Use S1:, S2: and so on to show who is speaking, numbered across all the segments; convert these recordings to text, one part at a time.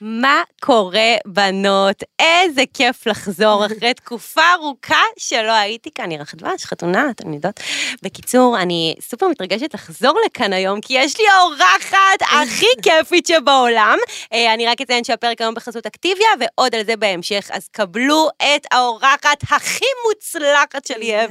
S1: מה קורה, בנות? איזה כיף לחזור אחרי תקופה ארוכה שלא הייתי כאן. ירח דבש, חתונה, תלמידות. בקיצור, אני סופר מתרגשת לחזור לכאן היום, כי יש לי האורחת הכי כיפית שבעולם. אה, אני רק אציין שהפרק היום בחסות אקטיביה, ועוד על זה בהמשך. אז קבלו את האורחת הכי מוצלחת שלי ever,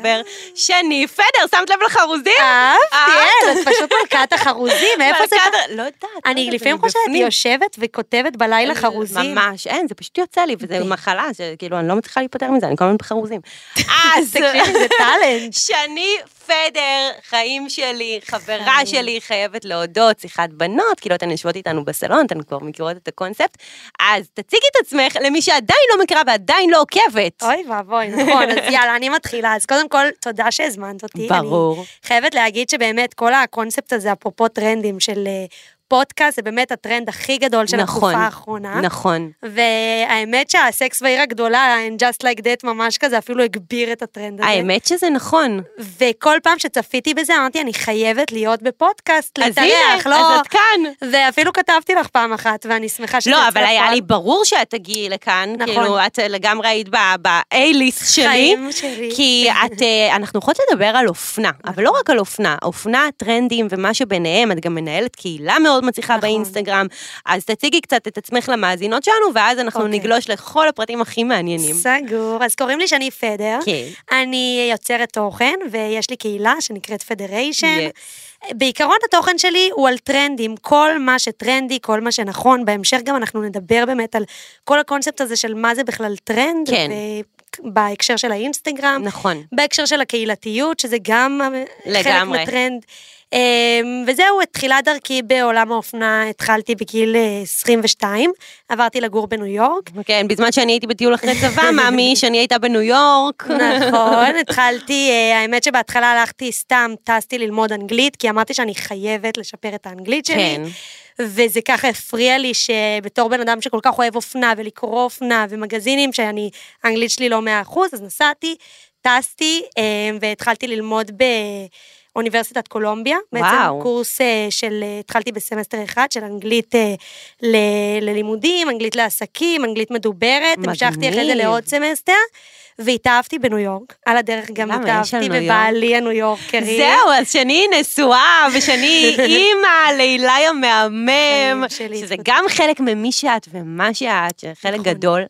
S1: שני פדר. שמת לב לחרוזים?
S2: אהבתי,
S1: אהבת?
S2: את את פשוט מלכת החרוזים, אה, מאיפה זה...
S1: מלכת- לא יודעת. לא
S2: אני
S1: יודעת,
S2: לפעמים
S1: מבפנים.
S2: חושבת, היא יושבת וכותבת בלילה חרוזים.
S1: אה, ממש, אין, זה פשוט יוצא לי, וזו
S2: אוקיי.
S1: מחלה, שכאילו, אני לא מצליחה להיפטר מזה, אני כל הזמן בחרוזים. אז,
S2: תקשיבי, זה טאלנט.
S1: שני פדר, חיים שלי, חברה שלי, חייבת להודות, שיחת בנות, כאילו, אתן יושבות איתנו בסלון, אתן כבר מכירות את הקונספט. אז תציגי את עצמך למי שעדיין לא מכירה ועדיין לא עוקבת.
S2: אוי ואבוי, נכון, אז יאללה, אני מתחילה. אז קודם כל, תודה שהזמנת אותי.
S1: ברור.
S2: אני חייבת להגיד שבאמת, כל הקונספט הזה, אפרופו טרנדים של אה, פודקאסט, זה באמת הטרנד הכי גדול של
S1: נכון,
S2: התקופה האחרונה.
S1: נכון.
S2: והאמת שהסקס בעיר הגדולה, And Just Like That ממש כזה, אפילו הגביר את הטרנד הזה.
S1: האמת שזה נכון.
S2: וכל פעם שצפיתי בזה, אמרתי, אני חייבת להיות בפודקאסט,
S1: אז
S2: להתארח,
S1: הנה, אז
S2: לא...
S1: את כאן.
S2: ואפילו כתבתי לך פעם אחת, ואני שמחה שזה
S1: לא,
S2: יצא
S1: אבל היה
S2: לפועל.
S1: לי ברור שאת תגיעי לכאן,
S2: נכון.
S1: כאילו, את לגמרי היית ב- ב-A-ליסט שלי.
S2: חיים שלי. נכון.
S1: כי את, אה, אנחנו יכולות לדבר על אופנה, אבל לא רק על אופנה, אופנה, טרנדים ומה שביניהם, את גם מנהלת קהילה מאוד מצליחה
S2: נכון.
S1: באינסטגרם, אז תציגי קצת את עצמך למאזינות שלנו, ואז אנחנו
S2: אוקיי.
S1: נגלוש לכל הפרטים הכי מעניינים.
S2: סגור. אז קוראים לי שני פדר.
S1: כן.
S2: אני יוצרת תוכן, ויש לי קהילה שנקראת פדריישן.
S1: Yes.
S2: בעיקרון התוכן שלי הוא על טרנדים, כל מה שטרנדי, כל מה שנכון. בהמשך גם אנחנו נדבר באמת על כל הקונספט הזה של מה זה בכלל טרנד.
S1: כן.
S2: ו- בהקשר של האינסטגרם.
S1: נכון.
S2: בהקשר של הקהילתיות, שזה גם אה, חלק
S1: לגמרי.
S2: מהטרנד. אמ, וזהו, את תחילת דרכי בעולם האופנה התחלתי בגיל אה, 22, עברתי לגור בניו יורק.
S1: כן, בזמן שאני הייתי בטיול אחרי צבא, מאמי, שאני הייתה בניו יורק.
S2: נכון, התחלתי, אה, האמת שבהתחלה הלכתי סתם, טסתי ללמוד אנגלית, כי אמרתי שאני חייבת לשפר את האנגלית שלי.
S1: כן.
S2: וזה ככה הפריע לי שבתור בן אדם שכל כך אוהב אופנה ולקרוא אופנה ומגזינים, שאני, האנגלית שלי לא מאה אחוז, אז נסעתי, טסתי אה, והתחלתי ללמוד באוניברסיטת קולומביה.
S1: וואו.
S2: בעצם קורס אה, של, אה, התחלתי בסמסטר אחד של אנגלית אה, ל- ללימודים, אנגלית לעסקים, אנגלית מדוברת, המשכתי אחרי זה
S1: מגניב.
S2: לעוד סמסטר. והתאהבתי בניו יורק, על הדרך גם
S1: למה, יש על
S2: התאהבתי
S1: ניו יורק?
S2: בבעלי הניו יורקרי.
S1: זהו, אז שני נשואה, ושני אימא לאילי המהמם,
S2: חיים שלי,
S1: שזה
S2: התפתח.
S1: גם חלק ממי שאת ומה שאת, שחלק
S2: נכון.
S1: גדול.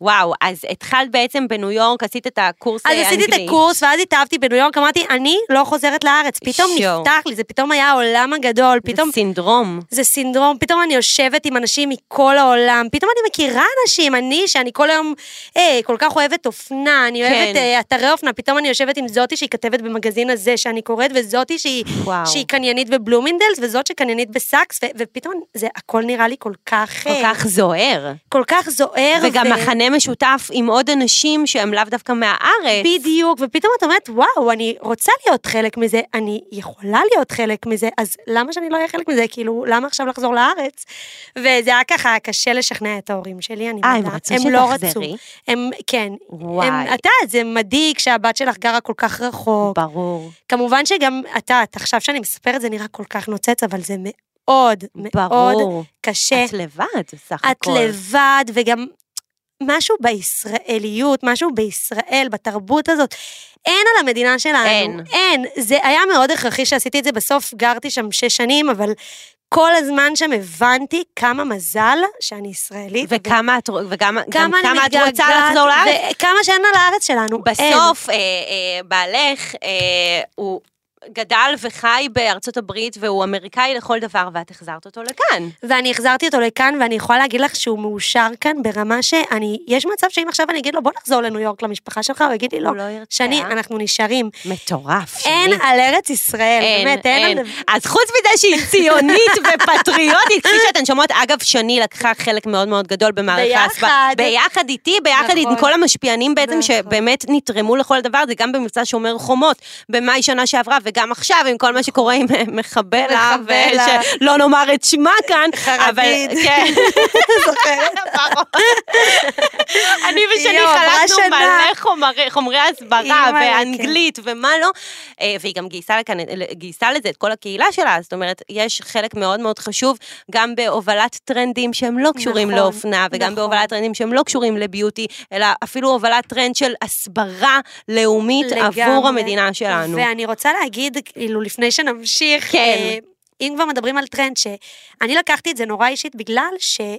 S1: וואו, אז התחלת בעצם בניו יורק, עשית את הקורס
S2: אז
S1: האנגלי.
S2: עשיתי את הקורס, ואז התאהבתי בניו יורק, אמרתי, אני לא חוזרת לארץ. פתאום
S1: שואו.
S2: נפתח לי, זה פתאום היה העולם הגדול, פתאום...
S1: פתאום... סינדרום.
S2: זה סינדרום, פתאום אני יושבת עם אנשים מכל העולם, פתאום אני מכירה אנשים, אני, שאני כל היום אה, כל כך אוהבת אופנה, אני אוהבת
S1: כן.
S2: אה, אתרי אופנה, פתאום אני יושבת עם זאתי שהיא כתבת במגזין הזה שאני קוראת, וזאתי שהיא,
S1: וואו.
S2: שהיא קניינית בבלומינדלס, וזאת שקניינית בסאקס, ו- ופתאום זה הכל נראה לי כל כך,
S1: כל
S2: אה,
S1: כך זוהר.
S2: כל כך זוהר.
S1: וגם
S2: ו-
S1: מחנה משותף עם עוד אנשים שהם לאו דווקא מהארץ.
S2: בדיוק, ופתאום את אומרת, וואו, אני רוצה להיות חלק מזה, אני יכולה להיות חלק מזה, אז למה שאני לא אהיה חלק מזה? כאילו, למה עכשיו לחזור לארץ? וזה היה ככה קשה לשכנע את ההורים שלי, אני
S1: אה,
S2: מודה.
S1: הם רצו
S2: לא רצו.
S1: שתחזרי?
S2: הם, כן.
S1: וואי.
S2: הם, את יודעת, זה מדאיג שהבת שלך גרה כל כך רחוק.
S1: ברור.
S2: כמובן שגם את יודעת, עכשיו שאני מספרת זה נראה כל כך נוצץ, אבל זה מאוד, מאוד
S1: ברור.
S2: קשה.
S1: את לבד, סך
S2: את
S1: הכל.
S2: לבד, וגם משהו בישראליות, משהו בישראל, בתרבות הזאת, אין על המדינה שלנו.
S1: אין.
S2: אין. זה היה מאוד הכרחי שעשיתי את זה, בסוף גרתי שם שש שנים, אבל כל הזמן שם הבנתי כמה מזל שאני ישראלית.
S1: וכמה את, וגם, גם
S2: וכמה אני
S1: כמה את
S2: מתגעגעת,
S1: רוצה לחזור לארץ.
S2: וכמה שאין על הארץ שלנו. אין.
S1: בסוף, אה, אה, בעלך, אה, הוא גדל וחי בארצות הברית, והוא אמריקאי לכל דבר, ואת החזרת אותו לכאן.
S2: ואני החזרתי אותו לכאן, ואני יכולה להגיד לך שהוא מאושר כאן ברמה שאני, יש מצב שאם עכשיו אני אגיד לו, בוא נחזור לניו יורק למשפחה שלך, הוא יגיד לי, לא,
S1: הוא לא ירצה.
S2: שני, אנחנו נשארים.
S1: מטורף, שני.
S2: אין על ארץ ישראל,
S1: אין,
S2: כן, באמת,
S1: אין.
S2: אין. על-
S1: אז חוץ מזה שהיא ציונית ופטריוטית, כפי שאתן שומעות, אגב, שני לקחה חלק מאוד מאוד גדול במערכת
S2: ביחד.
S1: ביחד איתי, ביחד
S2: נכון.
S1: עם כל המשפיענים בעצם,
S2: נכון.
S1: שבאמת נתרמו לכל הדבר הזה, גם במבצע שומר חומות, במאי שנה שעברה, וגם עכשיו עם כל מה שקורה עם מחבלה,
S2: מחבלה.
S1: שלא נאמר את שמה כאן, אבל
S2: חרדית.
S1: כן,
S2: זוכרת?
S1: ברור. אני ושני
S2: היא עברה
S1: חלקנו
S2: שנה.
S1: מלא חומרי- חומרי הסברה
S2: אימא'לה, כן.
S1: ואנגלית ומה לא, אה, והיא גם גייסה לכאן- גייסה לזה את כל הקהילה שלה, זאת אומרת, יש חלק מאוד מאוד חשוב גם בהובלת טרנדים שהם לא קשורים
S2: נכון,
S1: לאופנה, וגם
S2: נכון.
S1: בהובלת טרנדים שהם לא קשורים לביוטי, אלא אפילו הובלת טרנד של הסברה לאומית עבור
S2: לגמרי.
S1: המדינה שלנו.
S2: ואני רוצה להגיד, כאילו, לפני שנמשיך,
S1: כן.
S2: אה, אם כבר מדברים על טרנד, שאני לקחתי את זה נורא אישית, בגלל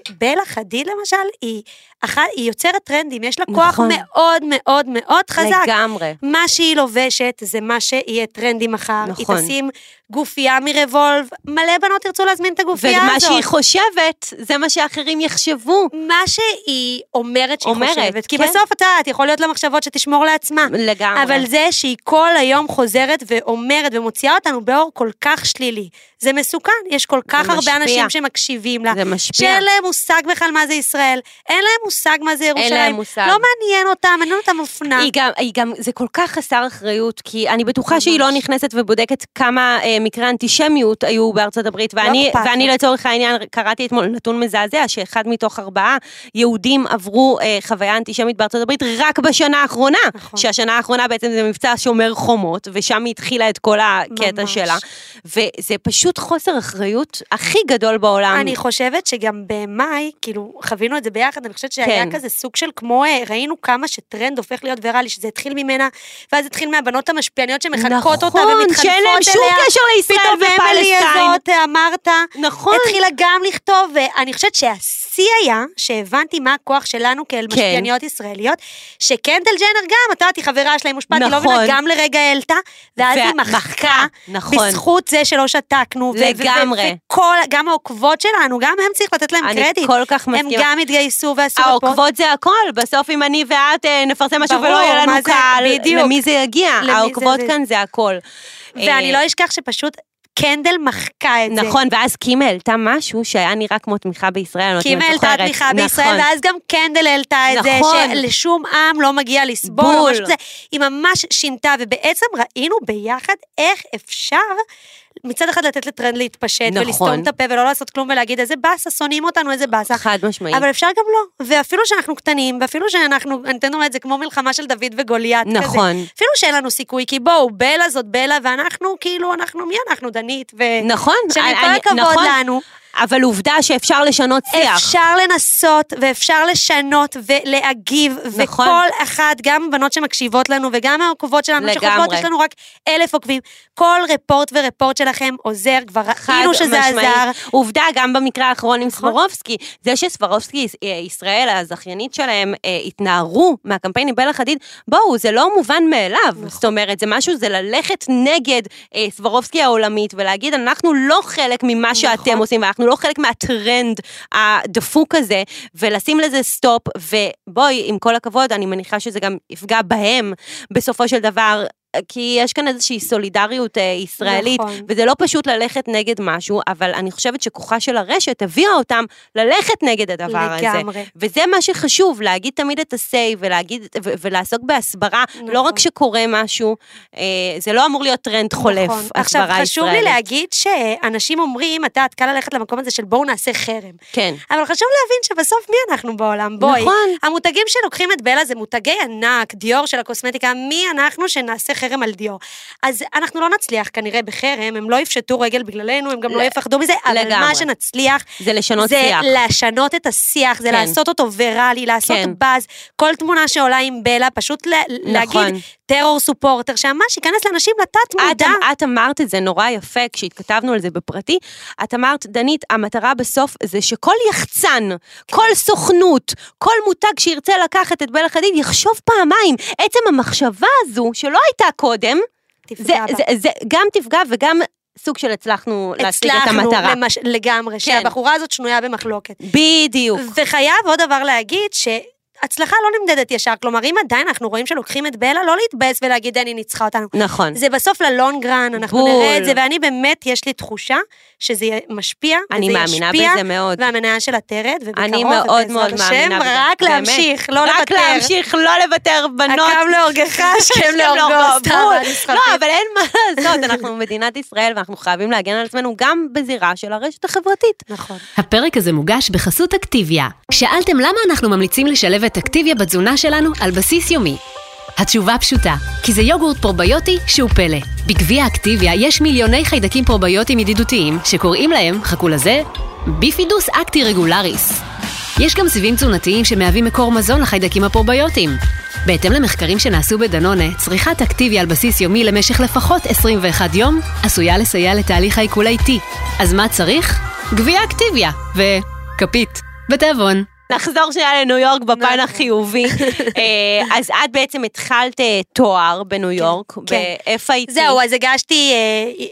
S2: שבלה חדיד, למשל, היא, אחת, היא יוצרת טרנדים, יש לה כוח
S1: נכון.
S2: מאוד מאוד מאוד חזק.
S1: לגמרי.
S2: מה שהיא לובשת זה מה שיהיה טרנדי מחר.
S1: נכון.
S2: היא תשים גופייה מרבולב, מלא בנות ירצו להזמין את הגופייה
S1: ומה
S2: הזאת.
S1: שהיא חושבת, זה מה שאחרים יחשבו.
S2: מה שהיא אומרת שהיא
S1: אומרת,
S2: חושבת. כי
S1: כן.
S2: בסוף אתה, את יכול להיות לה מחשבות שתשמור לעצמה.
S1: לגמרי.
S2: אבל זה שהיא כל היום חוזרת ואומרת ומוציאה אותנו באור כל כך שלילי, זה מסוכן. יש כל כך הרבה
S1: משפיע.
S2: אנשים שמקשיבים לה.
S1: זה משפיע.
S2: שאין להם מושג בכלל מה זה ישראל, אין להם מושג מה זה ירושלים.
S1: להם מושג.
S2: לא מעניין אותם, אין לנו אותם אופנה.
S1: היא גם, היא גם, זה כל כך חסר אחריות, כי אני בטוחה שהיא לא
S2: ממש.
S1: נכנסת ובודקת כמה אה, מקרי אנטישמיות היו בארצות הברית, ואני,
S2: לא אכפת
S1: ואני
S2: לה.
S1: לצורך העניין קראתי אתמול נתון מזעזע, שאחד מתוך ארבעה יהודים עברו אה, חוויה אנטישמית בארצות הברית רק בשנה האחרונה,
S2: נכון.
S1: שהשנה האחרונה בעצם זה מבצע שומר חומות, ושם היא התחילה את כל הקטע
S2: ממש.
S1: שלה, וזה פשוט חוסר אחריות הכי גדול בעולם.
S2: אני חושבת שגם במאי, כאילו, חווינו את זה ביחד, אני חושבת שהיה
S1: כן.
S2: כזה סוג של כמו, אה, ראינו כמה שטרנד הופך להיות ויראלי, שזה התחיל ממנה, ואז התחיל מהבנות המשפיעניות שמחקות אותה
S1: נכון,
S2: ומתחנפות אליה.
S1: שאין להם שום קשר לישראל
S2: פתאום אמילי
S1: ופלסטיין.
S2: הזאת, אמרת.
S1: נכון.
S2: התחילה גם לכתוב, ואני חושבת שהשיא היה, שהבנתי מה הכוח שלנו כאל
S1: כן.
S2: משפיעניות ישראליות, שקנדל ג'נר גם, את יודעת, היא חברה שלה, היא מושפעת, היא לא
S1: נכון.
S2: מבינה, גם לרגע העלתה, ואז היא מחקה,
S1: נכון.
S2: בזכות זה שלא שתקנו. ו- ו-
S1: לגמרי.
S2: ו- וכל, גם העוקבות שלנו, גם הם צריך לתת להם
S1: אני
S2: קרדיט.
S1: כל כך
S2: הם
S1: מסכימה.
S2: גם התגייסו ועשו רפורט.
S1: העוקבות זה הכל, בסוף אם אני ואת אה, נפרסם משהו
S2: ברור,
S1: ולא יהיה לנו
S2: מה זה-
S1: קהל,
S2: בדיוק.
S1: למי זה יגיע?
S2: למי זה
S1: העוקבות
S2: זה.
S1: כאן זה הכל.
S2: ואני
S1: אה,
S2: לא אשכח שפשוט קנדל מחקה את זה.
S1: נכון, ואז קים העלתה משהו שהיה נראה כמו תמיכה בישראל, אני לא
S2: קים
S1: יודעת אם את
S2: העלתה
S1: זוכרת.
S2: תמיכה בישראל,
S1: נכון.
S2: ואז גם קנדל העלתה את זה,
S1: נכון.
S2: שלשום עם לא מגיע לסבול, או
S1: בול.
S2: משהו כזה. היא ממש שינתה, ובעצם ראינו ביחד איך אפשר מצד אחד לתת לטרנד להתפשט,
S1: נכון.
S2: ולסתום את הפה ולא לעשות כלום ולהגיד איזה באסה, שונאים אותנו, איזה באסה.
S1: חד משמעית.
S2: אבל אפשר גם לא, ואפילו שאנחנו קטנים, ואפילו שאנחנו, אני אתן לך את זה כמו מלחמה של דוד וגוליית כזה.
S1: נכון.
S2: אפילו שאין לנו סיכוי, כי בואו, בלה זאת בלה, ואנחנו כאילו, אנחנו, מי אנחנו? דנית, ו...
S1: נכון,
S2: שמכל
S1: אני-
S2: הכבוד
S1: נכון.
S2: לנו,
S1: אבל עובדה שאפשר לשנות שיח.
S2: אפשר לנסות ואפשר לשנות ולהגיב,
S1: נכון.
S2: וכל אחת, גם בנות שמקשיבות לנו וגם העוקבות שלנו, שחושבות,
S1: לגמרי.
S2: יש לנו רק אלף עוקבים, כל רפורט ורפורט שלכם עוזר, כבר ראינו שזה
S1: משמעית.
S2: עזר.
S1: כאילו עובדה, גם במקרה האחרון עם סברובסקי, זה שסברובסקי, אה, ישראל, הזכיינית שלהם, אה, התנערו מהקמפיין עם בלה חדיד, בואו, זה לא מובן מאליו. זאת אומרת, זה משהו, זה ללכת נגד אה, סברובסקי העולמית ולהגיד, אנחנו לא חלק ממה שאתם עושים, ואנחנו לא חלק מהטרנד הדפוק הזה, ולשים לזה סטופ, ובואי, עם כל הכבוד, אני מניחה שזה גם יפגע בהם בסופו של דבר. אה, כי יש כאן איזושהי סולידריות אה, ישראלית,
S2: נכון.
S1: וזה לא פשוט ללכת נגד משהו, אבל אני חושבת שכוחה של הרשת הביאה אותם ללכת נגד הדבר הזה.
S2: לגמרי.
S1: וזה מה שחשוב, להגיד תמיד את ה-say ולהגיד, ו- ולעסוק בהסברה,
S2: נכון.
S1: לא רק שקורה משהו, אה, זה לא אמור להיות טרנד חולף,
S2: נכון.
S1: הסברה ישראלית.
S2: עכשיו, חשוב לי להגיד שאנשים אומרים, את יודעת, קל ללכת למקום הזה של בואו נעשה חרם.
S1: כן.
S2: אבל חשוב להבין שבסוף מי אנחנו בעולם, בואי.
S1: נכון.
S2: המותגים שלוקחים את בלה זה מותגי ענק, דיור של הקוסמטיקה, מי אנחנו שנעשה חרם על דיור? אז אנחנו לא נצליח כנראה בחרם, הם לא יפשטו רגל בגללנו, הם גם לא
S1: ל-
S2: יפחדו מזה, אבל
S1: לגמרי.
S2: מה שנצליח...
S1: זה לשנות
S2: זה
S1: שיח.
S2: לשנות את השיח, זה
S1: כן.
S2: לעשות אותו ויראלי, לעשות
S1: כן. נכון.
S2: באז. כל תמונה שעולה עם בלה, פשוט ל- להגיד טרור סופורטר, שממש ייכנס לאנשים לתת
S1: את, אמ-
S2: מודע.
S1: את אמרת את זה נורא יפה כשהתכתבנו על זה בפרטי. את אמרת, דנית, המטרה בסוף זה שכל יחצן, כל סוכנות, כל מותג שירצה לקחת את בלה חדיד, יחשוב פעמיים. עצם המחשבה הזו, שלא הייתה קודם, זה,
S2: תפגע בה.
S1: זה, זה גם תפגע וגם סוג של הצלחנו להשיג את
S2: הצלחנו
S1: המטרה. כן.
S2: למש... לגמרי, שהבחורה הזאת שנויה במחלוקת.
S1: בדיוק.
S2: וחייב עוד דבר להגיד, ש... הצלחה לא נמדדת ישר, כלומר, אם עדיין אנחנו רואים שלוקחים את בלה, לא להתבאס ולהגיד, אני ניצחה אותנו.
S1: נכון.
S2: זה בסוף ללונגרן, אנחנו
S1: בול.
S2: נראה את זה, ואני באמת, יש לי תשושה שזה יהיה- משפיע,
S1: אני
S2: וזה
S1: מאמינה
S2: ישפיע,
S1: בזה מאוד.
S2: והמניה של הטרד,
S1: אני
S2: ובקרוב,
S1: מאוד מאוד
S2: ובעזרת השם,
S1: מאמינה בזה.
S2: רק
S1: באמת.
S2: להמשיך, לא
S1: רק
S2: לוותר.
S1: להמשיך, לא לוותר, בנות.
S2: הקו להורגך, השכם
S1: להורגו,
S2: להורגו, סתם,
S1: בול.
S2: אני סחפית.
S1: לא, אבל אין מה לעשות, אנחנו מדינת ישראל ואנחנו חייבים להגן על עצמנו גם בזירה של הרשת החברתית.
S2: נכון.
S3: הפרק הזה מוגש בחסות אקטיביה. שאלתם למה אנחנו ממליצים לשלב את אקטיביה בתזונה שלנו על בסיס יומי. התשובה פשוטה, כי זה יוגורט פרוביוטי שהוא פלא. בגביע אקטיביה יש מיליוני חיידקים פרוביוטיים ידידותיים, שקוראים להם, חכו לזה, ביפידוס אקטי רגולריס. יש גם סיבים תזונתיים שמהווים מקור מזון לחיידקים הפרוביוטיים. בהתאם למחקרים שנעשו בדנונה, צריכת אקטיביה על בסיס יומי למשך לפחות 21 יום עשויה לסייע לתהליך העיכול האיטי. אז מה צריך? גביע אקטיביה וכפית בתיאבון.
S1: נחזור שנייה לניו יורק
S2: נכון.
S1: בפן החיובי. אה, אז את בעצם התחלת אה, תואר בניו יורק,
S2: כן.
S1: ב-FIT.
S2: זהו, אז הגשתי, אה,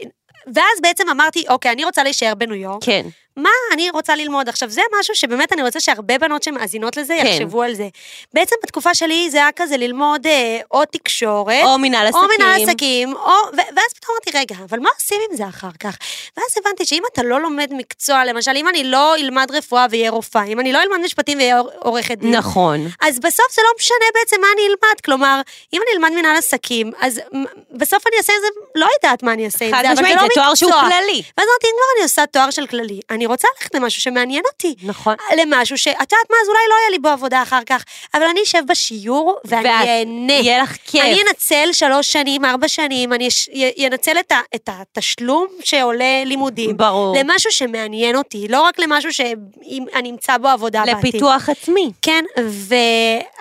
S2: ואז בעצם אמרתי, אוקיי, אני רוצה להישאר בניו יורק.
S1: כן.
S2: מה אני רוצה ללמוד? עכשיו, זה משהו שבאמת אני רוצה שהרבה בנות שמאזינות לזה
S1: כן.
S2: יחשבו על זה. בעצם בתקופה שלי זה היה כזה ללמוד אה, או תקשורת,
S1: או מנהל עסקים.
S2: אה, או מנהל עסקים, או... ו- ואז פתאום אמרתי, רגע, אבל מה עושים עם זה אחר כך? ואז הבנתי שאם אתה לא לומד מקצוע, למשל, אם אני לא אלמד רפואה ואהיה רופאה, אם אני לא אלמד משפטים ואהיה עור- עורכת דין,
S1: נכון.
S2: אז בסוף זה לא משנה בעצם מה אני אלמד, כלומר, אם אני אלמד מנהל עסקים, אז מ- בסוף אני אעשה את זה, לא יודעת מה אני אעשה עם
S1: חד
S2: זה, אבל זה לא
S1: משמעית, זה
S2: מקצוע.
S1: תואר שהוא כללי.
S2: ואז אמרתי, אם כבר אני עושה תואר של כללי, אני רוצה ללכת למשהו שמעניין אותי.
S1: נכון.
S2: למשהו שאת יודעת מה, אז אולי לא יהיה לי בו עבודה אחר כך, אבל אני אשב בשיעור ואני
S1: ואת-
S2: אהנה.
S1: יהיה לך כיף.
S2: אני אנצל שלוש שנים, ארבע שנים, אני אש- י- אנצל את, ה, את התשלום שעולה לימודים.
S1: ברור.
S2: למשהו שמעניין אותי, לא רק למשהו שאני אמצא בו עבודה בעתיד.
S1: לפיתוח עצמי.
S2: כן,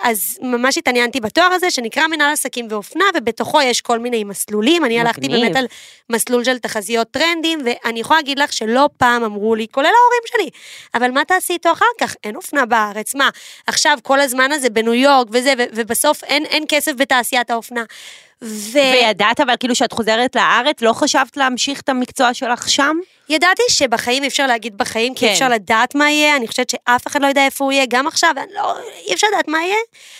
S2: ואז ממש התעניינתי בתואר הזה, שנקרא מנהל עסקים ואופנה, ובתוכו יש כל מיני מסלולים. אני הלכתי
S1: מגניב.
S2: באמת על מסלול של תחזיות טרנדים, ואני יכולה להגיד לך שלא פעם אמרו לי, כולל ההורים שלי, אבל מה תעשי איתו אחר כך? אין אופנה בארץ, מה? עכשיו כל הזמן הזה בניו יורק וזה, ו- ובסוף אין, אין כסף בתעשיית האופנה. ו...
S1: וידעת אבל כאילו שאת חוזרת לארץ, לא חשבת להמשיך את המקצוע שלך שם?
S2: ידעתי שבחיים אי אפשר להגיד בחיים, כי
S1: כן.
S2: אי אפשר לדעת מה יהיה, אני חושבת שאף אחד לא יודע איפה הוא יהיה, גם עכשיו, אני לא, אי אפשר לדעת מה יהיה.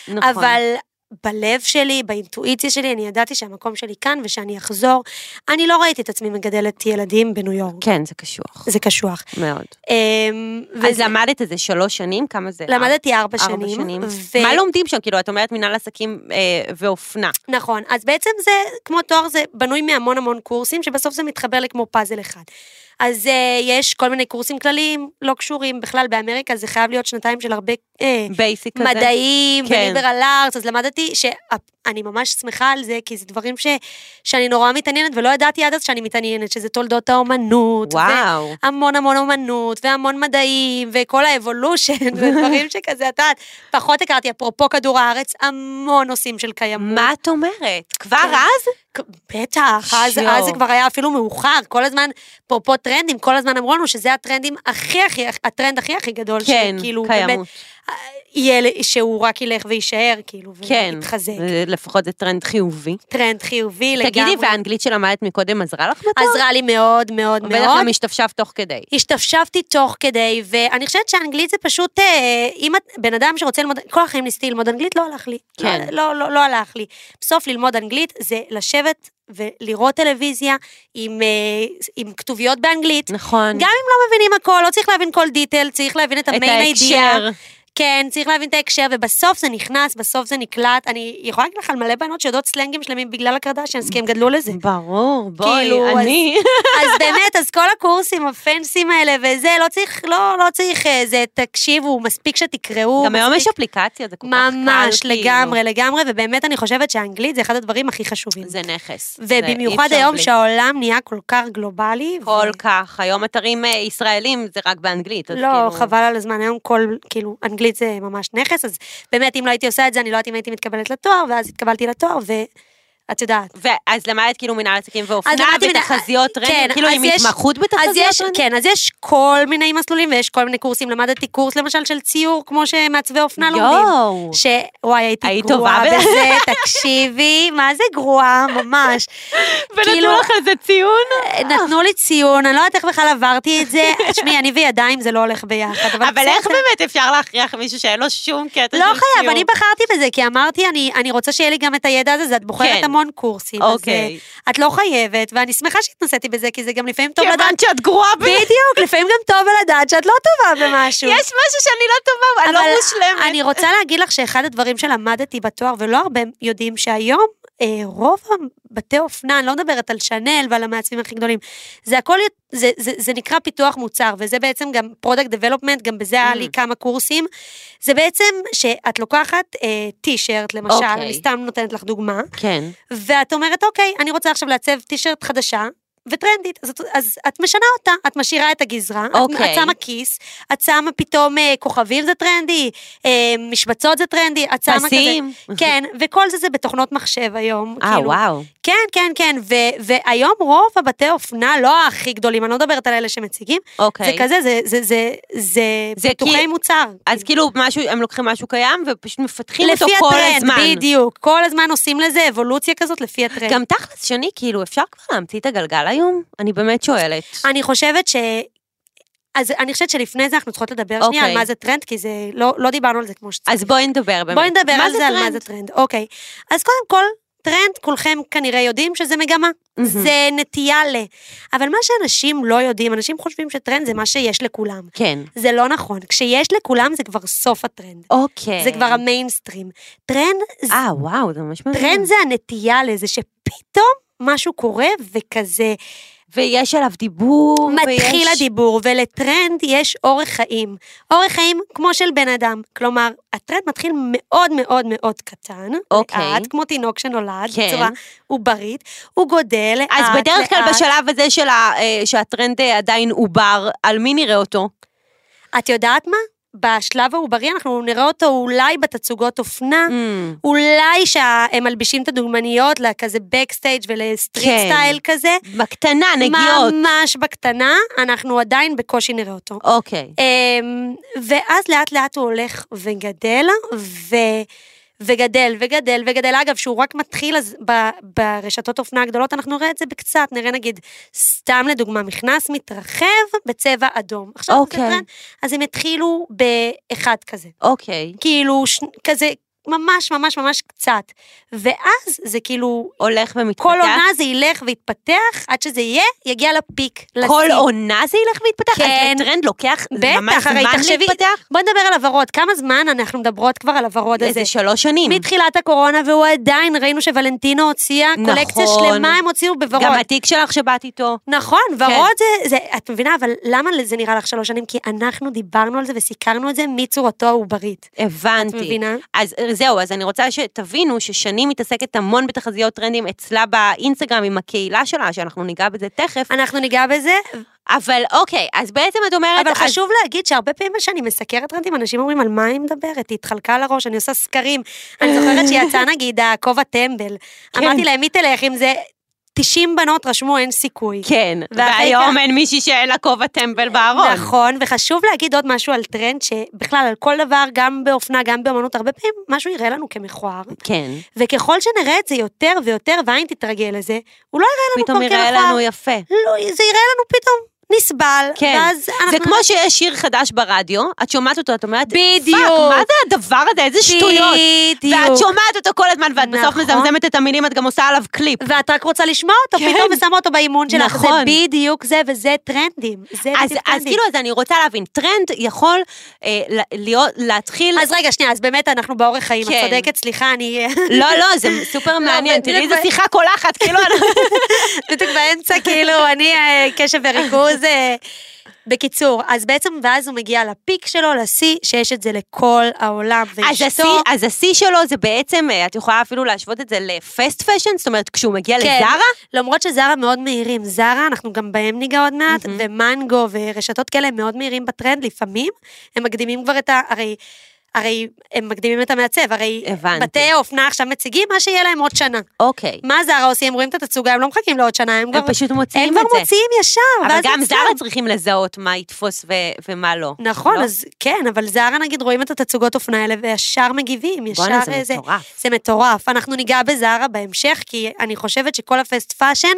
S1: נכון.
S2: אבל בלב שלי, באינטואיציה שלי, אני ידעתי שהמקום שלי כאן ושאני אחזור. אני לא ראיתי את עצמי מגדלת ילדים בניו יורק.
S1: כן, זה קשוח.
S2: זה קשוח.
S1: מאוד.
S2: אמ,
S1: אז
S2: וזה-
S1: למדת את זה שלוש שנים? כמה זה?
S2: למדתי ארבע
S1: ארבע
S2: שנים. ו-
S1: מה לומדים שם? כאילו, את אומרת מנהל עסקים אה, ואופנה.
S2: נכון, אז בעצם זה, כמו תואר, זה בנוי מהמון המון קורסים, שבסוף זה מתחבר לכמו פאזל אחד. אז אה, יש כל מיני קורסים כלליים, לא קשורים בכלל באמריקה, זה חייב להיות שנתיים של הרבה... אה,
S1: בייסיק כזה.
S2: מדעים,
S1: כן.
S2: כן. וליברל ארץ, אז למדתי שאני ממש שמחה על זה, כי זה דברים ש, שאני נורא מתעניינת, ולא ידעתי עד אז שאני מתעניינת, שזה תולדות האומנות.
S1: וואו.
S2: המון המון אומנות, והמון מדעים, וכל האבולושן, ודברים שכזה, את יודעת, פחות הכרתי, אפרופו כדור הארץ, המון נושאים של קיימות.
S1: מה את אומרת? כבר
S2: כן.
S1: אז?
S2: כ- בטח, אז,
S1: שיו.
S2: אז זה כבר היה אפילו מאוחר, כל הזמן, אפרופו טרנדים, כל הזמן אמרו לנו שזה הטרנדים הכי הכי, הטרנד הכי הכי גדול,
S1: כן,
S2: שכאילו, באמת,
S1: קיימות.
S2: יהיה, ל- שהוא רק ילך ויישאר, כאילו,
S1: כן.
S2: ויתחזק.
S1: זה- לפחות זה טרנד חיובי.
S2: טרנד חיובי לגמרי.
S1: תגידי, והאנגלית שלמדת מקודם עזרה לך בתואר?
S2: עזרה לי מאוד מאוד
S1: בטח
S2: מאוד.
S1: גם השתפשפת תוך כדי.
S2: השתפשפתי תוך כדי, ואני חושבת שאנגלית זה פשוט, אה, אם את בן אדם שרוצה ללמוד, כל החיים ניסיתי ללמוד אנגלית, לא הלך לי.
S1: כן.
S2: לא, לא, לא, לא הלך לי. בסוף ללמוד אנגלית זה לשבת ולראות טלוויזיה עם, אה, עם כתוביות באנגלית.
S1: נכון.
S2: גם אם לא מבינים הכל, לא צריך להבין כל דיטל, צריך להבין את
S1: את
S2: המיין אידיאה.
S1: ההקשר.
S2: כן, צריך להבין את ההקשר, ובסוף זה נכנס, בסוף זה נקלט. אני יכולה להגיד לך על מלא בנות שיודעות סלנגים שלמים בגלל הקרדשיאנס, כי הם גדלו לזה.
S1: ברור, בואי,
S2: כאילו, אז-
S1: אני...
S2: אז באמת, אז כל הקורסים, הפנסים האלה וזה, לא צריך, לא, לא צריך אה, זה, תקשיבו, מספיק שתקראו.
S1: גם היום
S2: מספיק-
S1: יש אפליקציה, זה כל כך קל.
S2: ממש,
S1: כאילו.
S2: לגמרי, לגמרי, ובאמת אני חושבת שהאנגלית זה אחד הדברים הכי חשובים.
S1: זה נכס. זה אי
S2: ובמיוחד
S1: אפשר
S2: היום
S1: בלי.
S2: שהעולם נהיה כל כך גלובלי. ו-
S1: כל כך, היום אתרים אה, ישראלים זה רק באנגלית, אז
S2: לא,
S1: כאילו...
S2: חבל על הזמן, היום כל, כאילו, אנגלית זה ממש נכס, אז באמת, אם לא הייתי עושה את זה, אני לא יודעת אם הייתי מתקבלת לתואר, ואז התקבלתי לתואר, את יודעת.
S1: ואז למדת כאילו מנהל עסקים
S2: אז
S1: ואופנה
S2: למדתי מנ-
S1: ותחזיות
S2: כן,
S1: טרנדים, כאילו
S2: אז
S1: עם
S2: יש-
S1: התמחות
S2: אז
S1: בתחזיות
S2: יש,
S1: טרנדים?
S2: כן, אז יש כל מיני מסלולים ויש כל מיני קורסים. למדתי קורס למשל של ציור, כמו שמעצבי אופנה לומדים.
S1: יואו.
S2: שוואי, הייתי
S1: היית
S2: גרועה
S1: טובה ב-
S2: בזה, תקשיבי, מה זה גרועה, ממש. כאילו,
S1: ונתנו לך על זה ציון?
S2: נתנו לי ציון, אני לא יודעת איך בכלל עברתי את זה. תשמעי, אני וידיים זה לא הולך ביחד, אבל
S1: אבל איך
S2: בסדר.
S1: באמת אפשר להכריח מישהו שאין לו שום קטע של
S2: לא
S1: ציון?
S2: חייב, אני בחרתי בזה, כי אמרתי, אני, אני רוצה שיהיה לי גם את הידע הזה, אז את בוחרת
S1: כן.
S2: המון קורסים.
S1: אוקיי.
S2: אז אה, את לא חייבת, ואני שמחה שהתנסיתי בזה, כי זה גם לפעמים טוב
S1: כיוון
S2: לדעת...
S1: שאת גרועה ב...
S2: בדיוק, לפעמים גם טוב לדעת שאת לא טובה במשהו.
S1: יש משהו שאני לא טובה, בו, אני לא מושלמת.
S2: אני רוצה להגיד לך שאחד הדברים שלמדתי בתואר, ולא הרבה יודעים שהיום, אה, רוב הבתי אופנה, אני לא מדברת על שנל ועל המעצבים הכי גדולים, זה הכל, יות- זה, זה, זה נקרא פיתוח מוצר, וזה בעצם גם פרודקט דבלופמנט, גם בזה היה
S1: Mm.
S2: לי כמה קורסים. זה בעצם שאת לוקחת אה, טישרט, למשל, okay.
S1: אוקיי.
S2: אני סתם נותנת לך דוגמה,
S1: כן.
S2: ואת אומרת, אוקיי, אני רוצה עכשיו לעצב טישרט חדשה. וטרנדית, אז, את- אז את משנה אותה, את משאירה את הגזרה, את-
S1: אוקיי.
S2: את שמה כיס, את שמה פתאום אה, כוכבים זה טרנדי, אה, משבצות זה טרנדי, את שמה
S1: פסים.
S2: כזה, כן, וכל זה זה בתוכנות מחשב היום,
S1: אה,
S2: כאילו,
S1: וואו.
S2: כן, כן, כן, ו, והיום רוב הבתי אופנה, לא הכי גדולים, אני לא מדברת על אלה שמציגים,
S1: אוקיי.
S2: זה כזה, זה, זה, זה, זה,
S1: זה
S2: פיתוחי
S1: כי-
S2: מוצר.
S1: אז כאילו, משהו, הם לוקחים משהו קיים ופשוט מפתחים
S2: לפי
S1: אותו כל
S2: הטרנד,
S1: הזמן.
S2: בדיוק, כל הזמן עושים לזה אבולוציה כזאת לפי הטרנד.
S1: גם תכלס שני, כאילו, אפשר כבר להמציא את הגלגל היום? אני באמת שואלת.
S2: אני חושבת ש... אז אני חושבת שלפני זה אנחנו צריכות לדבר okay. שנייה
S1: אוקיי.
S2: על מה זה טרנד, כי זה, לא, לא דיברנו על זה כמו שצריך.
S1: אז בואי נדבר באמת.
S2: בואי נדבר
S1: מה
S2: על זה, על מה
S1: טרנד?
S2: זה טרנד. אוקיי. אז קודם כל, טרנד, כולכם כנראה יודעים שזה מגמה.
S1: מהמם.
S2: זה נטייה ל... אבל מה שאנשים לא יודעים, אנשים חושבים שטרנד זה מה שיש לכולם.
S1: כן.
S2: זה לא נכון. כשיש לכולם זה כבר סוף הטרנד.
S1: אוקיי.
S2: זה כבר המיינסטרים. טרנד, זה-
S1: אה, וואו, זה ממש מעניין.
S2: טרנד זה הנטייה לזה שפתאום משהו קורה וכזה...
S1: ויש עליו דיבור,
S2: מתחיל
S1: ויש-
S2: הדיבור, ולטרנד יש אורך חיים. אורך חיים כמו של בן אדם. כלומר, הטרנד מתחיל מאוד מאוד מאוד קטן.
S1: אוקיי.
S2: לאט, כמו תינוק שנולד,
S1: כן.
S2: בצורה עוברית. הוא גודל לאט לאט.
S1: אז בדרך כלל בשלב הזה של ה- אה, שהטרנד אה, עדיין עובר, על מי נראה אותו?
S2: את יודעת מה? בשלב העוברי אנחנו נראה אותו אולי בתצוגות אופנה.
S1: Mm.
S2: אולי שהם מלבישים את הדוגמניות לכזה בקסטייג' ולסטריט
S1: כן.
S2: סטייל כזה.
S1: בקטנה, נגיעות.
S2: ממש בקטנה, אנחנו עדיין בקושי נראה אותו.
S1: אוקיי.
S2: אמ, ואז לאט לאט הוא הולך וגדל, ו... וגדל וגדל וגדל. אגב, שהוא רק מתחיל אז ב, ברשתות אופנה הגדולות, אנחנו נראה את זה בקצת, נראה נגיד, סתם לדוגמה, מכנס מתרחב בצבע אדום. עכשיו
S1: אוקיי.
S2: זה טרנד, אז הם התחילו באחד כזה.
S1: אוקיי.
S2: כאילו, ש, כזה, ממש ממש ממש קצת. ואז זה כאילו,
S1: הולך ומתפתח.
S2: כל עונה זה ילך ויתפתח, עד שזה יהיה, יגיע לפיק.
S1: כל
S2: לשיא.
S1: עונה זה ילך ויתפתח?
S2: כן.
S1: אז הטרנד לוקח זה ממש
S2: בטח, הרי
S1: זמן
S2: תחשבי,
S1: להתפתח?
S2: בוא נדבר על הוורוד, כמה זמן אנחנו מדברות כבר על הוורוד הזה?
S1: איזה שלוש שנים.
S2: מתחילת הקורונה, והוא עדיין, ראינו שוולנטינו הוציאה
S1: נכון.
S2: קולקציה שלמה הם הוציאו בוורוד.
S1: גם כן. התיק שלך שבאת איתו.
S2: נכון, ורוד זה, זה, את מבינה, אבל למה זה נראה לך שלוש שנים? כי אנחנו דיברנו על זה וסיקרנו את זה מצורתו העוברית.
S1: הבנתי.
S2: את מבינה?
S1: אז אה, זהו, אז אני רוצה שתבינו ששני מתעסקת המון בתחזיות טרנדים אצלה באינסטגרם עם הקהילה שלה, שאנחנו ניגע בזה תכף.
S2: אנחנו ניגע בזה,
S1: אבל אוקיי, אז בעצם את אומרת...
S2: אבל
S1: אז-
S2: חשוב להגיד שהרבה פעמים כשאני מסקרת טרנדים, אנשים אומרים, על מה היא מדברת? היא התחלקה על הראש, אני עושה סקרים. אני זוכרת שיצא נגיד הכובע טמבל.
S1: כן.
S2: אמרתי להם, מי תלך עם זה? 90 בנות רשמו, אין סיכוי.
S1: כן,
S2: ואחרי
S1: והיום
S2: כך-
S1: אין מישהי שאין לה כובע טמבל בארון.
S2: נכון, וחשוב להגיד עוד משהו על טרנד, שבכלל, על כל דבר, גם באופנה, גם באמנות, הרבה פעמים משהו יראה לנו כמכוער,
S1: כן,
S2: וככל שנראה את זה יותר ויותר, והעין תתרגל לזה, הוא לא יראה לנו
S1: פתאום
S2: כבר
S1: יראה
S2: כמכוער.
S1: לנו יפה.
S2: לא, זה יראה לנו פתאום נסבל,
S1: כן,
S2: ואז אנחנו...
S1: זה כמו שיש שיר חדש ברדיו, את שומעת אותו, את אומרת,
S2: בדיוק.
S1: פאק, מה זה הדבר הזה, איזה שטויות.
S2: בדיוק.
S1: ואת שומעת אותו כל הזמן, ואת בסוף
S2: נכון.
S1: מזמזמת את המילים, את גם עושה עליו קליפ.
S2: ואת רק רוצה לשמוע אותו,
S1: כן.
S2: פתאום ושמה אותו באימון שלך.
S1: נכון.
S2: זה בדיוק זה, וזה טרנדים. זה
S1: אז,
S2: בדיוק
S1: אז
S2: טרנדים.
S1: כאילו, אז אני רוצה להבין, טרנד יכול אה, ל- להיות, להתחיל...
S2: אז רגע, שנייה, אז באמת אנחנו באורך חיים, את
S1: כן.
S2: צודקת, סליחה, אני...
S1: לא, לא, זה סופר מעניין,
S2: בדיוק
S1: תראי איזה
S2: ב-
S1: שיחה קולחת, כאילו... אני-
S2: בדיוק באמצע, כאילו, אני אה, קשב וריכוז. אה, בקיצור, אז בעצם, ואז הוא מגיע לפיק שלו, לשיא, שיש את זה לכל העולם
S1: אז השיא-
S2: ואשתו.
S1: אז השיא שלו זה בעצם, אה, את יכולה אפילו להשוות את זה לפסט פשן, זאת אומרת, כשהוא מגיע
S2: כן.
S1: לזארה?
S2: למרות שזרה מאוד מהירים, זרה, אנחנו גם בהם ניגע עוד מעט,
S1: מהמם.
S2: ומנגו ורשתות כאלה הם מאוד מהירים בטרנד לפעמים, הם מקדימים כבר את ה... הרי הרי הם מקדימים את המעצב, הרי
S1: הבנתי.
S2: בתי האופנה עכשיו מציגים מה שיהיה להם עוד שנה.
S1: אוקיי.
S2: מה זרה עושים? הם רואים את התצוגה, הם לא מחכים לעוד שנה, הם
S1: הם
S2: כבר...
S1: פשוט
S2: הם
S1: מוציאים
S2: כבר
S1: את זה.
S2: מוציאים ישר,
S1: אבל
S2: ואז זה
S1: גם
S2: אצלם.
S1: זרה צריכים לזהות מה יתפוס ו- ומה לא.
S2: נכון,
S1: לא?
S2: אז כן, אבל זרה נגיד רואים את התצוגות אופנה האלה וישר מגיבים, ישר
S1: בואנה, זה
S2: איזה...
S1: מטורף.
S2: זה מטורף. אנחנו ניגע בזרה בהמשך, כי אני חושבת שכל הפסט פאשן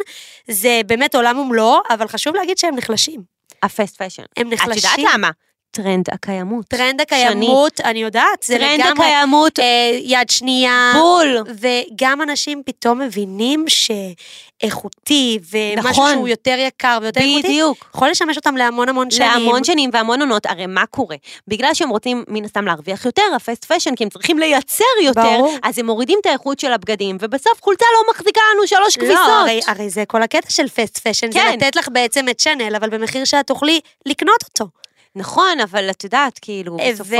S2: זה באמת עולם ומלואו, אבל חשוב להגיד שהם נחלשים.
S1: הפסט פאשן.
S2: הם נחלשים.
S1: את יודעת למה? טרנד הקיימות.
S2: טרנד הקיימות, אני יודעת, זה
S1: טרנד
S2: לגמרי...
S1: הקיימות,
S2: אה, יד שנייה.
S1: בול.
S2: וגם אנשים פתאום מבינים שאיכותי, ומשהו
S1: נכון.
S2: שהוא יותר יקר ויותר איכותי,
S1: בדיוק.
S2: יכול לשמש אותם להמון המון שנים.
S1: להמון שנים והמון עונות, הרי מה קורה? בגלל שהם רוצים מן הסתם להרוויח יותר, הפסט פשן, כי הם צריכים לייצר יותר,
S2: ברור.
S1: אז הם מורידים את האיכות של הבגדים, ובסוף חולצה לא מחזיקה לנו שלוש כביסות.
S2: לא, הרי, הרי זה כל הקטע של פסט פשן, זה
S1: כן.
S2: לתת לך בעצם את שאנל, אבל במחיר שאת תוכלי לקנות אותו.
S1: נכון, אבל את יודעת, כאילו,
S2: אה,
S1: בסופו...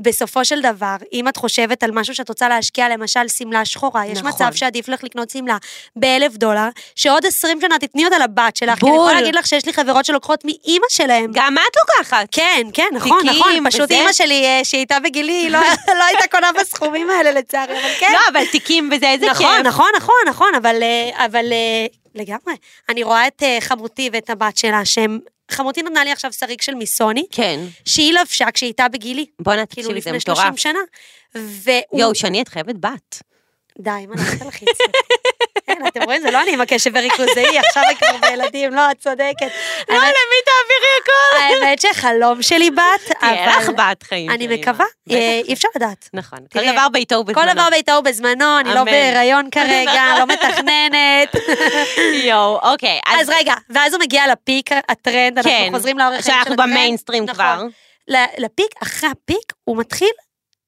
S2: בסופו של דבר, אם את חושבת על משהו שאת רוצה להשקיע, למשל שמלה שחורה, יש
S1: נכון.
S2: מצב שעדיף לך לקנות שמלה באלף דולר, שעוד עשרים שנה תתני אותה לבת שלך, כי אני
S1: בול.
S2: יכולה להגיד לך שיש לי חברות שלוקחות מאימא שלהם.
S1: גם את לא לוקחת.
S2: כן, כן, נכון,
S1: תיקים,
S2: נכון, פשוט
S1: וזה.
S2: אימא שלי, אה, שהיא הייתה בגילי, היא לא לא הייתה קונה בסכומים האלה לצערי, אבל כן.
S1: לא, אבל תיקים וזה, איזה
S2: נכון,
S1: כיף.
S2: נכון, נכון, נכון, אבל, אה, אבל אה, לגמרי. אני רואה את אה, חמותי ואת הבת שלה, שהם... חמותי נתנה לי עכשיו שריג של מיסוני,
S1: כן.
S2: שהיא לבשה כשהיא הייתה בגילי,
S1: בואנה,
S2: כאילו
S1: תקשיבי, זה
S2: לפני
S1: מטורף.
S2: 30 שנה. והוא...
S1: יואו, שני, את חייבת בת.
S2: די, מה לך תלחיץ? אין, אתם רואים, זה לא אני עם הקשב וריכוז, זה היא, עכשיו היא כבר בילדים, לא, את צודקת.
S1: לא,
S2: האמת-
S1: למי תעבירי הכול?
S2: האמת שחלום שלי בת,
S1: תהיה לך
S2: אבל
S1: בת חיים. של
S2: אני
S1: אמא.
S2: מקווה,
S1: בטח.
S2: אה, אי אפשר לדעת.
S1: נכון, כל
S2: תראה,
S1: דבר בעיתו ובזמנו.
S2: כל דבר ביתו הוא בזמנו, אני לא
S1: אמן.
S2: בהיריון כרגע, לא מתכננת.
S1: יואו, אוקיי.
S2: אז רגע, ואז הוא מגיע לפיק הטרנד, אנחנו
S1: כן,
S2: חוזרים לאורך
S1: עכשיו
S2: חיים
S1: אנחנו
S2: של הטרנד.
S1: במיינסטרים
S2: נכון.
S1: כבר.
S2: ל- לפיק, אחרי הפיק, הוא מתחיל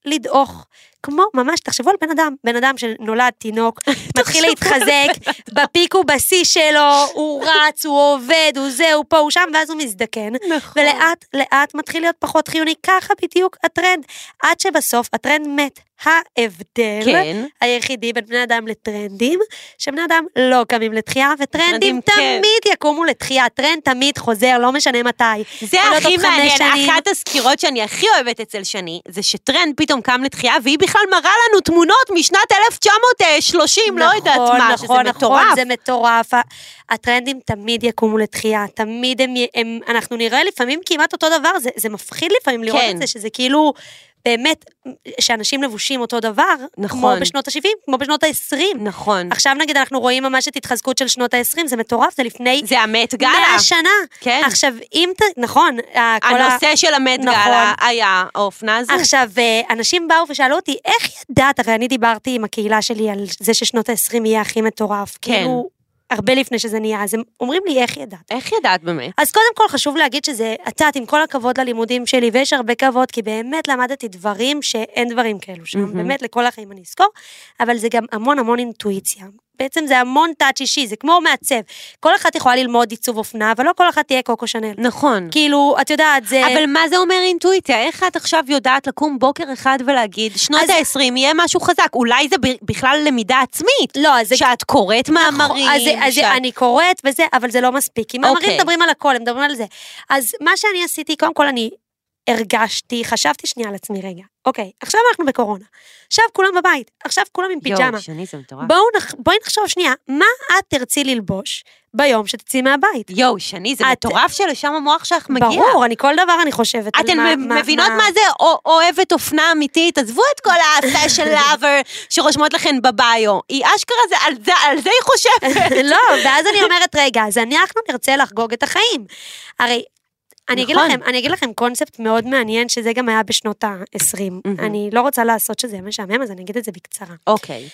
S2: לדעוך. כמו, ממש, תחשבו על בן אדם, בן אדם שנולד תינוק, מתחיל להתחזק, בפיק הוא בשיא שלו, הוא רץ, הוא עובד, הוא זה, הוא פה, הוא שם, ואז הוא מזדקן.
S1: נכון.
S2: ולאט לאט מתחיל להיות פחות חיוני, ככה בדיוק הטרנד. עד שבסוף הטרנד מת. ההבדל
S1: כן.
S2: היחידי בין בני אדם לטרנדים, שבני אדם לא קמים לתחייה,
S1: טרנדים
S2: וטרנדים
S1: כן.
S2: תמיד יקומו לתחייה, טרנד תמיד חוזר, לא משנה מתי.
S1: זה
S2: יכול להיות
S1: הכי
S2: עוד חמש
S1: מעניין,
S2: שנים.
S1: אחת הסקירות שאני הכי אוהבת אצל שני, זה שטרנד פתאום קם לתחייה, והיא בכלל מראה לנו תמונות משנת 1930, לא יודעת מה, שזה
S2: נכון,
S1: מטורף.
S2: זה מטורף. ה- הטרנדים תמיד יקומו לתחייה, תמיד הם, י- הם אנחנו נראה לפעמים כמעט אותו דבר, זה, זה מפחיד לפעמים לראות
S1: כן.
S2: את זה, שזה כאילו, באמת, שאנשים לבושים אותו דבר, כמו
S1: נכון.
S2: בשנות ה-70, כמו בשנות ה-20.
S1: נכון.
S2: עכשיו נגיד אנחנו רואים ממש את התחזקות של שנות ה-20, זה מטורף, זה לפני
S1: זה המת גאלה.
S2: 100 שנה.
S1: כן.
S2: עכשיו, אם, ת- נכון, ה- כל ה-
S1: הנושא של המת
S2: נכון.
S1: גאלה היה האופנה הזו.
S2: עכשיו, אה, אנשים באו ושאלו אותי, איך ידעת? הרי אני דיברתי עם הקהילה שלי על זה ששנות ה-20 יהיה הכי מטורף.
S1: כן.
S2: כאילו, הרבה לפני שזה נהיה, אז הם אומרים לי, איך ידעת?
S1: איך ידעת באמת?
S2: אז קודם כל חשוב להגיד שזה, את יודעת, עם כל הכבוד ללימודים שלי, ויש הרבה כבוד, כי באמת למדתי דברים שאין דברים כאלו שם,
S1: מהמם.
S2: mm-hmm. באמת לכל החיים אני אזכור, אבל זה גם המון המון אינטואיציה. בעצם זה המון טאץ' אישי, זה כמו מעצב. כל אחת יכולה ללמוד עיצוב אופנה, אבל לא כל אחת תהיה קוקו שנל.
S1: נכון.
S2: כאילו, את יודעת, זה...
S1: אבל לא מה זה אומר אינטואיציה? איך את עכשיו יודעת לקום בוקר אחד ולהגיד, שנות
S2: אז-
S1: ה-20 יהיה משהו חזק? אולי זה ב- בכלל למידה עצמית.
S2: לא, אז זה
S1: שאת קוראת מאמרים,
S2: אז, אז
S1: שאת...
S2: אני קוראת וזה, אבל זה לא מספיק. כי מאמרים
S1: אוקיי.
S2: מדברים על הכל, הם מדברים על זה. אז מה שאני עשיתי, קודם כל אני הרגשתי, חשבתי שנייה על עצמי רגע. אוקיי, עכשיו אנחנו בקורונה. עכשיו כולם בבית, עכשיו כולם עם פיג'מה.
S1: יואו, שני, זה מטורף.
S2: בואו נח... בואי נחשוב שנייה, מה את תרצי ללבוש ביום שתצאי מהבית?
S1: יואו, שני, זה
S2: את-
S1: מטורף שלשם המוח שלך מגיע.
S2: ברור, אני כל דבר אני חושבת על
S1: אתן
S2: מה...
S1: מ- מבינות מה זה או- אוהבת אופנה אמיתית? עזבו את כל ה-fashion lover שרושמות לכן בביו. היא אשכרה, זה- על זה- על זה היא חושבת.
S2: לא, ואז אני אומרת, רגע, אז אנחנו נרצה לחגוג את החיים. הרי... אני אגיד,
S1: נכון.
S2: לכם, אני אגיד לכם קונספט מאוד מעניין, שזה גם היה בשנות ה-20.
S1: מהמם.
S2: אני לא רוצה לעשות שזה יהיה משעמם, אז אני אגיד את זה בקצרה.
S1: אוקיי,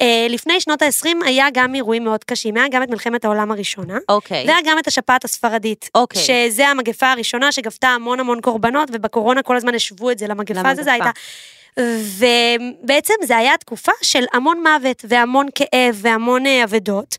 S2: אה, לפני שנות ה-20 היה גם אירועים מאוד קשים, היה גם את מלחמת העולם הראשונה,
S1: אוקיי.
S2: והיה גם את השפעת הספרדית.
S1: אוקיי.
S2: שזה המגפה הראשונה שגבתה המון המון קורבנות, ובקורונה כל הזמן השוו את זה למגפה הזו,
S1: למגפה.
S2: זה הייתה. ובעצם זה היה תקופה של המון מוות והמון כאב והמון אה, אבדות.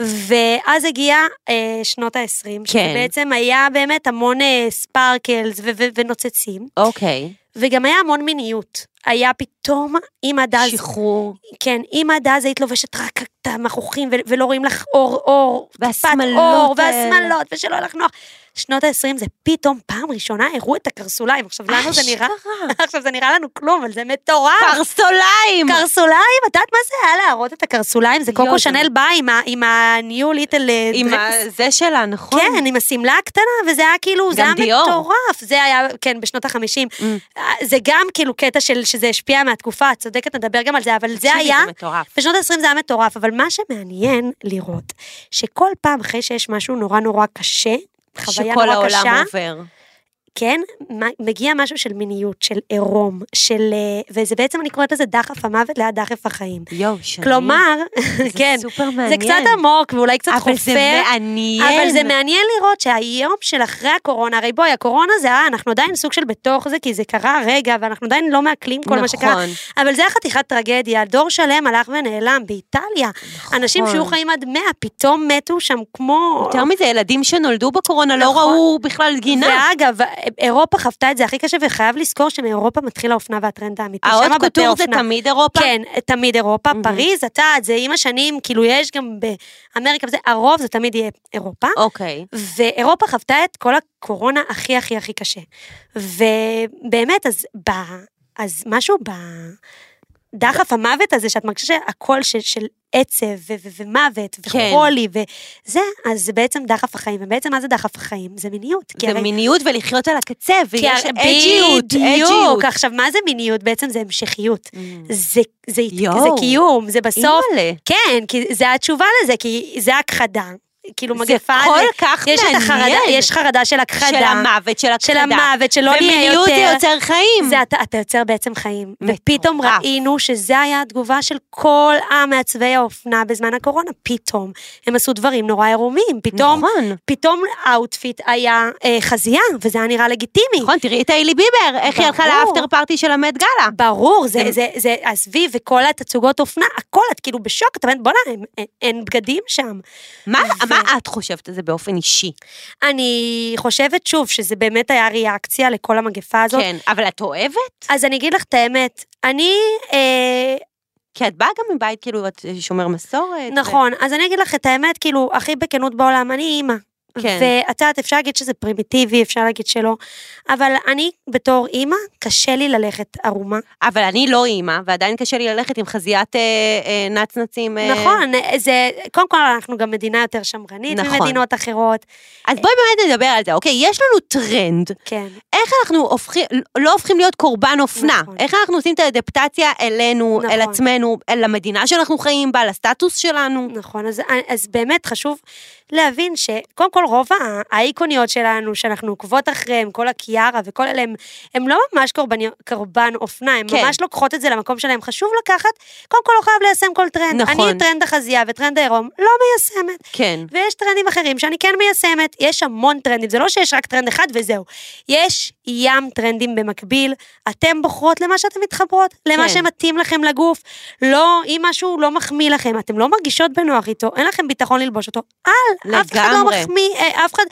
S2: ואז הגיע אה, שנות ה-20,
S1: כן.
S2: שבעצם היה באמת המון אה, ספארקלס ו- ו- ונוצצים,
S1: אוקיי.
S2: וגם היה המון מיניות. היה פתאום, אם עד אז
S1: שחרור.
S2: כן, אם עד אז היית לובשת רק את המכוחים ו- ולא רואים לך אור, אור, טיפת
S1: והשמלות
S2: אור,
S1: האלה.
S2: והשמלות, ושלא יהיה לך נוח. שנות ה-20 זה פתאום פעם ראשונה הראו את הקרסוליים. עכשיו, לנו זה נראה... עכשיו, זה נראה לנו כלום, אבל זה מטורף.
S1: קרסוליים!
S2: קרסוליים, את יודעת מה זה היה להראות את הקרסוליים? זה
S1: יואו,
S2: קוקו
S1: לא, זה-
S2: שנל בא עם ה- עם ה-new little... אה,
S1: עם
S2: dress.
S1: ה- זה שלה, נכון?
S2: כן, עם השמלה הקטנה, וזה היה כאילו, זה
S1: גם
S2: היה
S1: דיור. Mm.
S2: מטורף. זה היה, כן, בשנות החמישים. זה גם כאילו קטע של, שזה השפיע מהתקופה, את צודקת, נדבר גם על זה, אבל זה
S1: תקשיבי,
S2: היה...
S1: זה מטורף.
S2: בשנות ה-20 זה היה מטורף, אבל מה שמעניין לראות, שכל פעם אחרי שיש משהו נורא נורא קשה, חוויה
S1: שכל
S2: נורא
S1: העולם
S2: קשה,
S1: עובר.
S2: כן, מ- מגיע משהו של מיניות, של עירום, של... אה, וזה בעצם, אני קוראת לזה דחף המוות ליד דחף החיים.
S1: יואו, שני.
S2: כלומר, כן,
S1: סופר
S2: זה
S1: מעניין.
S2: קצת עמוק ואולי קצת חופר.
S1: אבל זה מעניין.
S2: אבל זה מעניין לראות שהיום של אחרי הקורונה, הרי בואי, הקורונה זה היה, אנחנו עדיין סוג של בתוך זה, כי זה קרה רגע, ואנחנו עדיין לא מעכלים כל מה שקרה.
S1: נכון.
S2: אבל זה היה חתיכת טרגדיה, דור שלם הלך ונעלם באיטליה.
S1: נכון.
S2: אנשים שהיו חיים עד 100, פתאום מתו שם כמו...
S1: יותר מזה, ילדים שנולדו בקורונה לא
S2: נכון.
S1: ראו בכלל גינה.
S2: ואגב, אירופה חוותה את זה הכי קשה, וחייב לזכור שמאירופה מתחיל האופנה והטרנד האמיתי. שם
S1: האות
S2: בתי
S1: קוטור זה
S2: אופנה.
S1: תמיד אירופה?
S2: כן, תמיד אירופה, פריז, אתה, זה עם השנים, כאילו יש גם באמריקה וזה, הרוב זה תמיד יהיה אירופה.
S1: אוקיי.
S2: ואירופה חוותה את כל הקורונה הכי הכי הכי קשה. ובאמת, אז, ב, אז משהו בדחף המוות הזה, שאת מרגישה שהקול של, של עצב ו, ו, ומוות
S1: כן.
S2: וחולי, וזה, אז זה בעצם דחף החיים. ובעצם מה זה דחף החיים? זה מיניות. כי
S1: זה
S2: הרי-
S1: מיניות ולחיות על הקצה,
S2: כי
S1: ויש
S2: הרי-
S1: אג'יות, אג'יות.
S2: כן,
S1: Mm.
S2: בדיוק. עכשיו, מה זה מיניות? בעצם זה המשכיות. זה, זה,
S1: יואו.
S2: זה קיום, זה בסוף.
S1: אימא'לה.
S2: כן, כי זה התשובה לזה, כי זה הכחדה. כאילו
S1: זה
S2: מגפה,
S1: כל כך
S2: יש את
S1: מעניין.
S2: החרדה, יש חרדה של הכחדה.
S1: של המוות, של הכחדה.
S2: של המוות, שלא נהיה יותר.
S1: ומיניות זה יוצר חיים.
S2: זה אתה, אתה יוצר בעצם חיים.
S1: מטורף.
S2: ופתאום ראינו שזה היה התגובה של כל המעצבי האופנה בזמן הקורונה. פתאום הם עשו דברים נורא עירומים. פתאום,
S1: נכון.
S2: פתאום האוטפיט היה אה, חזייה, וזה היה נראה לגיטימי.
S1: נכון, תראי את היילי ביבר, איך היא הלכה
S2: ברור.
S1: לאפטר פארטי של המט גאלה.
S2: ברור, זה,
S1: כן.
S2: זה, זה, עזבי, וכל התצוגות אופנה, הכל, את כאילו בשוק, את אומרת, בואנה, אין- אין- אין בגדים שם.
S1: מה מה את חושבת על זה באופן אישי?
S2: אני חושבת, שוב, שזה באמת היה ריאקציה לכל המגפה הזאת.
S1: כן, אבל את אוהבת?
S2: אז אני אגיד לך את האמת, אני, אה,
S1: כי את באה גם מבית, כאילו, את שומר מסורת. ו-
S2: נכון, אז אני אגיד לך את האמת, כאילו, הכי בכנות בעולם, אני אימא.
S1: כן.
S2: ואת יודעת, אפשר להגיד שזה פרימיטיבי, אפשר להגיד שלא, אבל אני בתור אימא, קשה לי ללכת ערומה.
S1: אבל אני לא אימא, ועדיין קשה לי ללכת עם חזיית אה, אה, נצנצים. אה,
S2: נכון, זה, קודם כל אנחנו גם מדינה יותר שמרנית
S1: נכון.
S2: ממדינות אחרות,
S1: אז בואי באמת נדבר על זה, אוקיי? יש לנו טרנד.
S2: כן.
S1: איך אנחנו הופכים, לא הופכים להיות קורבן אופנה?
S2: נכון.
S1: איך אנחנו עושים את האדפטציה אלינו,
S2: נכון.
S1: אל עצמנו, אל המדינה שאנחנו חיים בה, לסטטוס שלנו?
S2: נכון, אז, אז באמת חשוב להבין שקודם כל רוב ה- האיקוניות שלנו, שאנחנו עוקבות אחריהן, כל הקיארה וכל אלה, הן- הן לא ממש קורבן, קורבן אופנה, הן
S1: כן.
S2: ממש לוקחות את זה למקום שלהן. חשוב לקחת, קודם כל לא חייב ליישם כל טרנד.
S1: נכון.
S2: אני את טרנד החזייה וטרנד העירום לא מיישמת.
S1: כן.
S2: ויש טרנדים אחרים שאני כן מיישמת, יש המון טרנדים, זה לא שיש רק טרנד אחד וזהו. יש ים טרנדים במקביל, אתם בוחרות למה שאתן מתחברות, למה
S1: כן.
S2: שמתאים לכם לגוף. לא, אם משהו לא מחמיא לכם, אתם לא מרגישות בנוח איתו, אין לכם ביטחון ללבוש אותו, אל, אף אחד לא
S1: לגמרי.
S2: מחמיא, אה, אף אחד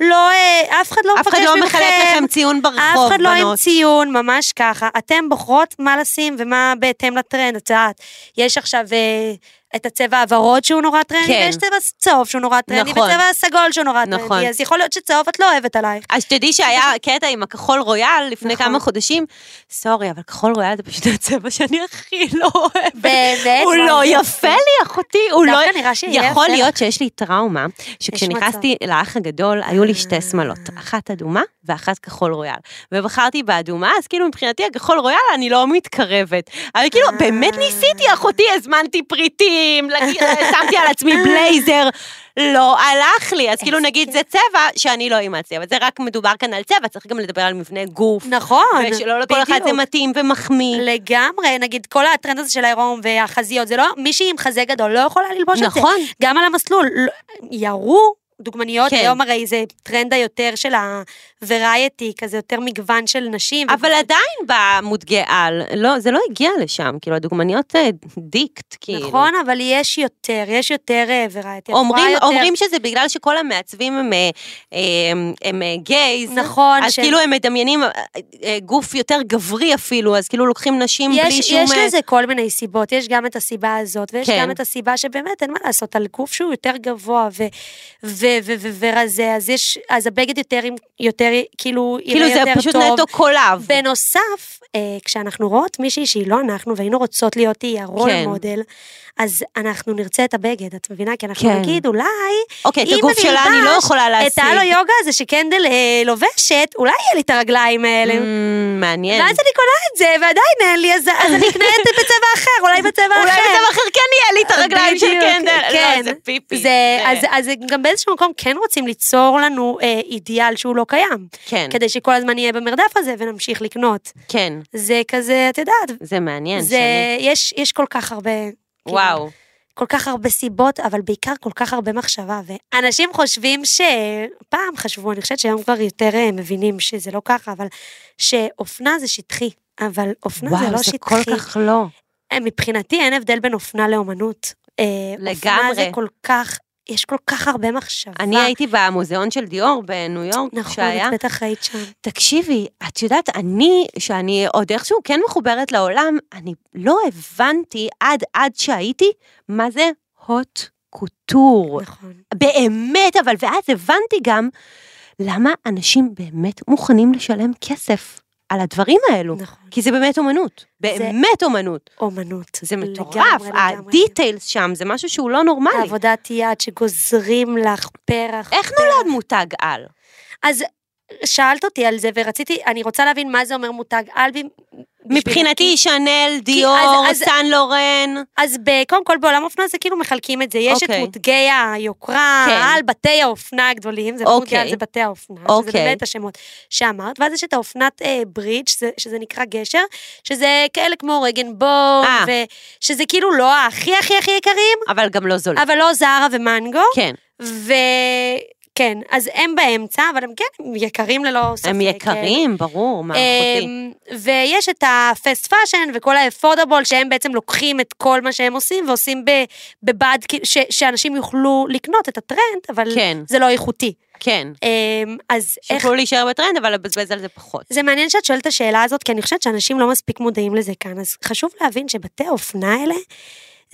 S2: לא, אה, אף אחד לא
S1: אף אחד
S2: מבקש
S1: לא
S2: מכם.
S1: מחלק לכם ציון ברחוב,
S2: אף אחד לא עם
S1: בנות.
S2: ציון, ממש ככה. אתם בוחרות מה לשים ומה בהתאם לטרנד, את יודעת. יש עכשיו אה, את הצבע הוורוד שהוא נורא טרנדי,
S1: כן.
S2: ויש צבע צהוב שהוא נורא טרנדי,
S1: נכון.
S2: וצבע סגול שהוא נורא
S1: נכון.
S2: טרנדי, אז יכול להיות שצהוב את לא אוהבת עלייך.
S1: אז שתדעי שהיה קטע עם הכחול רויאל לפני
S2: נכון.
S1: כמה חודשים, סורי, אבל כחול רויאל זה פשוט הצבע שאני הכי לא אוהבת.
S2: באמת?
S1: הוא
S2: וואי,
S1: לא
S2: זה
S1: יפה לי, אחותי, הוא לא...
S2: דווקא נראה שיהיה
S1: יכול
S2: יפה.
S1: להיות שיש לי טראומה, שכשנכנסתי לאח הגדול, היו לי
S2: אה.
S1: שתי שמלות, אחת אדומה ואחת כחול רויאל. ובחרתי באדומה, אז כאילו מבחינתי הכחול רויאל, אני לא מתקרבת. אבל כאילו,
S2: אה.
S1: באמת ניסיתי, אחותי, הזמנתי פריטים, לג- שמתי על עצמי בלייזר. לא הלך לי, אז כאילו נגיד זה צבע שאני לא אימצתי, אבל זה רק מדובר כאן על צבע, צריך גם לדבר על מבנה גוף.
S2: נכון,
S1: ושלא לכל אחד זה
S2: בדיוק. לא
S1: מתאים ומחמיא.
S2: לגמרי, נגיד כל הטרנד הזה של העירום והחזיות, זה לא, מישהי עם חזה גדול לא יכולה ללבוש את זה.
S1: נכון.
S2: גם על המסלול, לא- ירו דוגמניות,
S1: כן.
S2: היום הרי זה טרנד היותר של ה-variety, כזה יותר מגוון של נשים.
S1: אבל עדיין במותגי על, לא, זה לא הגיע לשם, כאילו הדוגמניות אה, דיקט, כאילו.
S2: נכון, אבל יש יותר, יש יותר אה, variety.
S1: אומרים,
S2: יותר.
S1: אומרים שזה בגלל שכל המעצבים הם, אה, הם, הם אה, גייז.
S2: נכון,
S1: אז
S2: ש-
S1: כאילו הם מדמיינים אה, אה, גוף יותר גברי אפילו, אז כאילו לוקחים נשים בלי
S2: יש,
S1: שום...
S2: יש
S1: אה,
S2: לזה כל מיני סיבות, יש גם את הסיבה הזאת, ויש
S1: כן.
S2: גם את הסיבה שבאמת אין מה לעשות, על גוף שהוא יותר גבוה, ו, ו, ו- ו- ו- ורזה, אז יש, אז הבגד יותר, עם- יותר כאילו, יראה
S1: כאילו זה
S2: יותר
S1: פשוט
S2: טוב.
S1: נטו קולב.
S2: בנוסף, אה, כשאנחנו רואות מישהי שהיא לא אנחנו, והיינו רוצות להיות היא הרול
S1: כן.
S2: מודל, אז אנחנו נרצה את הבגד, את מבינה? כי אנחנו
S1: כן.
S2: נגיד, אולי,
S1: אוקיי, את
S2: אם
S1: הגוף שלה אני לא
S2: אלבש
S1: יכולה
S2: את
S1: להשיג.
S2: ההלו יוגה הזה שקנדל אה, לובשת, אולי יהיה לי את הרגליים האלה.
S1: Mm, מעניין.
S2: ואז אני קונה את זה, ועדיין אין לי, אז אז אני אקנה את זה בצבע אחר, אולי בצבע אחר.
S1: אולי בצבע אחר כן יהיה לי את הרגליים של
S2: בדיוק,
S1: קנדל.
S2: כן.
S1: לא, זה פיפי.
S2: זה, אז, אז גם באיזשהו מקום כן רוצים ליצור לנו אה, אידיאל שהוא לא קיים.
S1: כן.
S2: כדי שכל הזמן נהיה במרדף הזה ונמשיך לקנות.
S1: כן,
S2: זה כזה, את יודעת,
S1: זה מעניין.
S2: זה,
S1: שני.
S2: יש, יש כל כך הרבה... כאילו,
S1: כן, וואו.
S2: כל כך הרבה סיבות, אבל בעיקר כל כך הרבה מחשבה. ואנשים חושבים ש... פעם חשבו, אני חושבת שהיום כבר יותר אה, מבינים שזה לא ככה, אבל שאופנה זה שטחי. אבל אופנה זה לא
S1: וואו, זה
S2: שטחי.
S1: כל כך לא.
S2: אה, מבחינתי אין הבדל בין אופנה לאומנות. אה, אופנה
S1: לגמרי.
S2: זה כל כך, יש כל כך הרבה מחשבה.
S1: אני הייתי במוזיאון של דיור בניו יורק,
S2: נכון,
S1: שהיה...
S2: את בטח היית שם.
S1: תקשיבי, את יודעת, אני, שאני עוד איכשהו כן מחוברת לעולם, אני לא הבנתי עד עד שהייתי מה זה הוט קוטור.
S2: נכון.
S1: באמת, אבל ואז הבנתי גם למה אנשים באמת מוכנים לשלם כסף על הדברים האלו.
S2: נכון.
S1: כי זה באמת אומנות, באמת אומנות.
S2: אומנות.
S1: זה מטורף,
S2: לגמרי, לגמרי.
S1: הדיטיילס שם, זה משהו שהוא לא נורמלי.
S2: עבודת יד שגוזרים לך פרח.
S1: איך נולד מותג על?
S2: אז שאלת אותי על זה ורציתי, אני רוצה להבין מה זה אומר מותג אלבים.
S1: מבחינתי, שנל,
S2: כי-
S1: דיור,
S2: אז- אז-
S1: סן לורן.
S2: אז ב- קודם כל בעולם אופנה זה כאילו מחלקים את זה. יש את
S1: אוקיי.
S2: מותגי היוקרה,
S1: כן.
S2: על בתי האופנה הגדולים, זה לא מותגי על
S1: אוקיי.
S2: זה בתי האופנה, שזה
S1: אוקיי.
S2: באמת השמות שאמרת, ואז יש את האופנת אה, ברידג', שזה, שזה נקרא גשר, שזה כאלה כמו רגנבום,
S1: אה.
S2: שזה כאילו לא הכי הכי הכי יקרים,
S1: אבל גם לא זול.
S2: אבל לא זרה ומנגו,
S1: כן,
S2: וכן, כן, אז הם באמצע, אבל הם כן, הם יקרים ללא ספק. כן.
S1: הם יקרים, ברור, מערכותי.
S2: אמ, ויש את הפסט פאשן וכל האפורדבול, שהם בעצם לוקחים את כל מה שהם עושים ועושים ב- בבד, כאילו, ש- שאנשים יוכלו לקנות את הטרנד, אבל
S1: כן.
S2: זה לא איכותי.
S1: כן.
S2: אמ, אז איך...
S1: שיכולו להישאר בטרנד, אבל לבזבז על זה פחות.
S2: זה מעניין שאת שואלת את השאלה הזאת, כי אני חושבת שאנשים לא מספיק מודעים לזה כאן, אז חשוב להבין שבתי האופנה האלה,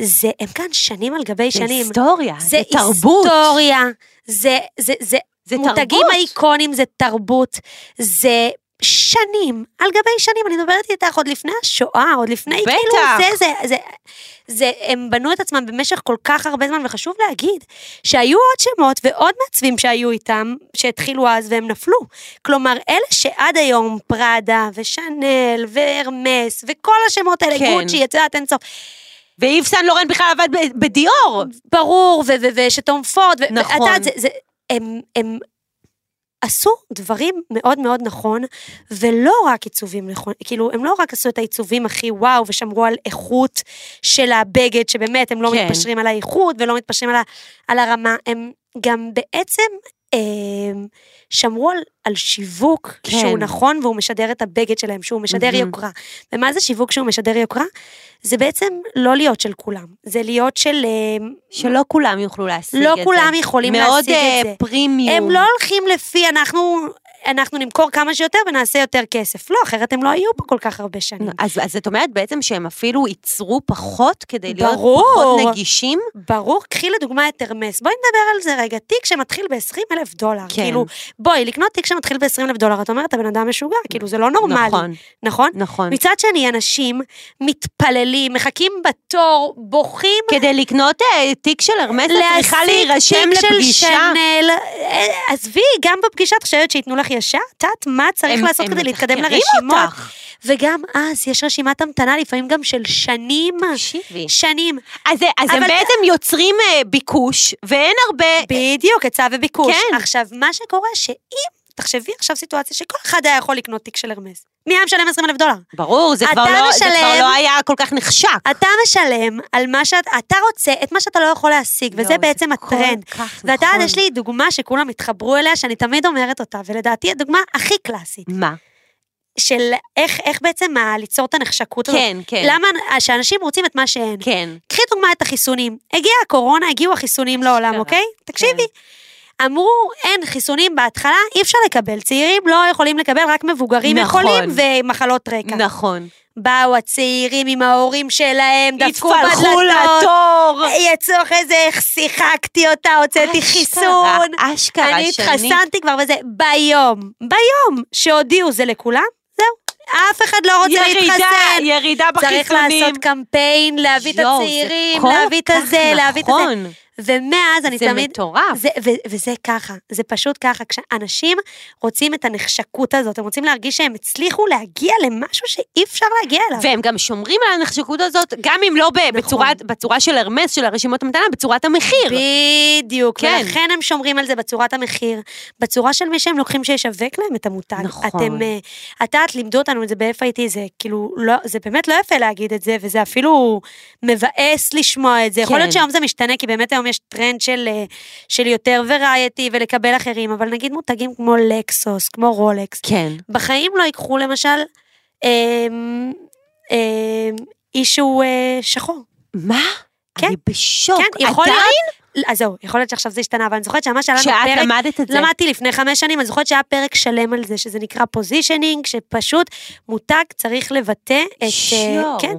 S2: זה, הם כאן שנים על גבי
S1: זה
S2: שנים.
S1: היסטוריה, זה תרבות.
S2: היסטוריה, זה, זה, זה,
S1: זה
S2: מותגים
S1: תרבות.
S2: האיקונים זה תרבות, זה שנים, על גבי שנים, אני מדברת איתך עוד לפני השואה, עוד לפני,
S1: בטח.
S2: כאילו, זה, זה, זה, זה, הם בנו את עצמם במשך כל כך הרבה זמן, וחשוב להגיד שהיו עוד שמות ועוד מעצבים שהיו איתם, שהתחילו אז והם נפלו. כלומר, אלה שעד היום, פראדה ושאנל והרמס, וכל השמות האלה,
S1: כן.
S2: גוצ'י, את יודעת, אין סוף.
S1: ואיב סן לורן בכלל עבד ב- בדיור.
S2: ברור, ו- ו- ושתום פורד, ו-
S1: נכון.
S2: ואתה יודעת, זה, זה, הם, הם עשו דברים מאוד מאוד נכון, ולא רק עיצובים נכון, כאילו, הם לא רק עשו את העיצובים הכי וואו, ושמרו על איכות של הבגד, שבאמת, הם לא
S1: כן.
S2: מתפשרים על האיכות, ולא מתפשרים על, ה- על הרמה, הם גם בעצם... הם שמרו על, על שיווק כן.
S1: כן.
S2: שהוא נכון והוא משדר את הבגד שלהם, שהוא משדר
S1: מהמם.
S2: יוקרה. ומה זה שיווק שהוא משדר יוקרה? זה בעצם לא להיות של כולם, זה להיות של אמ,
S1: שלא כולם יוכלו להשיג את זה.
S2: לא כולם יכולים
S1: מאוד
S2: להשיג
S1: אה,
S2: את זה.
S1: פרימיום.
S2: הם לא הולכים לפי אנחנו, אנחנו נמכור כמה שיותר ונעשה יותר כסף. לא, אחרת הם לא היו פה כל כך הרבה שנים.
S1: אז, אז את אומרת בעצם שהם אפילו ייצרו פחות כדי להיות
S2: ברור.
S1: פחות נגישים?
S2: ברור, קחי לדוגמה את הרמס. בואי נדבר על זה רגע. תיק שמתחיל ב-20 אלף דולר.
S1: כן.
S2: כאילו, בואי, לקנות תיק שמתחיל ב-20 אלף דולר, את אומרת, הבן אדם משוגע, כאילו, זה לא נורמלי.
S1: נכון,
S2: נכון?
S1: נכון.
S2: מצד שני, אנשים מתפללים, מחכים בתור, בוכים
S1: כדי לקנות אה, תיק של הרמס, את צריכה להירשם לפגישה.
S2: להשיג תיק של שנל, אה, עזבי, גם בפגישה את חושבת שייתנו לך ישר? את יודעת מה צריך
S1: הם-
S2: לעשות
S1: הם
S2: כדי להתקדם
S1: מתחקרים
S2: לרשימות?
S1: אותך.
S2: וגם אז יש רשימת המתנה, לפעמים גם של שנים.
S1: תקשיבי.
S2: שנים.
S1: אז, זה- אז הם
S2: אבל-
S1: בעצם יוצרים אה, ביקוש, ואין הרבה...
S2: בדיוק, היצע וביקוש.
S1: אה, כן.
S2: עכשיו, מה שקורה שאם, תחשבי עכשיו סיטואציה שכל אחד היה יכול לקנות תיק של הרמס. מי היה משלם 20 אלף דולר?
S1: ברור, זה
S2: אתה
S1: כבר, לא, זה כבר
S2: משלם-
S1: לא היה כל כך נחשק.
S2: אתה משלם על מה שאתה, אתה רוצה את מה שאתה לא יכול להשיג,
S1: יואו,
S2: וזה
S1: זה
S2: בעצם
S1: כל
S2: הטרנד.
S1: כך
S2: ואתה
S1: נכון.
S2: יודעת, יש לי דוגמה שכולם התחברו אליה, שאני תמיד אומרת אותה, ולדעתי הדוגמה הכי קלאסית,
S1: מה?
S2: של איך, איך בעצם ה- ליצור את הנחשקות הזאת.
S1: כן, כן.
S2: למה אנ- שאנשים רוצים את מה שאין.
S1: כן.
S2: קחי דוגמא את החיסונים. הגיעה הקורונה, הגיעו החיסונים לעולם,
S1: אשכרה,
S2: אוקיי?
S1: כן.
S2: תקשיבי. אמרו, אין חיסונים בהתחלה, אי אפשר לקבל. צעירים לא יכולים לקבל, רק מבוגרים
S1: נכון.
S2: יכולים, ומחלות רקע.
S1: נכון.
S2: באו הצעירים עם ההורים שלהם, דפקו
S1: התפלחו
S2: בדלתות.
S1: לתור.
S2: יצאו אחרי זה, איך שיחקתי אותה, הוצאתי
S1: אשכרה,
S2: חיסון.
S1: אשכרה,
S2: אה, אני
S1: שני.
S2: התחסנתי כבר וזה, ביום, ביום שהודיעו זה לכולם, זהו. אף אחד לא רוצה
S1: ירידה,
S2: להתחסן.
S1: ירידה
S2: צריך
S1: בחיסונים.
S2: לעשות קמפיין, להביא את
S1: יואו, זה
S2: הצעירים,
S1: כל
S2: להביא את
S1: כך
S2: הזה, להביא את הזה.
S1: נכון.
S2: ומאז אני
S1: זה
S2: תמיד...
S1: מטורף.
S2: זה, ו, וזה ככה, זה פשוט ככה. כשאנשים רוצים את הנחשקות הזאת, הם רוצים להרגיש שהם הצליחו להגיע למשהו שאי אפשר להגיע אליו.
S1: והם גם שומרים על הנחשקות הזאת, גם אם לא ב-
S2: נכון.
S1: בצורה, בצורה של הרמס, של הרשימות המתנה, בצורת המחיר.
S2: בדיוק,
S1: כן.
S2: כן. ולכן הם שומרים על זה בצורת המחיר, בצורה של מי שהם לוקחים שישווק להם את המותג.
S1: נכון.
S2: אתם, אה, את יודעת, לימדו אותנו את זה ב-FIT, זה כאילו, לא, זה באמת לא יפה להגיד את זה, וזה אפילו מבאס לשמוע את זה. כן. יכול
S1: כן.
S2: להיות שהיום זה משתנה, כי באמת היום יש טרנד של, אה, של יותר ורייטי ולקבל אחרים, אבל נגיד מותגים כמו לקסוס, כמו רולקס,
S1: כן.
S2: בחיים לא ייקחו למשל אה, אה, אישו אה, שחור.
S1: מה?
S2: כן.
S1: אני בשוק.
S2: כן, יכול
S1: לא, עדיין?
S2: להיות. אז זהו, יכול להיות שעכשיו זה השתנה, אבל אני זוכרת שממש היה לנו פרק...
S1: שאת למדת את זה.
S2: למדתי לפני חמש שנים, אני זוכרת שהיה פרק שלם על זה, שזה נקרא פוזישנינג, שפשוט מותג צריך לבטא את... אה,
S1: שיו.
S2: כן.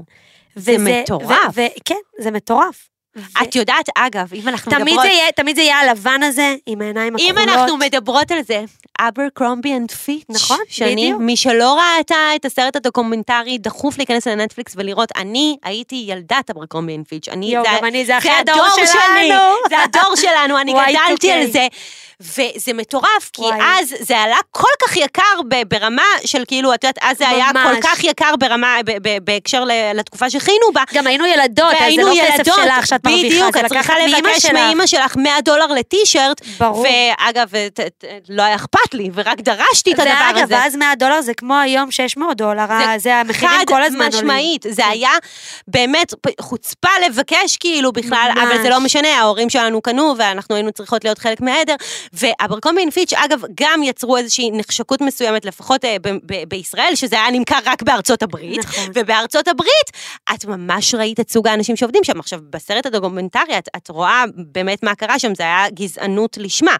S1: זה מטורף.
S2: ו- ו- כן, זה מטורף. ו-
S1: את יודעת, אגב, אם אנחנו
S2: תמיד
S1: מדברות...
S2: זה יהיה- תמיד זה יהיה הלבן הזה, עם העיניים
S1: אם
S2: הכחולות.
S1: אנחנו מדברות על זה, אבר קרומבי אנד פיץ',
S2: נכון,
S1: שאני,
S2: בדיוק.
S1: מי שלא ראתה את הסרט הדוקומנטרי, דחוף להיכנס לנטפליקס ולראות, אני הייתי ילדת אבר קרומבי אנד פיץ', אני,
S2: יואו,
S1: זה-
S2: גם אני, זה אחרי
S1: זה
S2: הדור
S1: הדור
S2: שלנו.
S1: שלי, זה הדור שלנו, אני
S2: וואי,
S1: גדלתי
S2: אוקיי.
S1: על זה, וזה מטורף, כי
S2: וואי.
S1: אז זה עלה כל כך יקר ב- ברמה של כאילו, את יודעת, אז זה היה
S2: ממש.
S1: כל כך יקר ברמה, ב- ב- בהקשר ל- לתקופה שחיינו בה,
S2: גם היינו ילדות, אז זה לא כסף שלך שאת מרוויחה,
S1: בדיוק,
S2: זה
S1: את
S2: לקחת
S1: צריכה
S2: מאמא
S1: לבקש
S2: שלך.
S1: מאימא שלך 100 דולר לטישרט.
S2: ברור.
S1: ואגב, ת- ת- לא היה אגפת לי, ורק דרשתי את הדבר
S2: ואגב,
S1: הזה.
S2: ואז 100 דולר זה כמו היום 600 דולר, אה, זה המחירים כל הזמן עולים. כן.
S1: חד משמעית, זה היה באמת פ- חוצפה לבקש כאילו בכלל,
S2: ממש.
S1: אבל זה לא משנה, ההורים שלנו קנו ואנחנו היינו צריכות להיות חלק מהעדר, ואברקומבין פיץ', אגב, גם יצרו איזושהי נחשקות מסוימת, לפחות אה, ב- ב- בישראל, שזה היה נמכר רק בארצות הברית,
S2: נכון.
S1: ובארצות הברית את ממש ראית את סוג האנשים שעובדים שם. עכשיו, בסרט הדוקומנטרי את, את רואה באמת מה קרה שם, זה היה גזענות לשמה.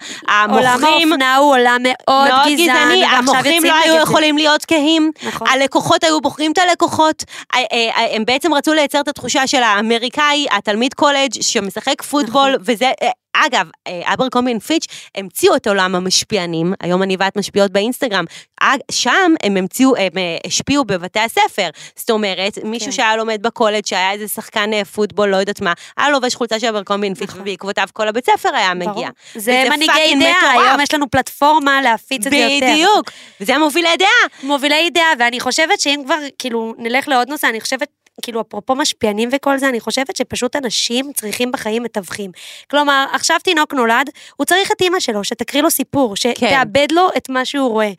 S2: עולם
S1: המוכרים...
S2: האופנה הוא עולם מאוד
S1: מאוד
S2: גזעני,
S1: גזעני,
S2: ועכשיו
S1: המוכרים
S2: יוצאים
S1: לא
S2: נגד
S1: היו
S2: זה.
S1: יכולים להיות כהים,
S2: נכון.
S1: הלקוחות היו בוחרים את הלקוחות, אה, אה, אה, הם בעצם רצו לייצר את התחושה של האמריקאי, התלמיד קולג' שמשחק פוטבול,
S2: נכון.
S1: וזה... אה, אגב, אה, אברקומבין פיץ' המציאו את עולם המשפיענים, היום אני ואת משפיעות באינסטגרם, אה, שם הם המציאו, הם אה, השפיעו בבתי הספר. זאת אומרת, מישהו
S2: כן.
S1: שהיה לומד בקולג', שהיה איזה שחקן אה, פוטבול, לא יודעת מה, היה לובש חולצה של אברקומבין פיץ',
S2: נכון.
S1: ובעקבותיו כל הבית ספר היה
S2: ברור.
S1: מגיע.
S2: זה
S1: וזה
S2: מנהיגי
S1: פאקינג
S2: דעה,
S1: מטורף.
S2: היום יש לנו פלטפורמה להפיץ את זה יותר.
S1: בדיוק, זה המוביל הדעה.
S2: מובילי דעה, ואני חושבת שאם כבר, כאילו, נלך לעוד נושא, אני חושבת, כאילו, אפרופו משפיענים וכל זה, אני חושבת שפשוט אנשים צריכים בחיים מתווכים. כלומר, עכשיו תינוק נולד, הוא צריך את אימא שלו, שתקריא לו סיפור,
S1: כן.
S2: שתאבד לו את מה שהוא רואה.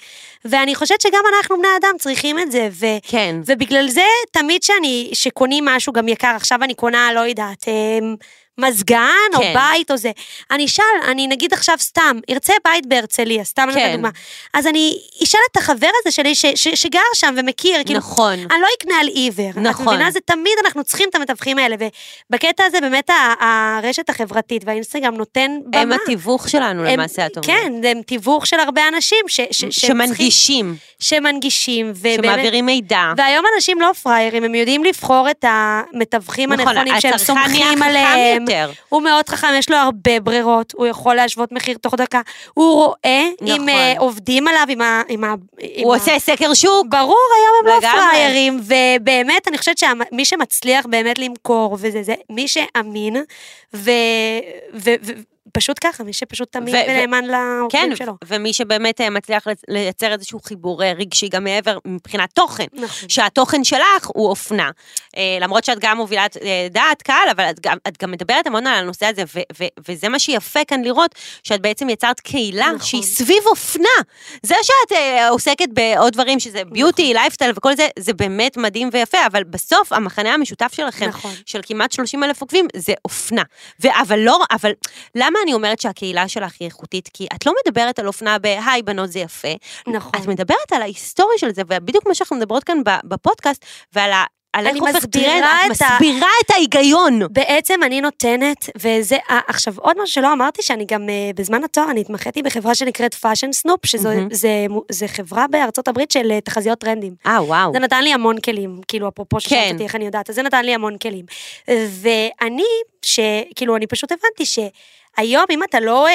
S2: ואני חושבת שגם אנחנו, בני אדם, צריכים את זה, ו...
S1: כן.
S2: ובגלל זה, תמיד שאני, שקונים משהו גם יקר, עכשיו אני קונה, לא יודעת, אמ, מזגן או
S1: כן.
S2: בית או זה. אני אשאל, אני נגיד עכשיו סתם, ארצה בית בהרצליה, סתם
S1: כן.
S2: כן. לדוגמה. אז אני אשאל את החבר הזה שלי ש, ש, שגר שם ומכיר, כאילו,
S1: נכון.
S2: אני לא אקנה על עיוור.
S1: נכון.
S2: את מבינה, זה תמיד אנחנו צריכים את המתווכים האלה, ובקטע הזה באמת ה- הרשת החברתית והאינסטגרם נותן במה.
S1: הם התיווך שלנו
S2: הם-
S1: למעשה, את אומרת.
S2: כן, הם תיווך של הרבה אנשים ש, ש, שהם צריכים-
S1: שמנגישים,
S2: שמנגישים. ובאמת-
S1: שמעבירים מידע.
S2: והיום אנשים לא פראיירים, הם יודעים לבחור את המתווכים
S1: נכון,
S2: הנכונים שהם
S1: הצרכן נהיה
S2: סומכים
S1: חכם
S2: עליהם.
S1: יותר.
S2: הוא מאוד חכם, יש לו הרבה ברירות, הוא יכול להשוות מחיר תוך דקה. הוא רואה
S1: נכון.
S2: אם אה, עובדים עליו, עם ה... עם ה- עם
S1: הוא
S2: ה-
S1: עושה סקר שוק.
S2: ברור, היום הם לא
S1: לגמרי.
S2: פראיירים, ובאמת, אני חושבת שמי שמצליח באמת למכור וזה, זה מי שאמין, ו... ו... ו... פשוט ככה, מי שפשוט תמיד
S1: ו- ו-
S2: ונאמן
S1: כן,
S2: לעובדים שלו.
S1: ו- ומי שבאמת אה, מצליח לצ- לייצר איזשהו חיבור אה, רגשי גם מעבר מבחינת תוכן.
S2: נכון.
S1: שהתוכן שלך הוא אופנה. אה, למרות שאת גם מובילת אה, דעת קהל, אבל את גם, את גם מדברת המון על הנושא הזה, ו- ו- וזה מה שיפה כאן לראות, שאת בעצם יצרת קהילה
S2: נכון.
S1: שהיא סביב אופנה. זה שאת אה, עוסקת בעוד דברים,
S2: נכון.
S1: שזה ביוטי, לייפסטייל וכל זה, זה באמת מדהים ויפה, אבל בסוף המחנה המשותף שלכם,
S2: נכון.
S1: של כמעט 30 אלף עוקבים, זה אופנה. ו- אבל לא, אבל למה אני אומרת שהקהילה שלך היא איכותית? כי את לא מדברת על אופנה ב"היי, בנות זה יפה".
S2: נכון.
S1: את מדברת על ההיסטוריה של זה, ובדיוק מה שאנחנו מדברות כאן ב- בפודקאסט, ועל ה... על איך
S2: אני
S1: הופך
S2: מסבירה
S1: טרנד, את
S2: את ה-
S1: מסבירה את ההיגיון.
S2: בעצם אני נותנת, וזה, אה, עכשיו עוד משהו שלא אמרתי, שאני גם אה, בזמן התואר, אני התמחיתי בחברה שנקראת פאשן סנופ, שזו
S1: מהמם.
S2: זה מו- זה חברה בארצות הברית של אה, תחזיות טרנדים.
S1: אה, וואו.
S2: זה נתן לי המון כלים, כאילו אפרופו ששאלת
S1: כן.
S2: אותי איך אני יודעת, אז זה נתן לי המון כלים. ואני, שכאילו אני פשוט הבנתי שהיום אם אתה לא, אה,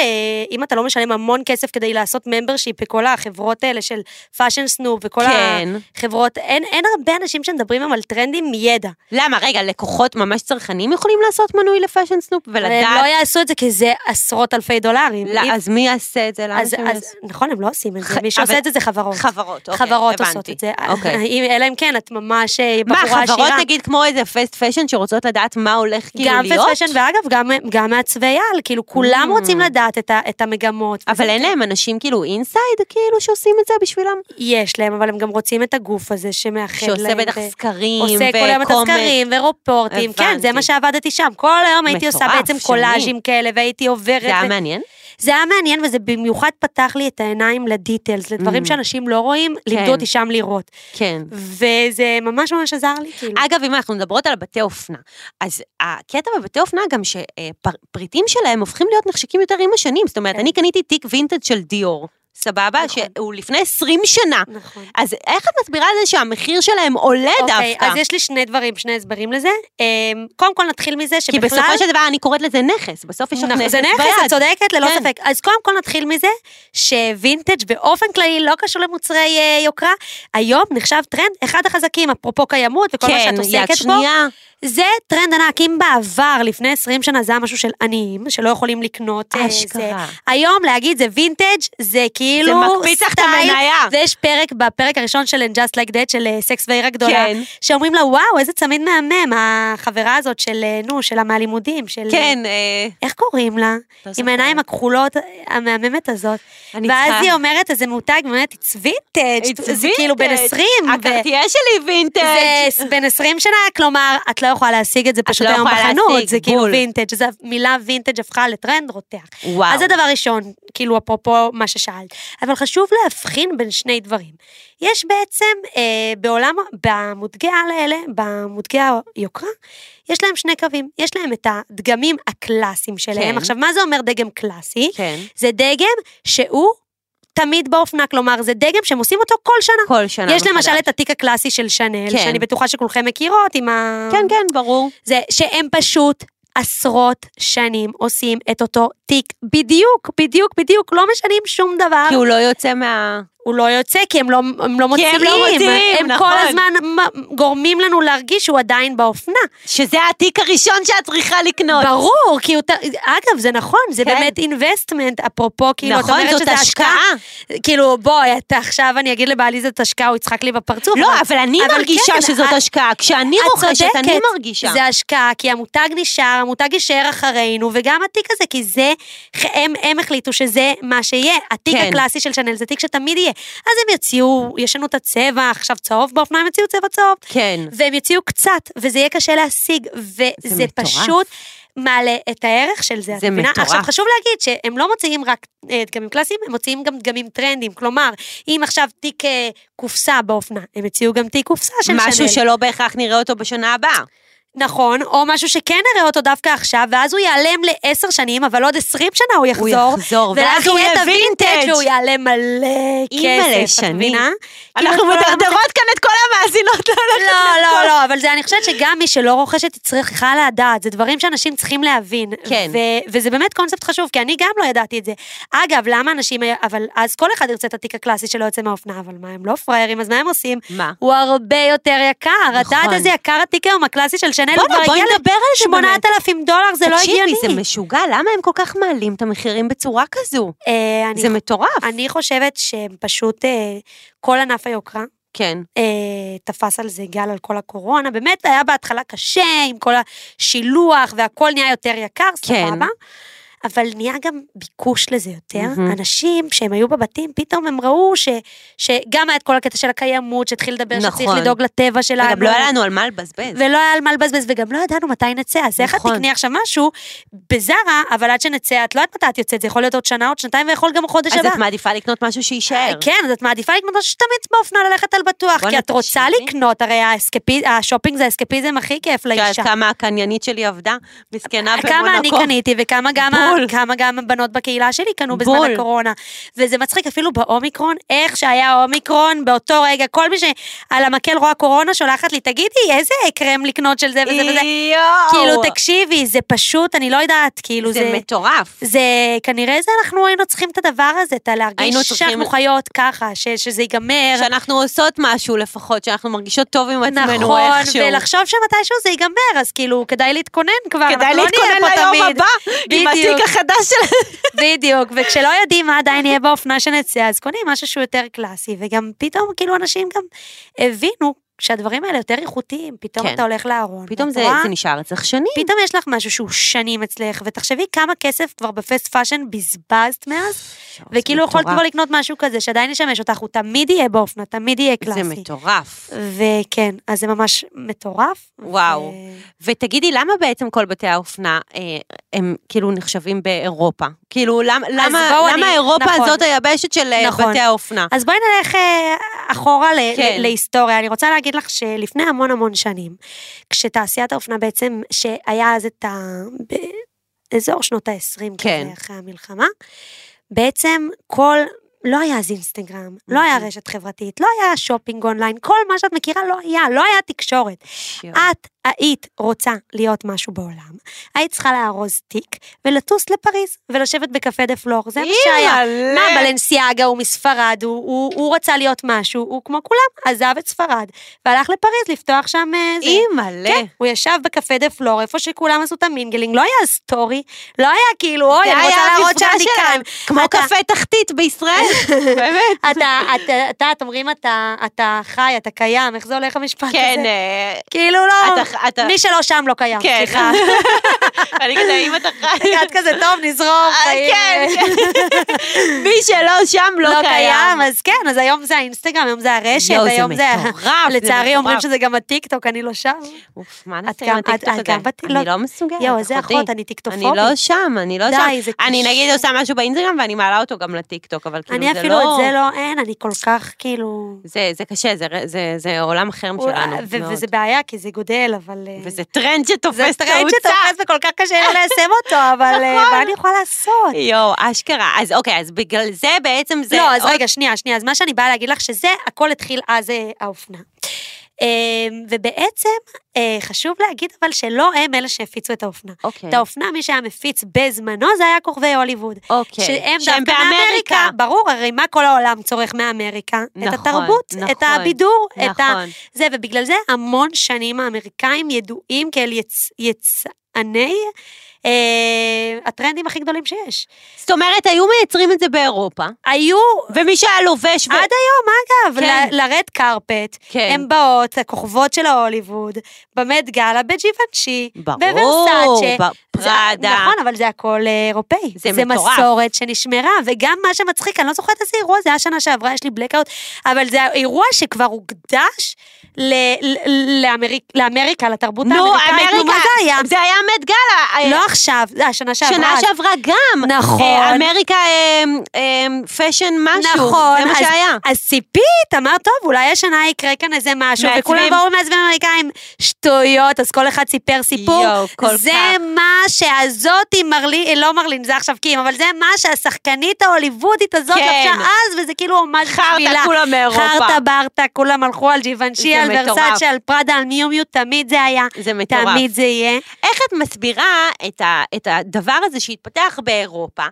S2: אם אתה לא משלם המון כסף כדי לעשות ממברשיפ בכל החברות האלה של פאשן סנופ וכל
S1: כן.
S2: החברות, אין, אין הרבה אנשים שמדברים היום על טרנדים מידע.
S1: למה, רגע, לקוחות ממש צרכנים יכולים לעשות מנוי לפאשן סנופ
S2: הם לא
S1: ולדעת?
S2: יעשו את זה כי זה עשרות אלפי דולרים.
S1: לא,
S2: אם-
S1: אז מי יעשה את זה? למה
S2: אז,
S1: שהם
S2: אז
S1: יעשו?
S2: נכון, הם לא עושים את זה,
S1: ח-
S2: מי שעושה
S1: אבל-
S2: את זה זה חברות.
S1: חברות, אוקיי,
S2: חברות
S1: הבנתי.
S2: עושות את זה.
S1: אוקיי.
S2: אם- אלא אם כן, את ממש אה,
S1: מה,
S2: בחורה עשירה.
S1: חברות נגיד כמו איזה פסט פשן שרוצות לדעת מה הולך כאילו
S2: גם
S1: להיות?
S2: פסט פשן, ואגב, גם, גם מעצבי על, כאילו, כולם
S1: Mm.
S2: רוצים לדעת את, ה, את המגמות.
S1: אבל
S2: וזה-
S1: אין להם אנשים כאילו אינסייד כאילו שעושים את זה בשבילם?
S2: יש להם, אבל הם גם רוצים את הגוף הזה שמאחד כן, להם.
S1: שעושה בטח
S2: ו-
S1: סקרים
S2: עושה כל היום את
S1: וקומץ.
S2: הסקרים ורופורטים, כן, זה מה
S1: הבנתי.
S2: שעבדתי שם. כל היום הייתי עושה
S1: מטורף,
S2: בעצם
S1: שני.
S2: קולאז'ים כאלה, והייתי עוברת.
S1: זה
S2: ו-
S1: היה מעניין?
S2: זה היה מעניין, וזה במיוחד פתח לי את העיניים לדיטלס, לדברים
S1: Mm.
S2: שאנשים לא רואים, לימדו אותי שם לראות.
S1: כן.
S2: וזה ממש ממש עזר לי, כאילו.
S1: אגב, אם אנחנו מדברות על בתי אופנה, אז הקטע בבתי אופנה גם שפריטים שלהם הופכים להיות נחשקים יותר עם השנים. זאת אומרת,
S2: כן.
S1: אני קניתי תיק וינטג' של דיור, סבבה?
S2: נכון.
S1: שהוא לפני 20 שנה.
S2: נכון.
S1: אז איך את מסבירה את זה שהמחיר שלהם עולה
S2: אוקיי,
S1: אה, דווקא?
S2: אז יש לי שני דברים, שני הסברים לזה. אמ, קודם כל נתחיל מזה
S1: כי
S2: שבכלל...
S1: בסופו של דבר אני קוראת לזה נכס, בסוף יש לך
S2: נכון,
S1: נכס
S2: זה נכס, את
S1: ביד.
S2: צודקת, ללא
S1: כן.
S2: ספק. אז קודם כל נתחיל מזה שווינטג' באופן כללי לא קשור למוצרי אה, יוקרה. היום נחשב טרנד אחד החזקים, אפרופו קיימות וכל מה
S1: כן,
S2: שאת
S1: יד
S2: עוסקת בו.
S1: שנייה.
S2: זה טרנד ענק. אם בעבר, לפני 20 שנה, זה היה משהו של עניים, שלא יכולים לקנות... אה,
S1: אשכרה.
S2: זה. היום להגיד זה וינטג' זה כאילו...
S1: זה מקפיץ לך את
S2: סטייל.
S1: המניה.
S2: ויש פרק, בפרק הראשון של And Just Like That, של אה, סקס והעיר הגדולה,
S1: כן.
S2: שאומרים לה, וואו, איזה צמיד מהמם, החברה הזאת של, אה, נו, שלה מהלימודים, של...
S1: כן, אה,
S2: איך קוראים לה?
S1: לא
S2: עם
S1: זוכרת.
S2: העיניים הכחולות אה, המהממת הזאת.
S1: אני צריכה-
S2: ואז היא אומרת איזה מותג, באמת, it's vintage,
S1: it's
S2: זה כאילו בן
S1: וינטג'.
S2: 20. ו-
S1: הקרטייה שלי וינטג'.
S2: זה בן 20 שנה, כלומר, את לא יכולה להשיג את זה פשוט
S1: לא
S2: היום
S1: יכולה
S2: בחנות,
S1: להשיג,
S2: זה כאילו
S1: בול.
S2: וינטג', אז המילה וינטג' הפכה לטרנד רותח.
S1: וואו.
S2: אז זה דבר ראשון, כאילו אפרופו מה ששאלת. אבל חשוב להבחין בין שני דברים. יש בעצם אה, בעולם, במותגי העל האלה, במותגי היוקרה, יש להם שני קווים. יש להם את הדגמים הקלאסיים שלהם.
S1: כן.
S2: עכשיו, מה זה אומר דגם קלאסי?
S1: כן.
S2: זה דגם שהוא תמיד באופנה, כלומר, זה דגם שהם עושים אותו כל שנה.
S1: כל שנה
S2: יש למשל
S1: מחדש.
S2: את התיק הקלאסי של שנל,
S1: כן.
S2: שאני בטוחה שכולכם מכירות עם ה...
S1: כן, כן, ברור.
S2: זה שהם פשוט עשרות שנים עושים את אותו תיק בדיוק, בדיוק, בדיוק, לא משנים שום דבר.
S1: כי הוא לא יוצא מה...
S2: הוא לא יוצא כי הם לא, הם לא
S1: כי
S2: מוציאים.
S1: הם לא מוציאים,
S2: הם
S1: נכון.
S2: כל הזמן מ- גורמים לנו להרגיש שהוא עדיין באופנה.
S1: שזה התיק הראשון שאת צריכה לקנות.
S2: ברור, כי הוא... ת- אגב, זה נכון, זה
S1: נכון. כן.
S2: באמת אינבסטמנט, אפרופו, כאילו, את
S1: נכון,
S2: אומרת
S1: זאת
S2: שזה השקעה. כאילו, בואי, אתה עכשיו אני אגיד לבעלי זאת השקעה, הוא יצחק לי בפרצוף.
S1: לא, אבל אני מרגישה
S2: כן,
S1: שזאת
S2: את-
S1: השקעה. כשאני
S2: את
S1: רוכשת, אני
S2: צודקת.
S1: מרגישה.
S2: זה השקעה, כי המותג נשאר, המותג יישאר אחרינו, וגם התיק הזה, כי זה, הם, הם החליטו שזה מה שיהיה. התיק
S1: כן.
S2: כן. הקלאסי של שנל זה תיק שתמיד יהיה. אז הם יוציאו, ישנו את הצבע, עכשיו צהוב באופניים יוציאו צבע צהוב.
S1: כן.
S2: והם יוציאו קצת, וזה יהיה קשה להשיג, וזה
S1: מטורף.
S2: פשוט מעלה את הערך של זה. את
S1: זה
S2: מבינה?
S1: מטורף.
S2: עכשיו, חשוב להגיד שהם לא מוציאים רק אה, דגמים קלאסיים, הם מוציאים גם דגמים טרנדים. כלומר, אם עכשיו תיק אה, קופסה באופנה, הם יוציאו גם תיק קופסה של שנל.
S1: משהו שלא בהכרח נראה אותו בשנה הבאה.
S2: נכון, או משהו שכן נראה אותו דווקא עכשיו, ואז הוא ייעלם לעשר שנים, אבל עוד עשרים שנה הוא יחזור.
S1: יחזור, ואז
S2: ואז
S1: הוא
S2: הוא יהיה
S1: יהיה
S2: את הווינטג'
S1: וינטג'.
S2: והוא יעלה מלא
S1: אימא'לה,
S2: כסף, את
S1: שני.
S2: מבינה? כאילו,
S1: אנחנו
S2: כל העולם-
S1: מדרדרות כאן את כל המאזינות ללכת
S2: לא,
S1: לכל-
S2: לא, לא, אבל זה, אני חושבת שגם מי שלא רוכשת היא צריכה לדעת, זה דברים שאנשים צריכים להבין.
S1: כן.
S2: ו- וזה באמת קונספט חשוב, כי אני גם לא ידעתי את זה. אגב, למה אנשים, היה- אבל אז כל אחד ירצה את התיק הקלאסי שלא יוצא מהאופנה, אבל מה, הם לא פראיירים, אז מה הם עושים?
S1: מה? נכון.
S2: הוא הרבה יותר יקר. את יודעת איזה יקר התיק היום, הקלאסי של שנל, הוא
S1: בוא'נה,
S2: כבר
S1: בואי
S2: הגיע
S1: נדבר על זה באמת.
S2: ל-8,000 דולר, זה לא הגיוני.
S1: תקשיבי, זה משוגע, למה הם כל כך מעלים את המחירים בצורה כזו?
S2: אה, אני-
S1: זה מטורף.
S2: אני חושבת שהם פשוט, אה, כל ענף היוקרה,
S1: כן.
S2: אה, תפס על זה גל על כל הקורונה, באמת היה בהתחלה קשה עם כל השילוח והכל נהיה יותר יקר,
S1: כן.
S2: סבבה. אבל נהיה גם ביקוש לזה יותר. אנשים שהם היו בבתים, פתאום הם ראו ש- שגם היה את כל הקטע של הקיימות, שהתחיל לדבר שצריך
S1: נכון.
S2: לדאוג לטבע שלנו.
S1: וגם לא היה לנו על מה לבזבז.
S2: ולא היה על מה לבזבז, וגם לא ידענו מתי נצא. אז איך את
S1: נכון.
S2: תקני עכשיו משהו בזארה, אבל עד שנצא, את לא יודעת מתי את יוצאת, זה יכול להיות עוד שנה, עוד שנתיים, ויכול גם חודש
S1: אז
S2: הבא.
S1: את מעדיפה לקנות משהו שיישאר.
S2: כן, אז את מעדיפה לקנות משהו שתמיד באופנה ללכת על בטוח,
S1: בואנה,
S2: כי את רוצה
S1: תקשיבי.
S2: לקנות, הרי האסקפי- השופינג זה האסקפיזם הכי כיף
S1: את יודעת
S2: לאישה.
S1: כן,
S2: אה,
S1: כמה הקניינית שלי עבדה? מסכנה במונקו.
S2: כמה אני קניתי וכמה גם, ה-
S1: בול.
S2: כמה גם הבנות בקהילה שלי קנו בזמן
S1: בול.
S2: הקורונה. וזה מצחיק אפילו באומיקרון, איך שהיה אומיקרון באותו רגע, כל מי שעל המקל רואה קורונה שולחת לי, תגידי, איזה קרם לקנות של זה וזה וזה.
S1: יואו.
S2: כאילו, תקשיבי, זה פשוט, אני לא יודעת, כאילו,
S1: זה
S2: זה...
S1: מטורף.
S2: זה כנראה זה אנחנו היינו צריכים את הדבר הזה, את הלהרגיש
S1: היינו צריכים-
S2: שאנחנו חיות ככה, ש- שזה ייגמר.
S1: שאנחנו עושות משהו לפחות, שאנחנו מרגישות טוב עם עצמנו
S2: נכון,
S1: איכשהו.
S2: ולחשוב שמתישהו זה ייגמר, אז כאילו, כדאי להתכונן כבר,
S1: כדאי
S2: אנחנו לא נהיה
S1: להתכונן
S2: פה
S1: ליום
S2: תמיד.
S1: הבא, עם התיק החדש של...
S2: בדיוק, וכשלא יודעים מה עדיין יהיה באופנה שנצא, אז קונים משהו שהוא יותר קלאסי, וגם פתאום, כאילו, אנשים גם הבינו שהדברים האלה יותר איכותיים, פתאום
S1: כן.
S2: אתה הולך לארון.
S1: פתאום זה
S2: ואתה רואה-
S1: זה נשאר אצלך שנים.
S2: פתאום יש לך משהו שהוא שנים אצלך, ותחשבי כמה כסף כבר בפסט פאשן בזבזת מאז, וכאילו יכולת
S1: מטורף.
S2: כבר לקנות משהו כזה שעדיין ישמש אותך, הוא תמיד יהיה באופנה, תמיד יהיה
S1: זה
S2: קלאסי.
S1: מטורף.
S2: וכן, אז זה ממש מטורף.
S1: וואו.
S2: ו-
S1: ותגידי, למה בעצם כל בתי האופנה אה, הם כאילו נחשבים באירופה? כאילו, למ- למה
S2: בואו
S1: למה
S2: אני-
S1: אירופה
S2: נכון.
S1: הזאת היבשת של אה,
S2: נכון.
S1: בתי האופנה?
S2: אז בואי נלך אה, אחורה ל-
S1: כן.
S2: ל- להיסטוריה. אני רוצה להגיד לך שלפני המון המון שנים, כשתעשיית האופנה בעצם, שהיה אז את ה... באזור שנות ה-20,
S1: כן.
S2: כזה, אחרי המלחמה, בעצם כל... לא היה אז אינסטגרם, לא
S1: אוקיי.
S2: היה רשת חברתית, לא היה שופינג אונליין, כל מה שאת מכירה לא היה, לא היה תקשורת. את היית רוצה להיות משהו בעולם, היית צריכה לארוז תיק ולטוס לפריז ולשבת בקפה דה פלור, זה מה שהיה.
S1: אימא'לה.
S2: מה, בלנסיאגה הוא מספרד, הוא, הוא, הוא רצה להיות משהו, הוא כמו כולם, עזב את ספרד, והלך לפריז לפתוח שם אה, זה.
S1: אימא'לה.
S2: כן, הוא ישב בקפה דה פלור, איפה שכולם עשו את המינגלינג, לא היה סטורי, לא היה כאילו, אוי,
S1: זה
S2: אני רוצה
S1: היה
S2: להראות
S1: המפגש
S2: שאני כאן.
S1: שלהם, כמו
S2: אתה-
S1: קפה תחתית בישראל, באמת.
S2: אתה, אתה, אתה, אתם אומרים, אתה, אתה חי, אתה קיים, איך זה הולך המשפט הזה?
S1: כן, אה,
S2: כאילו לא,
S1: אתה- אתה-
S2: מי שלא שם לא קיים,
S1: כן.
S2: סליחה.
S1: אני כזה, אם אתה חי...
S2: את כזה טוב, נזרום,
S1: אה,
S2: חיים.
S1: כן, כן. מי שלא שם לא קיים.
S2: אז כן, אז היום זה האינסטגרם, היום זה הרשת,
S1: יואו, זה
S2: היום זה...
S1: מטורף, זה
S2: לצערי
S1: מטורף.
S2: אומרים שזה גם הטיקטוק, אני לא שם.
S1: אוף, מה
S2: את
S1: נעשה עם
S2: גם- את-
S1: הטיקטוק
S2: את
S1: הזה?
S2: גם בת-
S1: אני
S2: לא-
S1: לא מסוגלת,
S2: יואו, איזה
S1: אחותי.
S2: אחות, אני טיקטופובית.
S1: אני לא שם, אני לא שם.
S2: די, זה
S1: אני
S2: קשה.
S1: נגיד עושה משהו באינסטגרם ואני מעלה אותו גם לטיקטוק, אבל כאילו זה
S2: אני
S1: לא...
S2: אפילו את זה לא, אין, אני כל כך כאילו...
S1: זה, זה קשה, זה, זה, זה עולם אחר משלנו,
S2: ו-
S1: מאוד.
S2: וזה בעיה, כי זה גודל, אבל... אה,
S1: וזה טרנד שתופס
S2: זה
S1: תאוצה.
S2: טרנד שתופס וכל כך קשה לי ליישם אותו, אבל אה,
S1: נכון.
S2: מה אני יכולה לעשות?
S1: יואו, אשכרה. אז אוקיי, אז בגלל זה בעצם זה... אוקיי.
S2: לא, אז
S1: עוד-
S2: רגע, שנייה, שנייה. אז מה שאני באה להגיד לך, שזה הכל התחיל אז אה, האופנה. אה, ובעצם, אה, חשוב להגיד אבל שלא הם אלה שהפיצו את האופנה.
S1: אוקיי.
S2: את האופנה, מי שהיה מפיץ בזמנו, זה היה כוכבי הוליווד.
S1: אוקיי.
S2: שהם
S1: שהם
S2: דווקא
S1: באמריקה.
S2: מאמריקה. ברור, הרי מה כל העולם צורך מאמריקה?
S1: נכון,
S2: את התרבות, את
S1: נכון,
S2: הבידור, את ה...
S1: נכון.
S2: זה, ובגלל זה המון שנים האמריקאים ידועים כאל יצ... יצאני אה, הטרנדים הכי גדולים שיש.
S1: זאת אומרת, היו מייצרים את זה באירופה,
S2: היו
S1: ומי שהיה לובש... ו-
S2: עד היום, אגב,
S1: כן.
S2: ל- לרד קרפט,
S1: כן.
S2: הן באות, הכוכבות של ההוליווד, במד גאלה, בג'יוונשי,
S1: ברור,
S2: בוורסצ'ה.
S1: בפראדה.
S2: זה- נכון, אבל זה הכל אה, אירופאי.
S1: זה
S2: זה
S1: מטורף.
S2: מסורת שנשמרה, וגם מה שמצחיק, אני לא זוכרת איזה אירוע, זה היה שנה שעברה, יש לי בלקאוט, אבל זה אירוע שכבר הוקדש ל- ל- לאמריק- לאמריקה, לתרבות האמריקאית. נו, מה זה היה?
S1: זה היה מת גאלה. אה,
S2: לא עכשיו, זה השנה שעברה.
S1: שנה
S2: אז-
S1: שעברה גם.
S2: נכון.
S1: אה, אמריקה אה, אה, פאשן משהו.
S2: נכון,
S1: זה מה
S2: אז,
S1: שהיה.
S2: אז ציפית, אמרת, טוב, אולי השנה יקרה כאן איזה משהו,
S1: מעצבים.
S2: וכולם באו מעצבים אמריקאים, שטויות, אז כל אחד סיפר סיפור.
S1: יואו, כל
S2: זה
S1: כך.
S2: מה שהזאתי מרלין, לא מרלין, זה עכשיו קים, אבל זה מה שהשחקנית ההוליוודית הזאת
S1: כן.
S2: לבשה אז, וזה כאילו ממש
S1: חרטא, כולם מאירופה.
S2: חרטה ברטה, כולם הלכו על ג'יוונשי,
S1: זה
S2: על
S1: מטורף.
S2: ורסאצ'ה, על פראדה, על מיו מיו, תמיד זה היה.
S1: זה מטורף. כן.
S2: תמיד זה יהיה.
S1: איך את מסבירה את, ה, את הדבר הזה שהתפתח באירופה?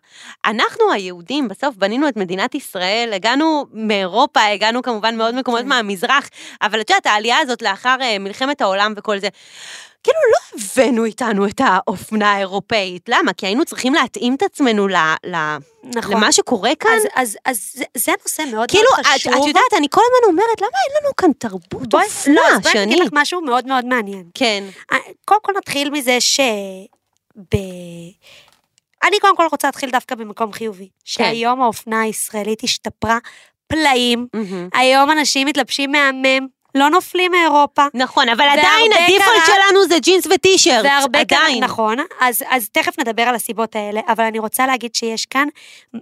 S1: אנחנו היהודים, בסוף בנינו את מדינת ישראל, הגענו מאירופה, הגענו כמובן מעוד מקומות
S2: כן.
S1: מהמזרח, אבל את יודעת, העלייה הזאת לאחר אה, מלחמת העולם וכל זה, כאילו לא הבאנו איתנו את האופנה האירופאית. למה? כי היינו צריכים להתאים את עצמנו ל, ל,
S2: נכון.
S1: למה שקורה כאן.
S2: אז, אז, אז זה, זה נושא מאוד מאוד
S1: כאילו, את,
S2: חשוב.
S1: את יודעת, אני כל הזמן אומרת, למה אין לנו כאן תרבות
S2: בואי,
S1: אופנה
S2: לא, אז בואי אני
S1: שאני...
S2: אגיד לך משהו מאוד מאוד מעניין.
S1: כן.
S2: קודם כל נתחיל מזה ש... ב... אני קודם כל רוצה להתחיל דווקא במקום חיובי. שהיום האופנה הישראלית השתפרה פלאים.
S1: מהמם.
S2: היום אנשים מתלבשים מהמם, לא נופלים מאירופה.
S1: נכון, אבל
S2: והרבה
S1: עדיין הדיפולט
S2: קרה-
S1: שלנו זה ג'ינס וטישרט,
S2: והרבה כאן,
S1: עדיין.
S2: נכון, אז, אז תכף נדבר על הסיבות האלה, אבל אני רוצה להגיד שיש כאן,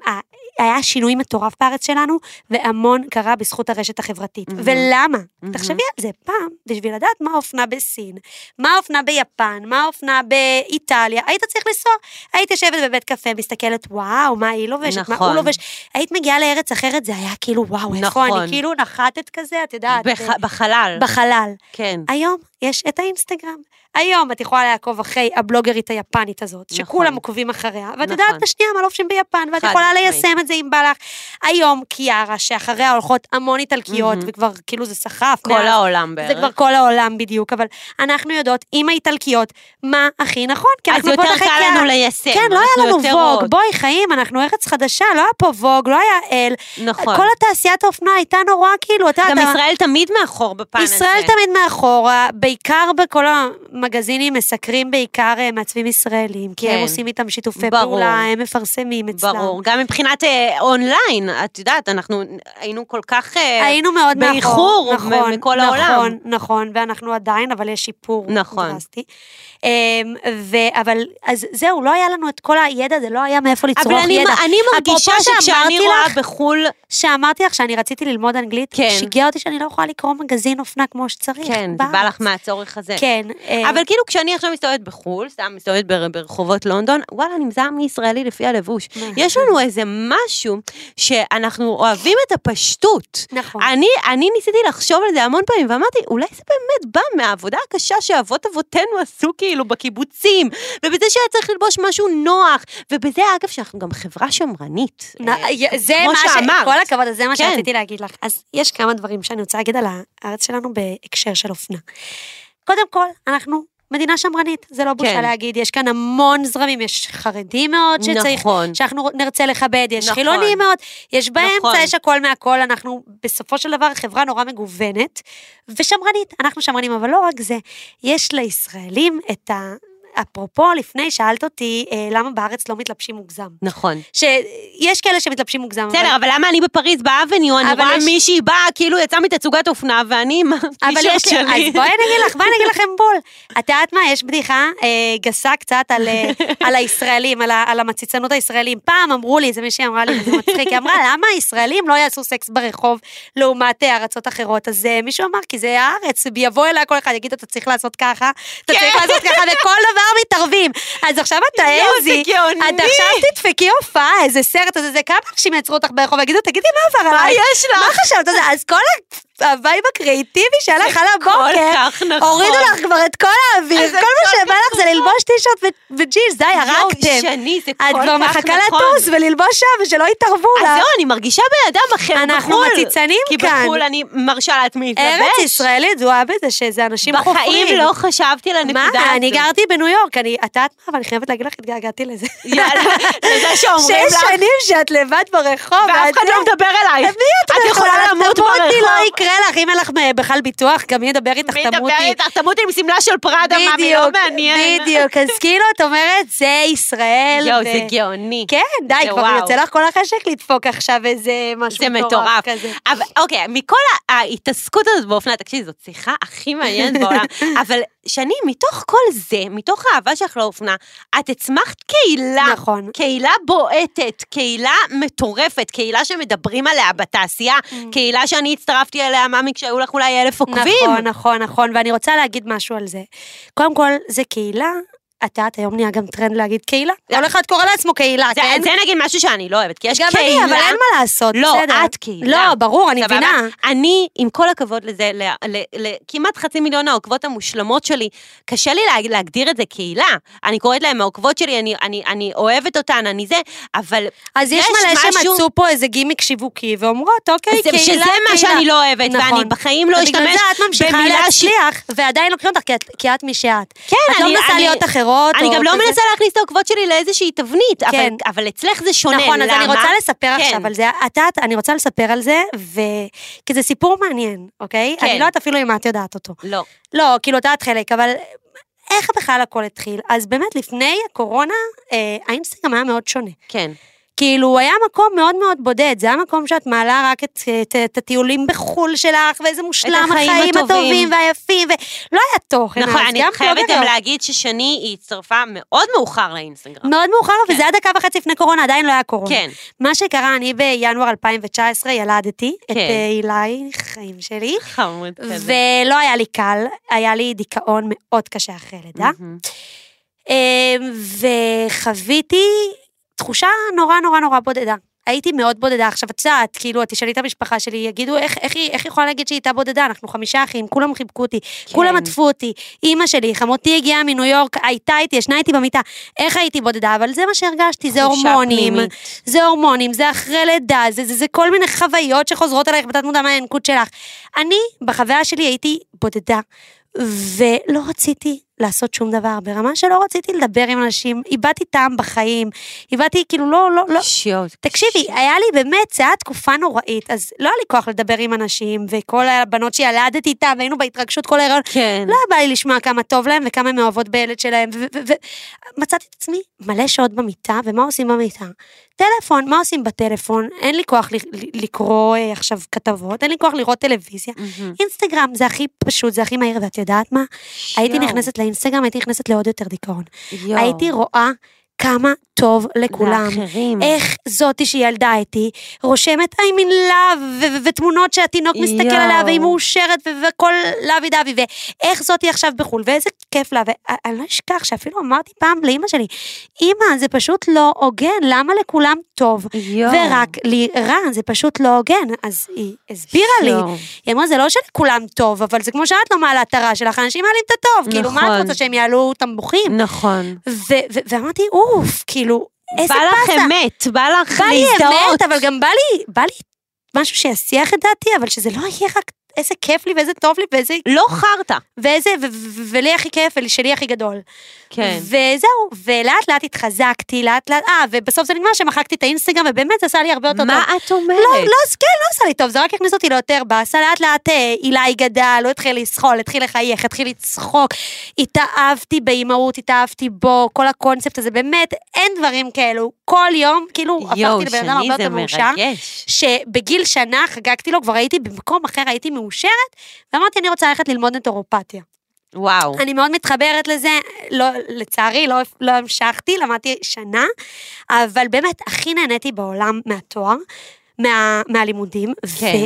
S2: אה, היה שינוי מטורף בארץ שלנו, והמון קרה בזכות הרשת החברתית.
S1: מהמם.
S2: ולמה?
S1: מהמם.
S2: תחשבי על זה פעם, בשביל לדעת מה האופנה בסין, מה האופנה ביפן, מה האופנה באיטליה, היית צריך לנסוע, היית יושבת בבית קפה, מסתכלת, וואו, מה היא לובשת, מה
S1: נכון.
S2: הוא לובש, היית מגיעה לארץ אחרת, זה היה כאילו, וואו, איפה
S1: נכון.
S2: אני, כאילו נחתת כזה, את יודעת, אה,
S1: בח- בחלל,
S2: בחלל.
S1: כן.
S2: היום יש את האינסטגרם. היום את יכולה לעקוב אחרי הבלוגרית היפנית הזאת,
S1: נכון.
S2: שכולם עוקבים אחריה, ואת
S1: נכון.
S2: יודעת בשנייה מה לובשים ביפן, ואת
S1: חד
S2: יכולה
S1: משמעית.
S2: ליישם את זה אם בא לך. היום קיארה, שאחריה הולכות המון איטלקיות,
S1: מהמם.
S2: וכבר כאילו זה סחף.
S1: כל
S2: מאז.
S1: העולם בערך.
S2: זה כבר כל העולם בדיוק, אבל אנחנו יודעות עם האיטלקיות מה הכי נכון, כי
S1: אז
S2: אנחנו
S1: יותר
S2: עוקבות אחרי
S1: קל
S2: קיארה.
S1: לנו ליישם.
S2: כן, לא היה
S1: אנחנו
S2: לנו
S1: יותר
S2: ווג,
S1: רואות.
S2: בואי חיים, אנחנו ארץ חדשה, לא היה פה ווג, לא היה אל.
S1: נכון.
S2: כל התעשיית האופנה הייתה נורא כאילו, את יודעת,
S1: גם
S2: ה-
S1: ישראל תמיד מאחור בפן הזה.
S2: ישראל תמיד מאחורה, בעיקר בכל המגזינים מסקרים בעיקר אה, מעצבים ישראלים, כי
S1: כן.
S2: הם עושים איתם שיתופי
S1: ברור.
S2: פעולה, הם מפרסמים אצלם.
S1: ברור, גם מבחינת אה, אונליין, את יודעת, אנחנו היינו כל כך... אה,
S2: היינו מאוד מאחור.
S1: באיחור מ-
S2: נכון,
S1: מכל
S2: נכון,
S1: העולם.
S2: נכון, ואנחנו עדיין, אבל יש שיפור
S1: נכון.
S2: דרסטי. אמ, ו- אבל, אז זהו, לא היה לנו את כל הידע, זה לא היה מאיפה לצרוך
S1: אבל אני,
S2: ידע.
S1: אני מרגישה
S2: אפרופו
S1: שכשאני
S2: שאמרתי
S1: רואה
S2: לך-
S1: בחו"ל,
S2: שאמרתי לך שאני רציתי ללמוד אנגלית,
S1: כן.
S2: שיגע אותי שאני לא יכולה לקרוא מגזין אופנה כמו שצריך.
S1: כן, זה בא
S2: בארץ.
S1: לך מהצורך הזה.
S2: כן. אמ,
S1: אבל כאילו כשאני עכשיו מסתובבת בחו"ל, סתם מסתובבת בר- ברחובות לונדון, וואלה, נמזר מישראלי לפי הלבוש.
S2: נכון.
S1: יש לנו איזה משהו שאנחנו אוהבים את הפשטות.
S2: נכון.
S1: אני, אני ניסיתי לחשוב על זה המון פעמים, ואמרתי, אולי זה באמת בא מהעבודה הקשה שאבות אבותינו עשו כאילו בקיבוצים, ובזה שהיה צריך ללבוש משהו נוח, ובזה, אגב, שאנחנו גם חברה שמרנית. אה,
S2: נ- זה
S1: כמו
S2: מה
S1: שאמרת.
S2: ש... כל הכבוד, אז זה מה
S1: כן.
S2: שרציתי להגיד לך. אז יש כמה דברים שאני רוצה להגיד על הארץ שלנו בהקשר של אופנה. קודם כל, אנחנו מדינה שמרנית, זה לא
S1: כן.
S2: בושה להגיד, יש כאן המון זרמים, יש חרדים מאוד שצריך,
S1: נכון.
S2: שאנחנו נרצה לכבד, יש
S1: נכון.
S2: חילונים מאוד, יש
S1: נכון.
S2: באמצע, יש הכל מהכל, אנחנו בסופו של דבר חברה נורא מגוונת ושמרנית, אנחנו שמרנים, אבל לא רק זה, יש לישראלים את ה... אפרופו, לפני שאלת אותי אה, למה בארץ לא מתלבשים מוגזם.
S1: נכון.
S2: שיש כאלה שמתלבשים מוגזם.
S1: בסדר, אבל למה אני בפריז באבניו, אני
S2: אוקיי. אבל
S1: רואה
S2: יש-
S1: מישהי באה, כאילו יצאה מתצוגת אופנה, ואני עם
S2: אבל
S1: הטישרט
S2: יש לי,
S1: שלי.
S2: אז בואי אני אגיד לך, בואי אני אגיד לכם בול. את יודעת מה, יש בדיחה אה, גסה קצת על, אה, על הישראלים, על, ה- על המציצנות הישראלים. פעם אמרו לי, זה מישהי אמרה לי, זה מצחיק, היא אמרה, למה הישראלים לא יעשו סקס ברחוב לעומת אה, ארצות אחרות? אז אה, מישהו אמר, כי זה הארץ, יבוא אליי כל אחד, יגיד, אתה צריך לעשות ככה, אתה
S1: כן."
S2: צריך לעשות ככה, וכל דבר מתערבים. אז עכשיו את
S1: יואו, לא, זה
S2: האזי,
S1: גאוני.
S2: את עכשיו תדפקי הופעה, איזה סרט, איזה זה, כמה אנשים יעצרו אותך ברחוב, יגידו, תגידי, מה עבר
S1: מה
S2: עלייך?
S1: יש לך?
S2: מה חשבת? על זה? אז כל ה- הווייב הקריאיטיבי שהלך על
S1: כל
S2: הבוקר,
S1: כך נכון.
S2: הורידו לך כבר את כל האוויר,
S1: אז זה
S2: כל מה
S1: כל
S2: שבא
S1: כך נכון.
S2: לך זה ללבוש טישרט ו- וג'ינס, די,
S1: יואו,
S2: הרגתם.
S1: שני, זה כל כך
S2: את
S1: נכון.
S2: כבר מחכה לטוס וללבוש שם ושלא יתערבו
S1: אז
S2: לך.
S1: זהו, אני מרגישה בן אדם אחר בחו"ל.
S2: אנחנו מציצנים
S1: כי
S2: כאן.
S1: בחו"ל אני מרשה לעצמי להתלבש.
S2: ארץ ישראלית זוהה בזה שזה אנשים חופרים.
S1: בחיים לא חשבתי לנקודה
S2: מה,
S1: הזו.
S2: אני גרתי בניו יורק, אני, את יודעת מה, אבל אני חייבת להגיד לך, התגעגעתי לזה.
S1: יאללה, לזה שאומרים
S2: שש
S1: לך,
S2: שנים שאת לבד ברחוב,
S1: ואף אחד
S2: ואת-
S1: לא מדבר אלייך.
S2: מי את
S1: את יכולה למות ברחוב.
S2: תמותי לא יקרה לך, אם אין לך בכלל ביטוח, גם מי ידבר איתך,
S1: מי
S2: תמותי.
S1: ידבר איתך? תמותי עם שמלה של פראדה, מאמי, לא מעניין.
S2: בדיוק, אז כאילו את אומרת, זה ישראל.
S1: יואו,
S2: ו-
S1: זה גאוני.
S2: כן,
S1: זה
S2: די, כבר
S1: וואו.
S2: יוצא לך כל החשק לדפוק עכשיו איזה משהו
S1: זה מטורף.
S2: כזה.
S1: אבל אוקיי, מכל ה- ההתעסקות הזאת באופנה, תקשיבי, זאת שיחה הכי מעניינת בעולם. אבל שני, מתוך כל זה, מתוך האהבה שלך לאופנה, את הצמחת קהילה.
S2: נכון.
S1: קהילה בועטת, קהילה מטורפת, קהילה שמדברים עליה בתעשייה,
S2: Mm.
S1: קהילה שאני הצטרפתי אליה, מאמי, כשהיו לך אולי אלף עוקבים.
S2: נכון, נכון, נכון, ואני רוצה להגיד משהו על זה. קודם כל, זה קהילה, את יודעת, היום נהיה גם טרנד להגיד קהילה. כל אחד קורא לעצמו קהילה,
S1: זה,
S2: כן?
S1: זה נגיד משהו שאני לא אוהבת, כי יש
S2: גם
S1: קהילה...
S2: אני, אבל אין מה לעשות,
S1: לא,
S2: בסדר.
S1: את קהילה.
S2: לא, ברור, אני
S1: סבבה?
S2: מבינה.
S1: אני, עם כל הכבוד לזה, ל- ל- ל- כמעט חצי מיליון העוקבות המושלמות שלי, קשה לי לה- להגדיר את זה קהילה. אני קוראת להן העוקבות שלי, אני- אני- אני אוהבת אותן, אני זה, אבל...
S2: אז יש
S1: יש
S2: מלא
S1: משהו-
S2: שמצאו פה איזה גימיק שיווקי ואומרות, אוקיי,
S1: זה-
S2: קהילה,
S1: שזה
S2: קהילה.
S1: מה שאני לא אוהבת,
S2: נכון.
S1: ואני בחיים לא
S2: ובגלל
S1: אשתמש
S2: זה את ממשיכה
S1: במילה ש-
S2: להצליח, ועדיין לוקחים אותך, כי את- כי את מי שאת.
S1: כן,
S2: את לא
S1: אני-
S2: מנסה
S1: אני-
S2: להיות אחרות,
S1: אני
S2: או
S1: גם לא
S2: כזה.
S1: מנסה להכניס את העוקבות שלי לאיזושהי תבנית, אבל-
S2: כן.
S1: אבל אצלך זה שונה, למה?
S2: נכון, אז אני רוצה לספר
S1: כן.
S2: עכשיו על זה. את יודעת, אני רוצה לספר על זה, ו... כי זה סיפור מעניין, אוקיי?
S1: כן.
S2: אני לא יודעת אפילו אם את יודעת אותו.
S1: לא.
S2: לא, כאילו, את יודעת חלק, אבל איך בכלל הכל התחיל? אז באמת, לפני הקורונה, אה, האינסטגרם היה מאוד שונה.
S1: כן.
S2: כאילו, היה מקום מאוד מאוד בודד, זה היה מקום שאת מעלה רק את, את, את הטיולים בחו"ל שלך, ואיזה מושלם
S1: החיים
S2: החיים
S1: הטובים.
S2: הטובים והיפים, ולא היה תוכן.
S1: נכון,
S2: אז
S1: אני
S2: גם
S1: חייבת
S2: לא
S1: גם
S2: גדול.
S1: להגיד ששני, היא הצטרפה מאוד מאוחר לאינסטגרם.
S2: מאוד מאוחר,
S1: כן.
S2: וזה היה דקה וחצי לפני קורונה, עדיין לא היה קורונה.
S1: כן.
S2: מה שקרה, אני בינואר 2019 ילדתי את
S1: כן.
S2: אה, אילי, חיים שלי,
S1: חמוד כזה.
S2: ולא היה לי קל, היה לי דיכאון מאוד קשה אחרי לידה,
S1: מהמם.
S2: אמ, וחוויתי תחושה נורא נורא נורא בודדה. הייתי מאוד בודדה. עכשיו, את יודעת, כאילו, את תשאלי את המשפחה שלי, יגידו, איך, איך, היא- איך היא יכולה להגיד שהיא הייתה בודדה? אנחנו חמישה אחים, כולם חיבקו אותי, כן. כולם עטפו אותי. אימא שלי, חמותי הגיעה מניו יורק, הייתה איתי, ישנה איתי במיטה. איך הייתי בודדה? אבל זה מה שהרגשתי, זה
S1: תחושה
S2: הורמונים.
S1: פנימית.
S2: זה הורמונים, זה אחרי לידה, זה, זה, זה כל מיני חוויות שחוזרות עלייך בתת מודע מהינקות שלך. אני, בחוויה שלי הייתי בודדה, ולא רציתי לעשות שום דבר, ברמה שלא רציתי לדבר עם אנשים, איבדתי טעם בחיים, איבדתי, כאילו, לא, לא, לא.
S1: שיוט.
S2: תקשיבי, היה לי באמת, זו הייתה תקופה נוראית, אז לא היה לי כוח לדבר עם אנשים, וכל הבנות שילדתי איתן, והיינו בהתרגשות כל ההיריון,
S1: כן.
S2: לא היה בא לי לשמוע כמה טוב להם וכמה הן מאוהבות בילד שלהם, ומצאתי את עצמי מלא שעות במיטה, ומה עושים במיטה? טלפון, מה עושים בטלפון? אין לי כוח ל- ל- לקרוא אה, עכשיו כתבות, אין לי כוח לראות טלוויזיה.
S1: מהמם.
S2: אינסטגרם זה הכי פשוט, זה הכי מהיר, ואת יודעת מה? הייתי
S1: יואו.
S2: נכנסת לאינסטגרם, הייתי נכנסת לעוד יותר דיכאון.
S1: יואו.
S2: הייתי רואה כמה טוב לכולם.
S1: לאחרים.
S2: איך זאתי שילדה איתי, רושמת I'm in love, ו- ו- ותמונות שהתינוק מסתכל
S1: יואו.
S2: עליה, והיא מאושרת, ו- והכל לוי דווי, ואיך זאתי עכשיו בחו"ל, ואיזה כיף לה, ואני לא אשכח שאפילו אמרתי פעם לאימא שלי, אימא, זה פשוט לא הוגן, למה לכולם טוב?
S1: יואו.
S2: ורק לי רע, זה פשוט לא הוגן. אז היא הסבירה לי,
S1: יואו.
S2: היא אמרה, זה לא שלכולם טוב, אבל זה כמו שאת לא מעלה את הרע שלך, אנשים מעלים את הטוב, כאילו, מה
S1: נכון.
S2: את רוצה, שהם יעלו תמבוכים?
S1: נכון.
S2: ו- ו- ואמרתי, אוף, כאילו, איזה
S1: בא לך
S2: באסה.
S1: אמת, בא לך
S2: בא לי
S1: להזדהות.
S2: אמת, אבל גם בא לי, בא לי משהו שיסיח את דעתי, אבל שזה לא יהיה רק איזה כיף לי ואיזה טוב לי ואיזה,
S1: לא חרטא.
S2: ואיזה, ו- ו- ו- ולי הכי כיף ולשלי הכי גדול.
S1: כן.
S2: וזהו, ולאט לאט התחזקתי, לאט לאט, אה, ובסוף זה נגמר שמחקתי את האינסטגרם, ובאמת זה עשה לי הרבה יותר טוב.
S1: מה את אומרת?
S2: לא, לא, כן, לא עשה לי טוב, זה רק הכניס אותי ליותר באסה, לאט לאט אה, אילי גדל, הוא התחיל לסחול, התחיל לחייך, התחיל לצחוק. התאהבתי באימהות, התאהבתי בו, כל הקונספט הזה, באמת, אין דברים כאלו. כל יום, כאילו,
S1: יואו,
S2: הפכתי לבן אדם הרבה
S1: שני,
S2: יותר
S1: זה
S2: מאושר.
S1: מרגש.
S2: שבגיל שנה חגגתי לו, כבר הייתי במקום אחר, הייתי מאושרת, ואמרתי, אני רוצה ללכת ללמוד נטורופתיה.
S1: וואו.
S2: אני מאוד מתחברת לזה, לא, לצערי לא, לא המשכתי, למדתי שנה, אבל באמת הכי נהניתי בעולם מהתואר, מה, מהלימודים,
S1: כן.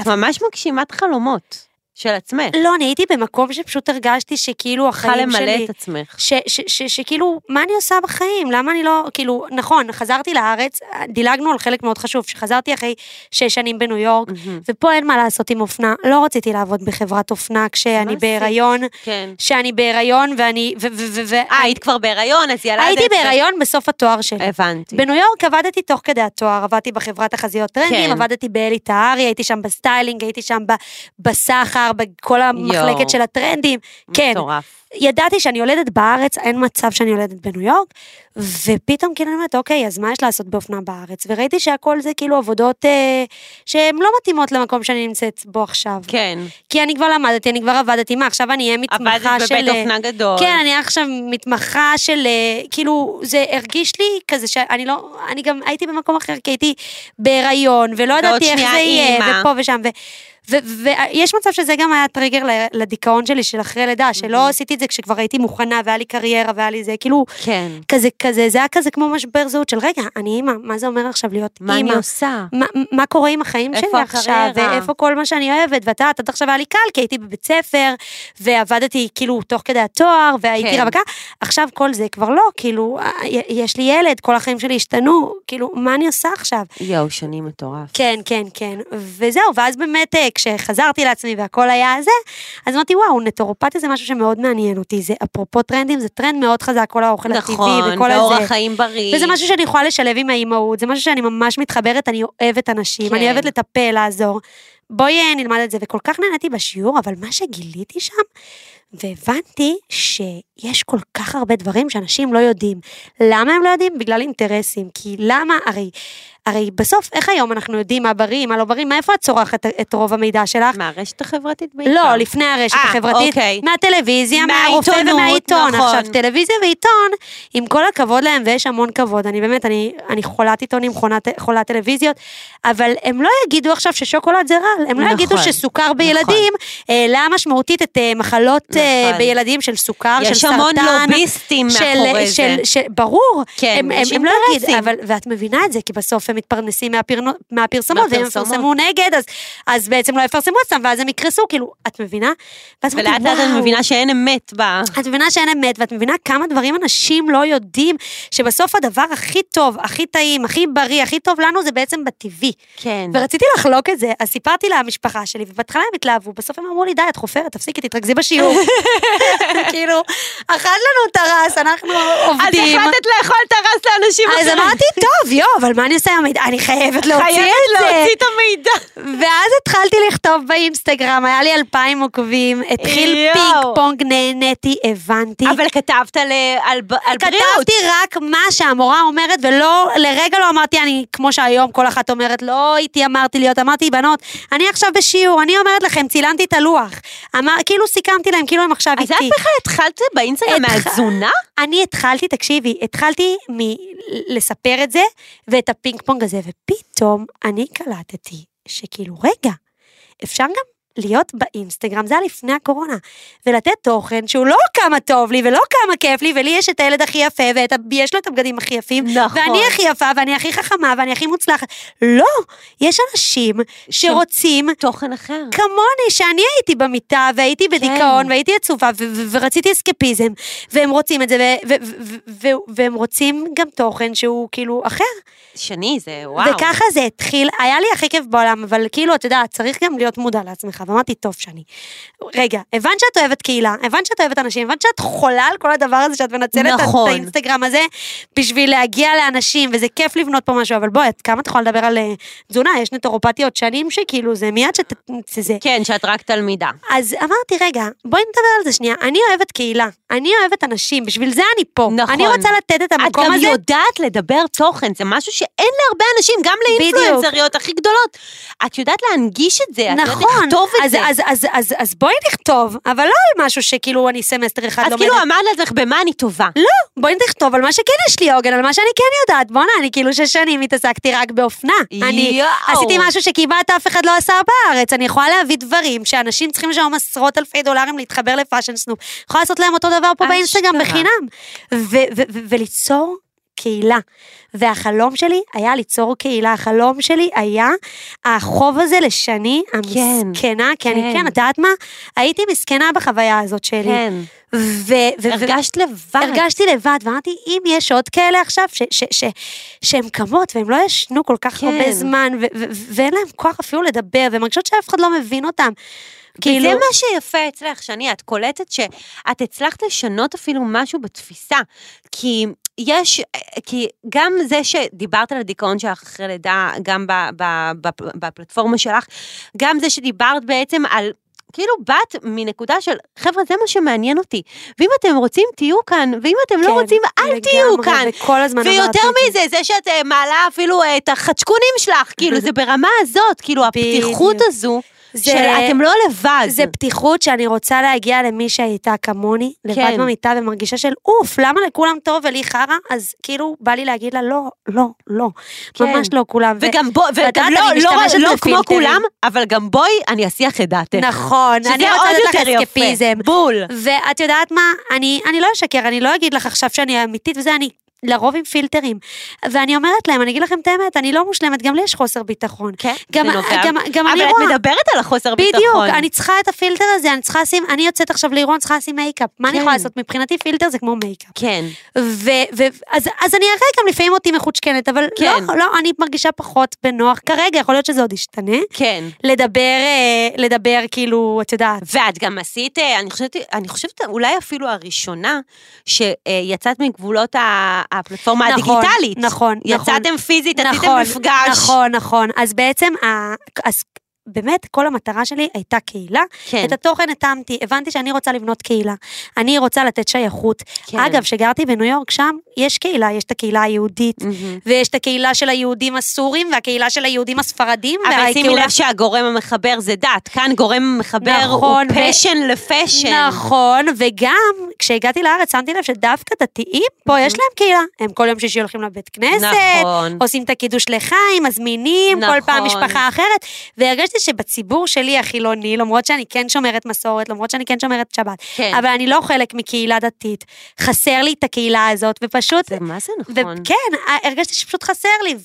S1: את ממש מגשימת חלומות של עצמך.
S2: ולא, אני הייתי במקום שפשוט הרגשתי שכאילו
S1: צריכה
S2: החיים שלי...
S1: למלא את עצמך.
S2: ש, ש, ש, שכאילו, מה אני עושה בחיים? למה אני לא, כאילו, נכון, חזרתי לארץ, דילגנו על חלק מאוד חשוב, שחזרתי אחרי שש שנים בניו יורק,
S1: מהמם.
S2: ופה אין מה לעשות עם אופנה, לא רציתי לעבוד בחברת אופנה כשאני
S1: עשית?
S2: בהיריון,
S1: כן.
S2: שאני בהיריון ואני, ו... ו, ו, ו
S1: אה, היית כבר בהיריון, אז ילדת.
S2: הייתי בהיריון בסוף התואר שלי.
S1: הבנתי.
S2: בניו יורק עבדתי תוך כדי התואר, עבדתי בחברת תחזיות טרנדים,
S1: כן.
S2: עבדתי באלי טהרי, הייתי שם בסטיילינג, הייתי שם ב- בסחר, בכל המחלקת של הטרנדים. כן,
S1: מטורף.
S2: ידעתי שאני יולדת בארץ, אין מצב שאני יולדת בניו יורק, ופתאום כאילו אני אומרת, אוקיי, אז מה יש לעשות באופנה בארץ? וראיתי שהכל זה כאילו עבודות אה, שהן לא מתאימות למקום שאני נמצאת בו עכשיו.
S1: כן.
S2: כי אני כבר למדתי, אני כבר עבדתי, מה, עכשיו אני אהיה מתמחה של...
S1: עבדת בבית אופנה גדול.
S2: כן, אני עכשיו מתמחה של, אה, כאילו, זה הרגיש לי כזה שאני לא, אני גם הייתי במקום אחר, כי הייתי בהיריון, ולא
S1: ועוד
S2: ידעתי איך
S1: שנייה
S2: זה יהיה,
S1: אימא.
S2: ופה ושם, ו... ויש מצב שזה גם היה טריגר ל- לדיכאון שלי של אחרי לידה,
S1: Mm-hmm.
S2: שלא עשיתי את זה כשכבר הייתי מוכנה והיה לי קריירה והיה לי זה, כאילו,
S1: כן.
S2: כזה, כזה, זה היה כזה כמו משבר זהות של רגע, אני אימא, מה זה אומר עכשיו להיות
S1: מה
S2: אימא?
S1: אני עושה?
S2: מה, מה קורה עם החיים
S1: איפה
S2: שלי עכשיו,
S1: הקריירה?
S2: ואיפה כל מה שאני אוהבת, ואת יודעת, עד עכשיו היה לי קל, כי הייתי בבית ספר, ועבדתי כאילו תוך כדי התואר, והייתי
S1: כן.
S2: רווקה, עכשיו כל זה כבר לא, כאילו, אה, י- יש לי ילד, כל החיים שלי השתנו, כאילו, מה אני עושה עכשיו?
S1: יואו, שני מטורף.
S2: כן, כן, כן, וזהו, ואז באמת, אה, כשחזרתי לעצמי והכל היה זה, אז אמרתי, וואו, נטורופתיה זה משהו שמאוד מעניין אותי, זה אפרופו טרנדים, זה טרנד מאוד חזק, כל האוכל הטבעי
S1: נכון,
S2: וכל הזה.
S1: ואורח חיים בריא.
S2: וזה משהו שאני יכולה לשלב עם האימהות, זה משהו שאני ממש מתחברת, אני אוהבת אנשים,
S1: כן.
S2: אני אוהבת לטפל, לעזור. בואי אה, נלמד את זה, וכל כך נהניתי בשיעור, אבל מה שגיליתי שם, והבנתי שיש כל כך הרבה דברים שאנשים לא יודעים. למה הם לא יודעים? בגלל אינטרסים. כי למה, הרי הרי בסוף, איך היום אנחנו יודעים מה בריא, מה לא בריא, מאיפה את צורכת את רוב המידע שלך?
S1: מהרשת החברתית בעיקר.
S2: לא, לפני הרשת
S1: אה,
S2: החברתית,
S1: אוקיי.
S2: מהטלוויזיה, מהרופא
S1: מהעיתונות,
S2: ומהעיתון.
S1: נכון.
S2: עכשיו, טלוויזיה ועיתון, עם כל הכבוד להם, ויש המון כבוד, אני באמת, אני, אני חולת עיתונים, חונת, חולת טלוויזיות, אבל הם לא יגידו עכשיו ששוקולד זה רע, הם לא
S1: נכון.
S2: יגידו שסוכר בילדים העלה משמעותית את אה, מחלות אה,
S1: נכון.
S2: בילדים של סוכר, של סרטן.
S1: יש המון לוביסטים
S2: של- אה,
S1: מאחורי
S2: של,
S1: זה.
S2: של, ברור,
S1: כן,
S2: הם, הם,
S1: יש
S2: הם לא יגידו,
S1: אינטרסים.
S2: אבל, ואת מבינה את זה, כי בסוף הם מתפרנסים מהפרנו, מהפרסומות, והם
S1: מהפרסומות.
S2: יפרסמו נגד, אז, אז בעצם לא יפרסמו אותם, ואז הם יקרסו, כאילו, את מבינה? ואז אמרתי,
S1: ולאט לאט אני
S2: "וואו."
S1: מבינה שאין אמת ב...
S2: את מבינה שאין אמת, ואת מבינה כמה דברים אנשים לא יודעים, שבסוף הדבר הכי טוב, הכי טעים, הכי בריא, הכי טוב לנו, זה בעצם בטבעי.
S1: כן.
S2: ורציתי לחלוק את זה, אז סיפרתי למשפחה שלי, ובהתחלה הם התלהבו, בסוף הם אמרו לי, די, את חופרת, תפסיקי, תתרכזי בשיעור. כאילו, אכל לנו את הרס, אנחנו
S1: אז
S2: עובדים.
S1: החלטת לאכול את הרס לאנשים
S2: אז
S1: אחרים.
S2: אמרתי, טוב, יו, אבל מה אני עושה עם המידע? אני חייבת להוציא
S1: אוקיי. חייבת
S2: את זה.
S1: להוציא את המידע.
S2: ואז התחלתי לכתוב באינסטגרם, היה לי אלפיים עוקבים, התחיל
S1: יואו.
S2: פינג פונג, נהניתי, הבנתי.
S1: אבל כתבת ל- על ב- על בריאות.
S2: כתבתי רק מה שהמורה אומרת, ולא, לרגע לא אמרתי, אני, כמו שהיום כל אחת אומרת, לא איתי אמרתי להיות, אמרתי, בנות, אני עכשיו בשיעור, אני אומרת לכם, צילמתי את הלוח. אמר, כאילו סיכמתי להם, כאילו הם עכשיו
S1: אז
S2: איתי.
S1: את בכלל התחלת באינסטגרם
S2: התח-
S1: מהתזונה?
S2: אני התחלתי, תקשיבי, התחלתי מלספר את זה ואת הפינג פונג הזה, ופתאום אני קלטתי שכאילו, רגע, אפשר גם להיות באינסטגרם, זה היה לפני הקורונה, ולתת תוכן שהוא לא כמה טוב לי ולא כמה כיף לי, ולי יש את הילד הכי יפה, ויש לו את הבגדים הכי יפים,
S1: נכון.
S2: ואני הכי יפה, ואני הכי חכמה, ואני הכי מוצלחת. לא, יש אנשים שרוצים
S1: תוכן אחר.
S2: כמוני, שאני הייתי במיטה, והייתי בדיכאון, כן. והייתי עצובה, ו- ו- ורציתי אסקפיזם, והם רוצים את זה, ו- ו- ו- ו- והם רוצים גם תוכן שהוא כאילו אחר.
S1: שני, זה וואו.
S2: וואו. וככה זה התחיל, היה לי הכי כיף בעולם, אבל כאילו, את יודעת, צריך גם להיות מודע לעצמך, ואמרתי, טוב שאני. רגע, הבנת שאת אוהבת קהילה, הבנת שאת אוהבת אנשים, הבנת שאת חולה על כל הדבר הזה, שאת מנצלת את-
S1: נכון.
S2: את האינסטגרם הזה, בשביל להגיע לאנשים, וזה כיף לבנות פה משהו, אבל בואי, את- כמה את יכולה לדבר על אה, תזונה? יש נטורופתיות שנים שכאילו, זה מיד שאת... זה- זה.
S1: כן, שאת רק תלמידה.
S2: אז אמרתי, רגע, בואי נדבר על זה שנייה. אני אוהבת קהילה, אני אוהבת אנשים, בשביל זה אני פה.
S1: נכון.
S2: אוקיי. אני רוצה לתת את
S1: את
S2: המקום
S1: גם
S2: הזה.
S1: יודעת לדבר תוכן, זה משהו שאין להרבה אנשים, גם לאינפלואנסריות הכי גדולות. את יודעת להנגיש את זה, את יודעת
S2: נכון,
S1: לכתוב את
S2: אז,
S1: זה.
S2: אז, אז, אז, אז בואי נכתוב, אבל לא על משהו שכאילו אני סמסטר אחד לא
S1: אז
S2: לומדת.
S1: כאילו אמרת לעצמך, במה אני טובה?
S2: לא, בואי נכתוב על מה שכן יש לי עוגן, על מה שאני כן יודעת. בואנה, אני כאילו שש שנים התעסקתי רק באופנה. אני
S1: יואו.
S2: עשיתי משהו שכמעט אף אחד לא עשה בארץ. אני יכולה להביא דברים שאנשים צריכים לשלם עשרות אלפי דולרים להתחבר לפאשן סנופ. יכולה לעשות להם אותו דבר פה
S1: אשכרה.
S2: באינסטגרם בחינם. ו- ו- ו- וליצור קהילה. והחלום שלי היה ליצור קהילה, החלום שלי היה החוב הזה לשני המסכנה, כי אני
S1: כן.
S2: כן, את יודעת מה? הייתי מסכנה בחוויה הזאת שלי.
S1: כן.
S2: ו- ו-
S1: הרגשת לבד.
S2: הרגשתי לבד, ואמרתי, אם יש עוד כאלה עכשיו, ש- ש- ש- שהן קמות והן לא ישנו כל כך
S1: כן.
S2: הרבה זמן, ו- ו- ו- ואין להן כוח אפילו לדבר, והן מרגישות שאף אחד לא מבין אותן.
S1: זה
S2: כאילו,
S1: מה שיפה אצלך, שני, את קולטת שאת הצלחת לשנות אפילו משהו בתפיסה. כי יש, כי גם זה שדיברת על הדיכאון שלך אחרי לידה, גם ב, ב, ב, בפלטפורמה שלך, גם זה שדיברת בעצם על... כאילו באת מנקודה של, חבר'ה, זה מה שמעניין אותי. ואם אתם רוצים, תהיו כאן, ואם אתם לא
S2: כן,
S1: רוצים, אל
S2: לגמרי,
S1: תהיו כאן.
S2: וכל הזמן אמרתי
S1: ויותר
S2: את זה.
S1: מזה, זה שאת אה, מעלה אפילו אה, את החדשקונים שלך, כאילו, זה ברמה הזאת, כאילו, הפתיחות
S2: בדיוק.
S1: הזו,
S2: זה-
S1: של אתם לא לבד.
S2: זה פתיחות שאני רוצה להגיע למי שהייתה כמוני, לבד
S1: כן.
S2: במיטה ומרגישה של אוף, למה לכולם טוב ולי חרא? אז כאילו, בא לי להגיד לה, לא, לא, לא.
S1: כן.
S2: ממש לא כולם. ו-
S1: וגם בואי,
S2: ואת יודעת,
S1: לא,
S2: אני
S1: לא,
S2: משתמשת
S1: לא
S2: בפילטרים.
S1: כמו כולם, אבל גם בואי, אני אסיח את דעתך.
S2: נכון,
S1: שזה
S2: אני רוצה
S1: עוד
S2: לתת לך
S1: יותר יפה.
S2: אסקפיזם.
S1: בול.
S2: ואת יודעת מה, אני, אני לא אשקר, אני לא אגיד לך עכשיו שאני אמיתית וזה, אני לרוב עם פילטרים. ואני אומרת להם, אני אגיד לכם את האמת, אני לא מושלמת, גם לי יש חוסר ביטחון.
S1: כן,
S2: גם,
S1: זה נובע.
S2: גם, גם אני רואה.
S1: אבל את מדברת על החוסר ביטחון.
S2: בדיוק, אני צריכה את הפילטר הזה, אני צריכה לשים, אני יוצאת עכשיו לאירוע, אני צריכה לשים מייקאפ. מה אני
S1: כן.
S2: יכולה לעשות? מבחינתי פילטר זה כמו מייקאפ.
S1: כן.
S2: ו, ו, אז, אז אני אראה גם לפעמים אותי מחוצ'קנת, אבל
S1: כן.
S2: לא, לא, אני מרגישה פחות בנוח כרגע, יכול להיות שזה עוד ישתנה.
S1: כן.
S2: לדבר, אה, לדבר כאילו, את יודעת.
S1: ואת גם עשית, אה, אני חושבת, אני חושבת אולי אפילו הראשונה שיצאת מגבולות ה- הפלטפורמה
S2: נכון,
S1: הדיגיטלית.
S2: נכון, נכון.
S1: יצאתם פיזית, עשיתם מפגש.
S2: נכון, נכון. אז בעצם, ה- אז באמת, כל המטרה שלי הייתה קהילה.
S1: כן.
S2: את התוכן התאמתי, הבנתי שאני רוצה לבנות קהילה. אני רוצה לתת שייכות.
S1: כן.
S2: אגב, כשגרתי בניו יורק, שם יש קהילה, יש את הקהילה היהודית,
S1: מהמם.
S2: ויש את הקהילה של היהודים הסורים, והקהילה של היהודים הספרדים,
S1: אבל שימי
S2: והקהילה-
S1: לב שהגורם המחבר זה דת, כאן גורם המחבר הוא
S2: נכון, ו-
S1: פשן לפשן.
S2: נכון, וגם כשהגעתי לארץ שמתי לב שדווקא דתיים, פה יש להם קהילה. הם כל יום שישי הולכים לבית כנסת,
S1: Mm-hmm. נכון.
S2: עושים את הקידוש לחיים, מזמינים, כל פעם
S1: נכון.
S2: משפחה אחרת. והרגשתי שבציבור שלי החילוני, למרות שאני כן שומרת מסורת, למרות שאני כן שומרת שבת,
S1: כן.
S2: אבל אני לא חלק מקהילה דתית. חסר לי את הקהילה הזאת, ופשוט...
S1: זה מה זה נכון?
S2: וכן, הרגשתי שפשוט חסר לי, ו-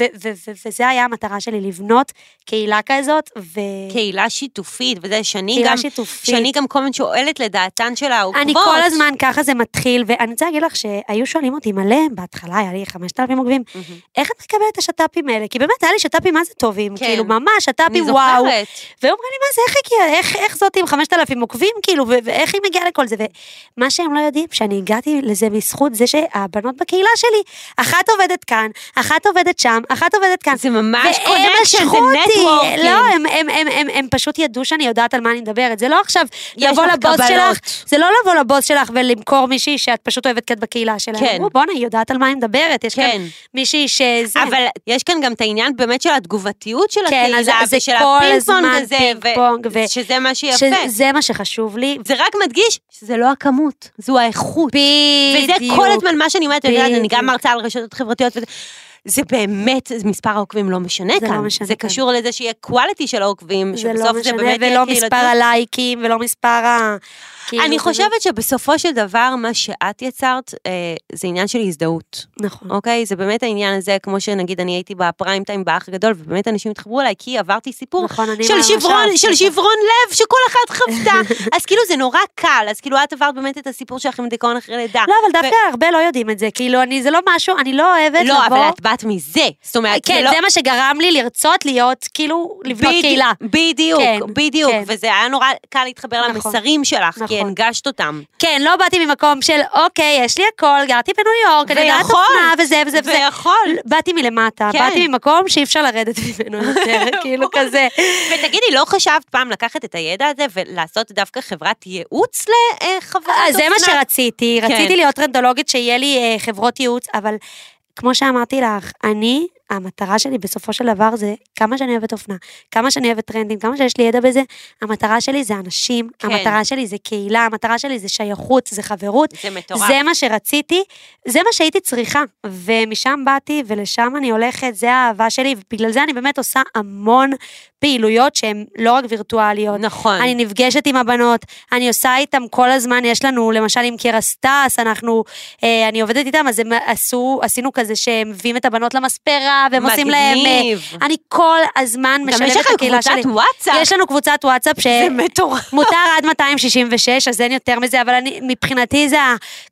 S2: ו- ו- ו- וזה היה המטרה שלי, לבנות קהילה כזאת, ו...
S1: קהילה שיתופית, וזה שאני
S2: קהילה
S1: גם,
S2: שיתופית.
S1: שאני גם כל הזמן שואלת לדעתן של העוקבות.
S2: אני כל הזמן ככה זה מתחיל, ואני רוצה להגיד לך שהיו שואלים אותי מלא, בהתחלה היה לי 5,000 עוקבים, איך את מקבלת את השת"פים האלה? כי באמת היה לי שת"פים מה זה טובים,
S1: כן.
S2: כאילו ממש
S1: אני
S2: שת"פים
S1: זוכרת.
S2: וואו. ואומרים לי, מה זה, איך הגיע, איך, איך זאת עם 5,000 עוקבים, כאילו, ו- ואיך היא מגיעה לכל זה? ומה שהם לא יודעים, שאני הגעתי לזה בזכות זה שהבנות בקהילה שלי, אחת עובדת כאן, אחת עובדת שם, אחת עובדת כאן.
S1: זה ממש
S2: והם
S1: קונקשן, זה
S2: משכו אותי.
S1: נטוורקינג.
S2: לא, הם, הם, הם, הם, הם פשוט ידעו שאני יודעת על מה אני מדברת. זה לא עכשיו
S1: יש
S2: לבוא
S1: לך
S2: לבוס
S1: קבלות.
S2: שלך, זה לא לבוא לבוס שלך ולמכור מישהי שאת פשוט אוהבת כאן בקהילה שלהם.
S1: כן.
S2: כן. בואנה, היא יודעת על מה אני מדברת, יש
S1: כן.
S2: כאן מישהי שזה.
S1: אבל יש כאן גם את העניין באמת של התגובתיות של
S2: כן, אז
S1: הקהילה,
S2: זה
S1: ושל
S2: כל
S1: הפינג פונג
S2: הזמן
S1: הזה,
S2: פינג
S1: ו-
S2: פונג, ו-
S1: שזה מה שיפה.
S2: שזה מה שחשוב לי,
S1: זה רק מדגיש שזה לא הכמות, זו האיכות. וזה
S2: בדיוק.
S1: כל הזמן מה שאני אומרת, את יודעת, אני גם
S2: בדיוק.
S1: מרצה על רשתות חברתיות וזה. זה באמת, מספר העוקבים לא משנה
S2: זה
S1: כאן.
S2: לא משנה
S1: זה
S2: כאן.
S1: קשור לזה שיהיה quality של העוקבים,
S2: זה לא
S1: שבסוף זה
S2: משנה,
S1: באמת יהיה
S2: ולא
S1: קהילתי.
S2: מספר הלייקים, ולא מספר ה... כאילו,
S1: אני
S2: זה-
S1: חושבת שבסופו של דבר, מה שאת יצרת, אה, זה עניין של הזדהות.
S2: נכון.
S1: אוקיי? זה באמת העניין הזה, כמו שנגיד אני הייתי בפריים טיים באח הגדול, ובאמת אנשים התחברו אליי, כי עברתי סיפור
S2: נכון, אני
S1: של
S2: ממש
S1: שברון,
S2: אהבתי
S1: של
S2: אותו.
S1: שברון לב, שכל אחת חוותה. אז כאילו זה נורא קל, אז כאילו את עברת באמת את הסיפור שלך עם דיכאון אחרי לידה.
S2: לא, אבל
S1: ו-
S2: דווקא הרבה לא יודעים את זה, כאילו, אני, זה לא משהו, אני לא אוהבת לבוא...
S1: לא, אבל את באת מזה. זאת אומרת,
S2: כן,
S1: לא...
S2: זה מה שגרם לי לרצות להיות, כאילו, לבנות
S1: בדי-
S2: קהילה.
S1: בדיוק,
S2: כן,
S1: בדיוק,
S2: כן.
S1: וזה היה נורא קל להתחבר
S2: נכון,
S1: למסרים שלך, כי
S2: נכון.
S1: הנגשת אותם.
S2: כן, לא באתי ממקום של, אוקיי, יש לי הכל, גרתי בניו יורק, אני יודעת
S1: ויכול.
S2: אופנה, וזה וזה וזה.
S1: ויכול.
S2: באתי מלמטה,
S1: כן.
S2: באתי ממקום שאי אפשר לרדת ממנו יותר, כאילו כזה.
S1: ותגידי, לא חשבת פעם לקחת את הידע הזה ולעשות דווקא חברת ייעוץ לחברות
S2: אה,
S1: אופנה?
S2: זה מה שרציתי,
S1: כן.
S2: רציתי להיות טרנדולוגית, שיהיה לי אה, חברות ייעוץ, אבל כמו שאמרתי לך, אני, המטרה שלי בסופו של דבר זה כמה שאני אוהבת אופנה, כמה שאני אוהבת טרנדים, כמה שיש לי ידע בזה, המטרה שלי זה אנשים,
S1: כן.
S2: המטרה שלי זה קהילה, המטרה שלי זה שייכות, זה חברות.
S1: זה מטורף.
S2: זה מה שרציתי, זה מה שהייתי צריכה, ומשם באתי ולשם אני הולכת, זה האהבה שלי, ובגלל זה אני באמת עושה המון פעילויות שהן לא רק וירטואליות.
S1: נכון.
S2: אני נפגשת עם הבנות, אני עושה איתם כל הזמן, יש לנו, למשל עם קרסטס, אנחנו, אה, אני עובדת איתם, אז הם עשו, עשינו כזה שהם מביאים את הבנות למספרה, והם עושים להם...
S1: מגניב.
S2: אה, אני כל הזמן
S1: גם
S2: משלבת
S1: יש
S2: את
S1: לכם
S2: הקהילה שלי.
S1: קבוצת וואטסאפ.
S2: יש לנו קבוצת וואטסאפ ש...
S1: זה מטורף.
S2: מותר עד 266, אז אין יותר מזה, אבל אני, מבחינתי זה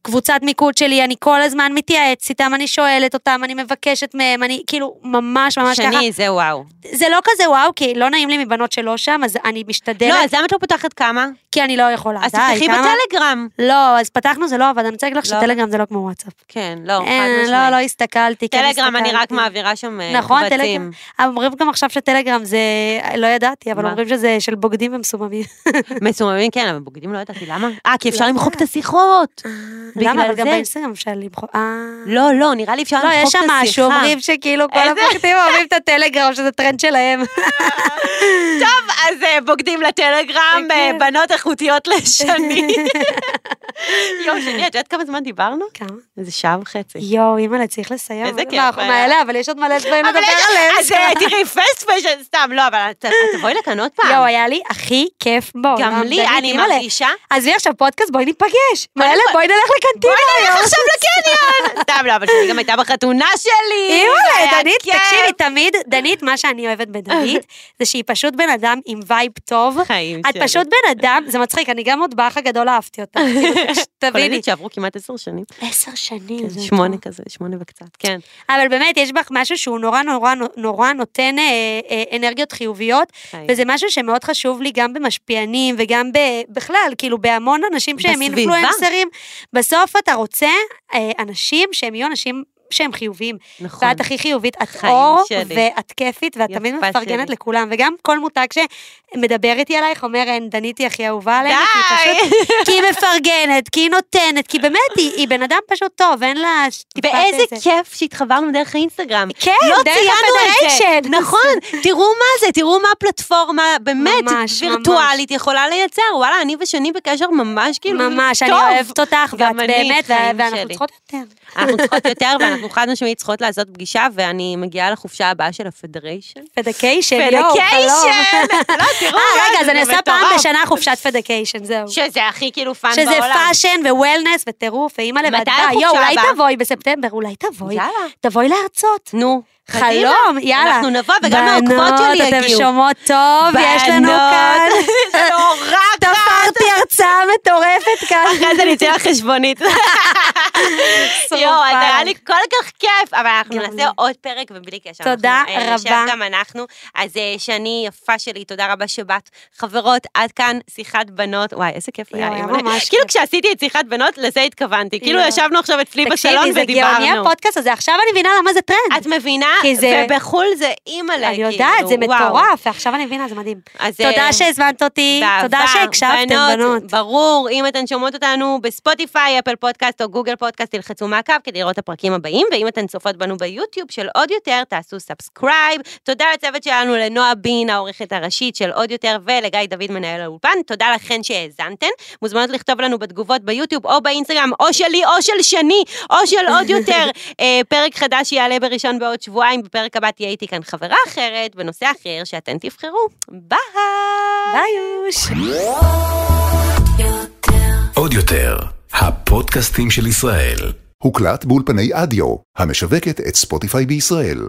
S2: הקבוצת מיקוד שלי, אני כל הזמן מתייעצת איתם, אני שואלת אותם, אני מבקשת מהם, אני כאילו ממש ממש ככה.
S1: שני, זה וואו.
S2: זה לא כזה וואו, כי לא נעים לי מבנות שלא שם, אז אני משתדלת.
S1: לא, אז למה את לא פותחת כמה?
S2: כי אני לא יכולה,
S1: אז
S2: די,
S1: תפתחי
S2: כמה?
S1: בטלגרם.
S2: לא, אז פתחנו זה לא עבד, אני רוצה להגיד לך
S1: לא.
S2: שטלגרם זה לא כמו וואטסאפ.
S1: כן, לא, חד
S2: אין, לא,
S1: משמעית.
S2: לא הסתכלתי. כן
S1: טלגרם, אני רק
S2: הסתכלתי.
S1: מעבירה שם אה,
S2: נכון, טלגרם.
S1: קבצים.
S2: אומרים גם עכשיו שטלגרם זה, לא ידעתי, אבל
S1: מה?
S2: אומרים שזה של בוגדים ומסוממים.
S1: מסוממים, כן, אבל בוגדים לא ידעתי, למה? אה, כי אפשר למחוק את השיחות. בגלל
S2: למה? אבל גם
S1: זה?
S2: באינסטגרם אפשר למחוק. אה.
S1: לא, לא, נראה לי אפשר
S2: לא,
S1: למחוק את
S2: יש שם
S1: השיחה.
S2: משהו, אומרים שכאילו כל
S1: איזה-
S2: הפרקטים אוהבים את הטלגרם, שזה טרנד שלהם.
S1: טוב, אז אה, בוגדים לטלגרם, אה,
S2: כן.
S1: בנות איכותיות לשני. יום שני, את יודעת כמה זמן דיברנו?
S2: כמה?
S1: איזה שעה וחצי.
S2: יואו, אימא'לה, צריך לסיים.
S1: איזה
S2: מה,
S1: כיף
S2: אנחנו
S1: היה.
S2: מהאלה, אבל יש עוד מלא דברים
S1: אבל
S2: לדבר
S1: יש-
S2: עליהם.
S1: אז אה, תראי, פסט פשן, סתם, לא, אבל את- את תבואי לכאן עוד פעם.
S2: יואו, היה לי הכי כיף בעולם.
S1: גם לי,
S2: באמת,
S1: אני
S2: אימא'לה.
S1: מרגישה.
S2: עזבי עכשיו פודקאסט, בואי ניפגש. מאלה,
S1: כל-
S2: בואי נלך לקנטינה
S1: בואי נלך
S2: היום.
S1: עכשיו לקניון! סתם, לא, אבל שלי גם הייתה בחתונה שלי. זה היה
S2: אימא'לה, דנית,
S1: כיף.
S2: תקשיבי, תמיד, דנית, מה שאני אוהבת בדנית, זה שהיא פשוט בן אדם עם וייב טוב.
S1: חיים
S2: את
S1: שלי.
S2: פשוט בן אדם, זה מצחיק, אני גם עוד באח הגדול אהבתי אותה. כאילו, תביני.
S1: קולטת שעברו כמעט עשר שנים. כן,
S2: עשר שנים. זה
S1: שמונה
S2: מטורף.
S1: כזה, שמונה וקצת, כן.
S2: אבל באמת, יש בך משהו שהוא נורא נורא נורא נותן אה, אה, אנרגיות חיוביות,
S1: חיים.
S2: וזה משהו שמאוד חשוב לי גם במשפיענים וגם ב, בכלל, כאילו בהמון אנשים שהם
S1: בסביבה.
S2: אינפלואנסרים. בסוף אתה רוצה אה, אנשים שהם יהיו אנשים שהם חיוביים.
S1: נכון.
S2: ואת הכי חיובית, את
S1: חיים
S2: אור
S1: שלי.
S2: ואת כיפית, ואת תמיד
S1: יפה
S2: מפרגנת
S1: שלי.
S2: לכולם, וגם כל מותג שמדבר איתי עלייך אומר, "אין, דנית היא הכי אהובה עלינו, כי היא
S1: די!
S2: פשוט כי היא מפרגנת, כי היא נותנת, כי באמת, היא, היא בן אדם פשוט טוב, אין לה טיפת
S1: ואיזה
S2: איזה-
S1: כיף שהתחברנו דרך האינסטגרם.
S2: כן,
S1: לא
S2: דרך
S1: ציינו את זה.
S2: הפדרשן.
S1: נכון, תראו מה זה, תראו מה הפלטפורמה באמת
S2: ממש,
S1: וירטואלית יכולה לייצר. וואלה, אני ושני בקשר ממש כאילו
S2: ממש,
S1: טוב.
S2: אני אוהבת אותך, ואת
S1: גם אני,
S2: באמת, ו-
S1: חיים
S2: ואנחנו
S1: שלי.
S2: צריכות יותר.
S1: אנחנו צריכות יותר, ואנחנו חד משמעית צריכות לעשות פגישה, ואני מגיעה לחופשה הבאה של הפדריישן.
S2: פדקיישן, יואו, חלום.
S1: פדקיישן! לא, תראו
S2: אה,
S1: מה
S2: רגע,
S1: זה,
S2: אז אני
S1: זה
S2: עושה פעם
S1: מטורף.
S2: בשנה חופשת פדקיישן, זהו.
S1: שזה הכי כאילו פאן בעולם.
S2: שזה פאשן ווולנס וטירוף, ואימא לבד.
S1: מתי
S2: באה,
S1: החופשה
S2: יואו, אולי
S1: הבאה?
S2: תבואי בספטמבר, אולי תבואי.
S1: יאללה.
S2: תבואי להרצות.
S1: נו, קדימה.
S2: חלום, יאללה.
S1: אנחנו נבוא, וגם העוקבות שלי
S2: בנות, אתם
S1: יגיעו.
S2: שומעות טוב, יש לנו כאן.
S1: בנות, זה נורא כאן.
S2: תפרתי הרצאה מטורפת כאן.
S1: אחרי זה נצא לחשבונית. יואו, אז היה לי כל כך כיף, אבל אנחנו
S2: גם
S1: נעשה
S2: לי.
S1: עוד פרק ובלי קשר.
S2: תודה
S1: אנחנו, אה, נשב
S2: רבה.
S1: גם אנחנו. אז אה, שני, יפה שלי, תודה רבה שבאת. חברות, עד כאן שיחת בנות. וואי, איזה כיף היה.
S2: יואו, היה
S1: אימא'לה.
S2: ממש
S1: כאילו
S2: כיף.
S1: כשעשיתי את שיחת בנות, לזה התכוונתי. כאילו
S2: יואו.
S1: ישבנו עכשיו אצלי בסלון
S2: תקשיבי, זה גאוני
S1: ודיברנו.
S2: הפודקאסט הזה, עכשיו אני מבינה למה זה טרנד.
S1: את מבינה?
S2: כי זה-
S1: ובחול זה אימא'לה,
S2: אני
S1: כאילו,
S2: יודעת, זה
S1: וואו.
S2: מטורף, ועכשיו אני מבינה, זה מדהים.
S1: אז, אה,
S2: תודה שהזמנת אותי, תודה
S1: באהבה.
S2: שהקשבתם, בנות.
S1: ברור, אם אתן שומעות אותנו בספוטיפיי, אפל פודקאסט או גוגל פודקאסט, תלחצו מעקב כדי לראות את הפרקים הבאים, ואם אתן צופות בנו ביוטיוב של עוד יותר, תעשו סאבסקרייב. תודה לצוות שלנו, לנועה בין, העורכת הראשית של עוד יותר, ולגיא דוד, מנהל האולפן. תודה לכן שהאזנתן. מוזמנות לכתוב לנו בתגובות ביוטיוב או באינסטגרם, או שלי או של שני, או של עוד יותר. אה, פרק חדש שיעלה בראשון בעוד שבועיים, בפרק הבא תהיה איתי כאן חברה אחרת, בנושא אחר שאתן תבחרו. ביי!
S2: ביי.
S4: עוד יותר, הפודקאסטים של ישראל.
S5: הוקלט באולפני אדיו, המשווקת את ספוטיפיי בישראל.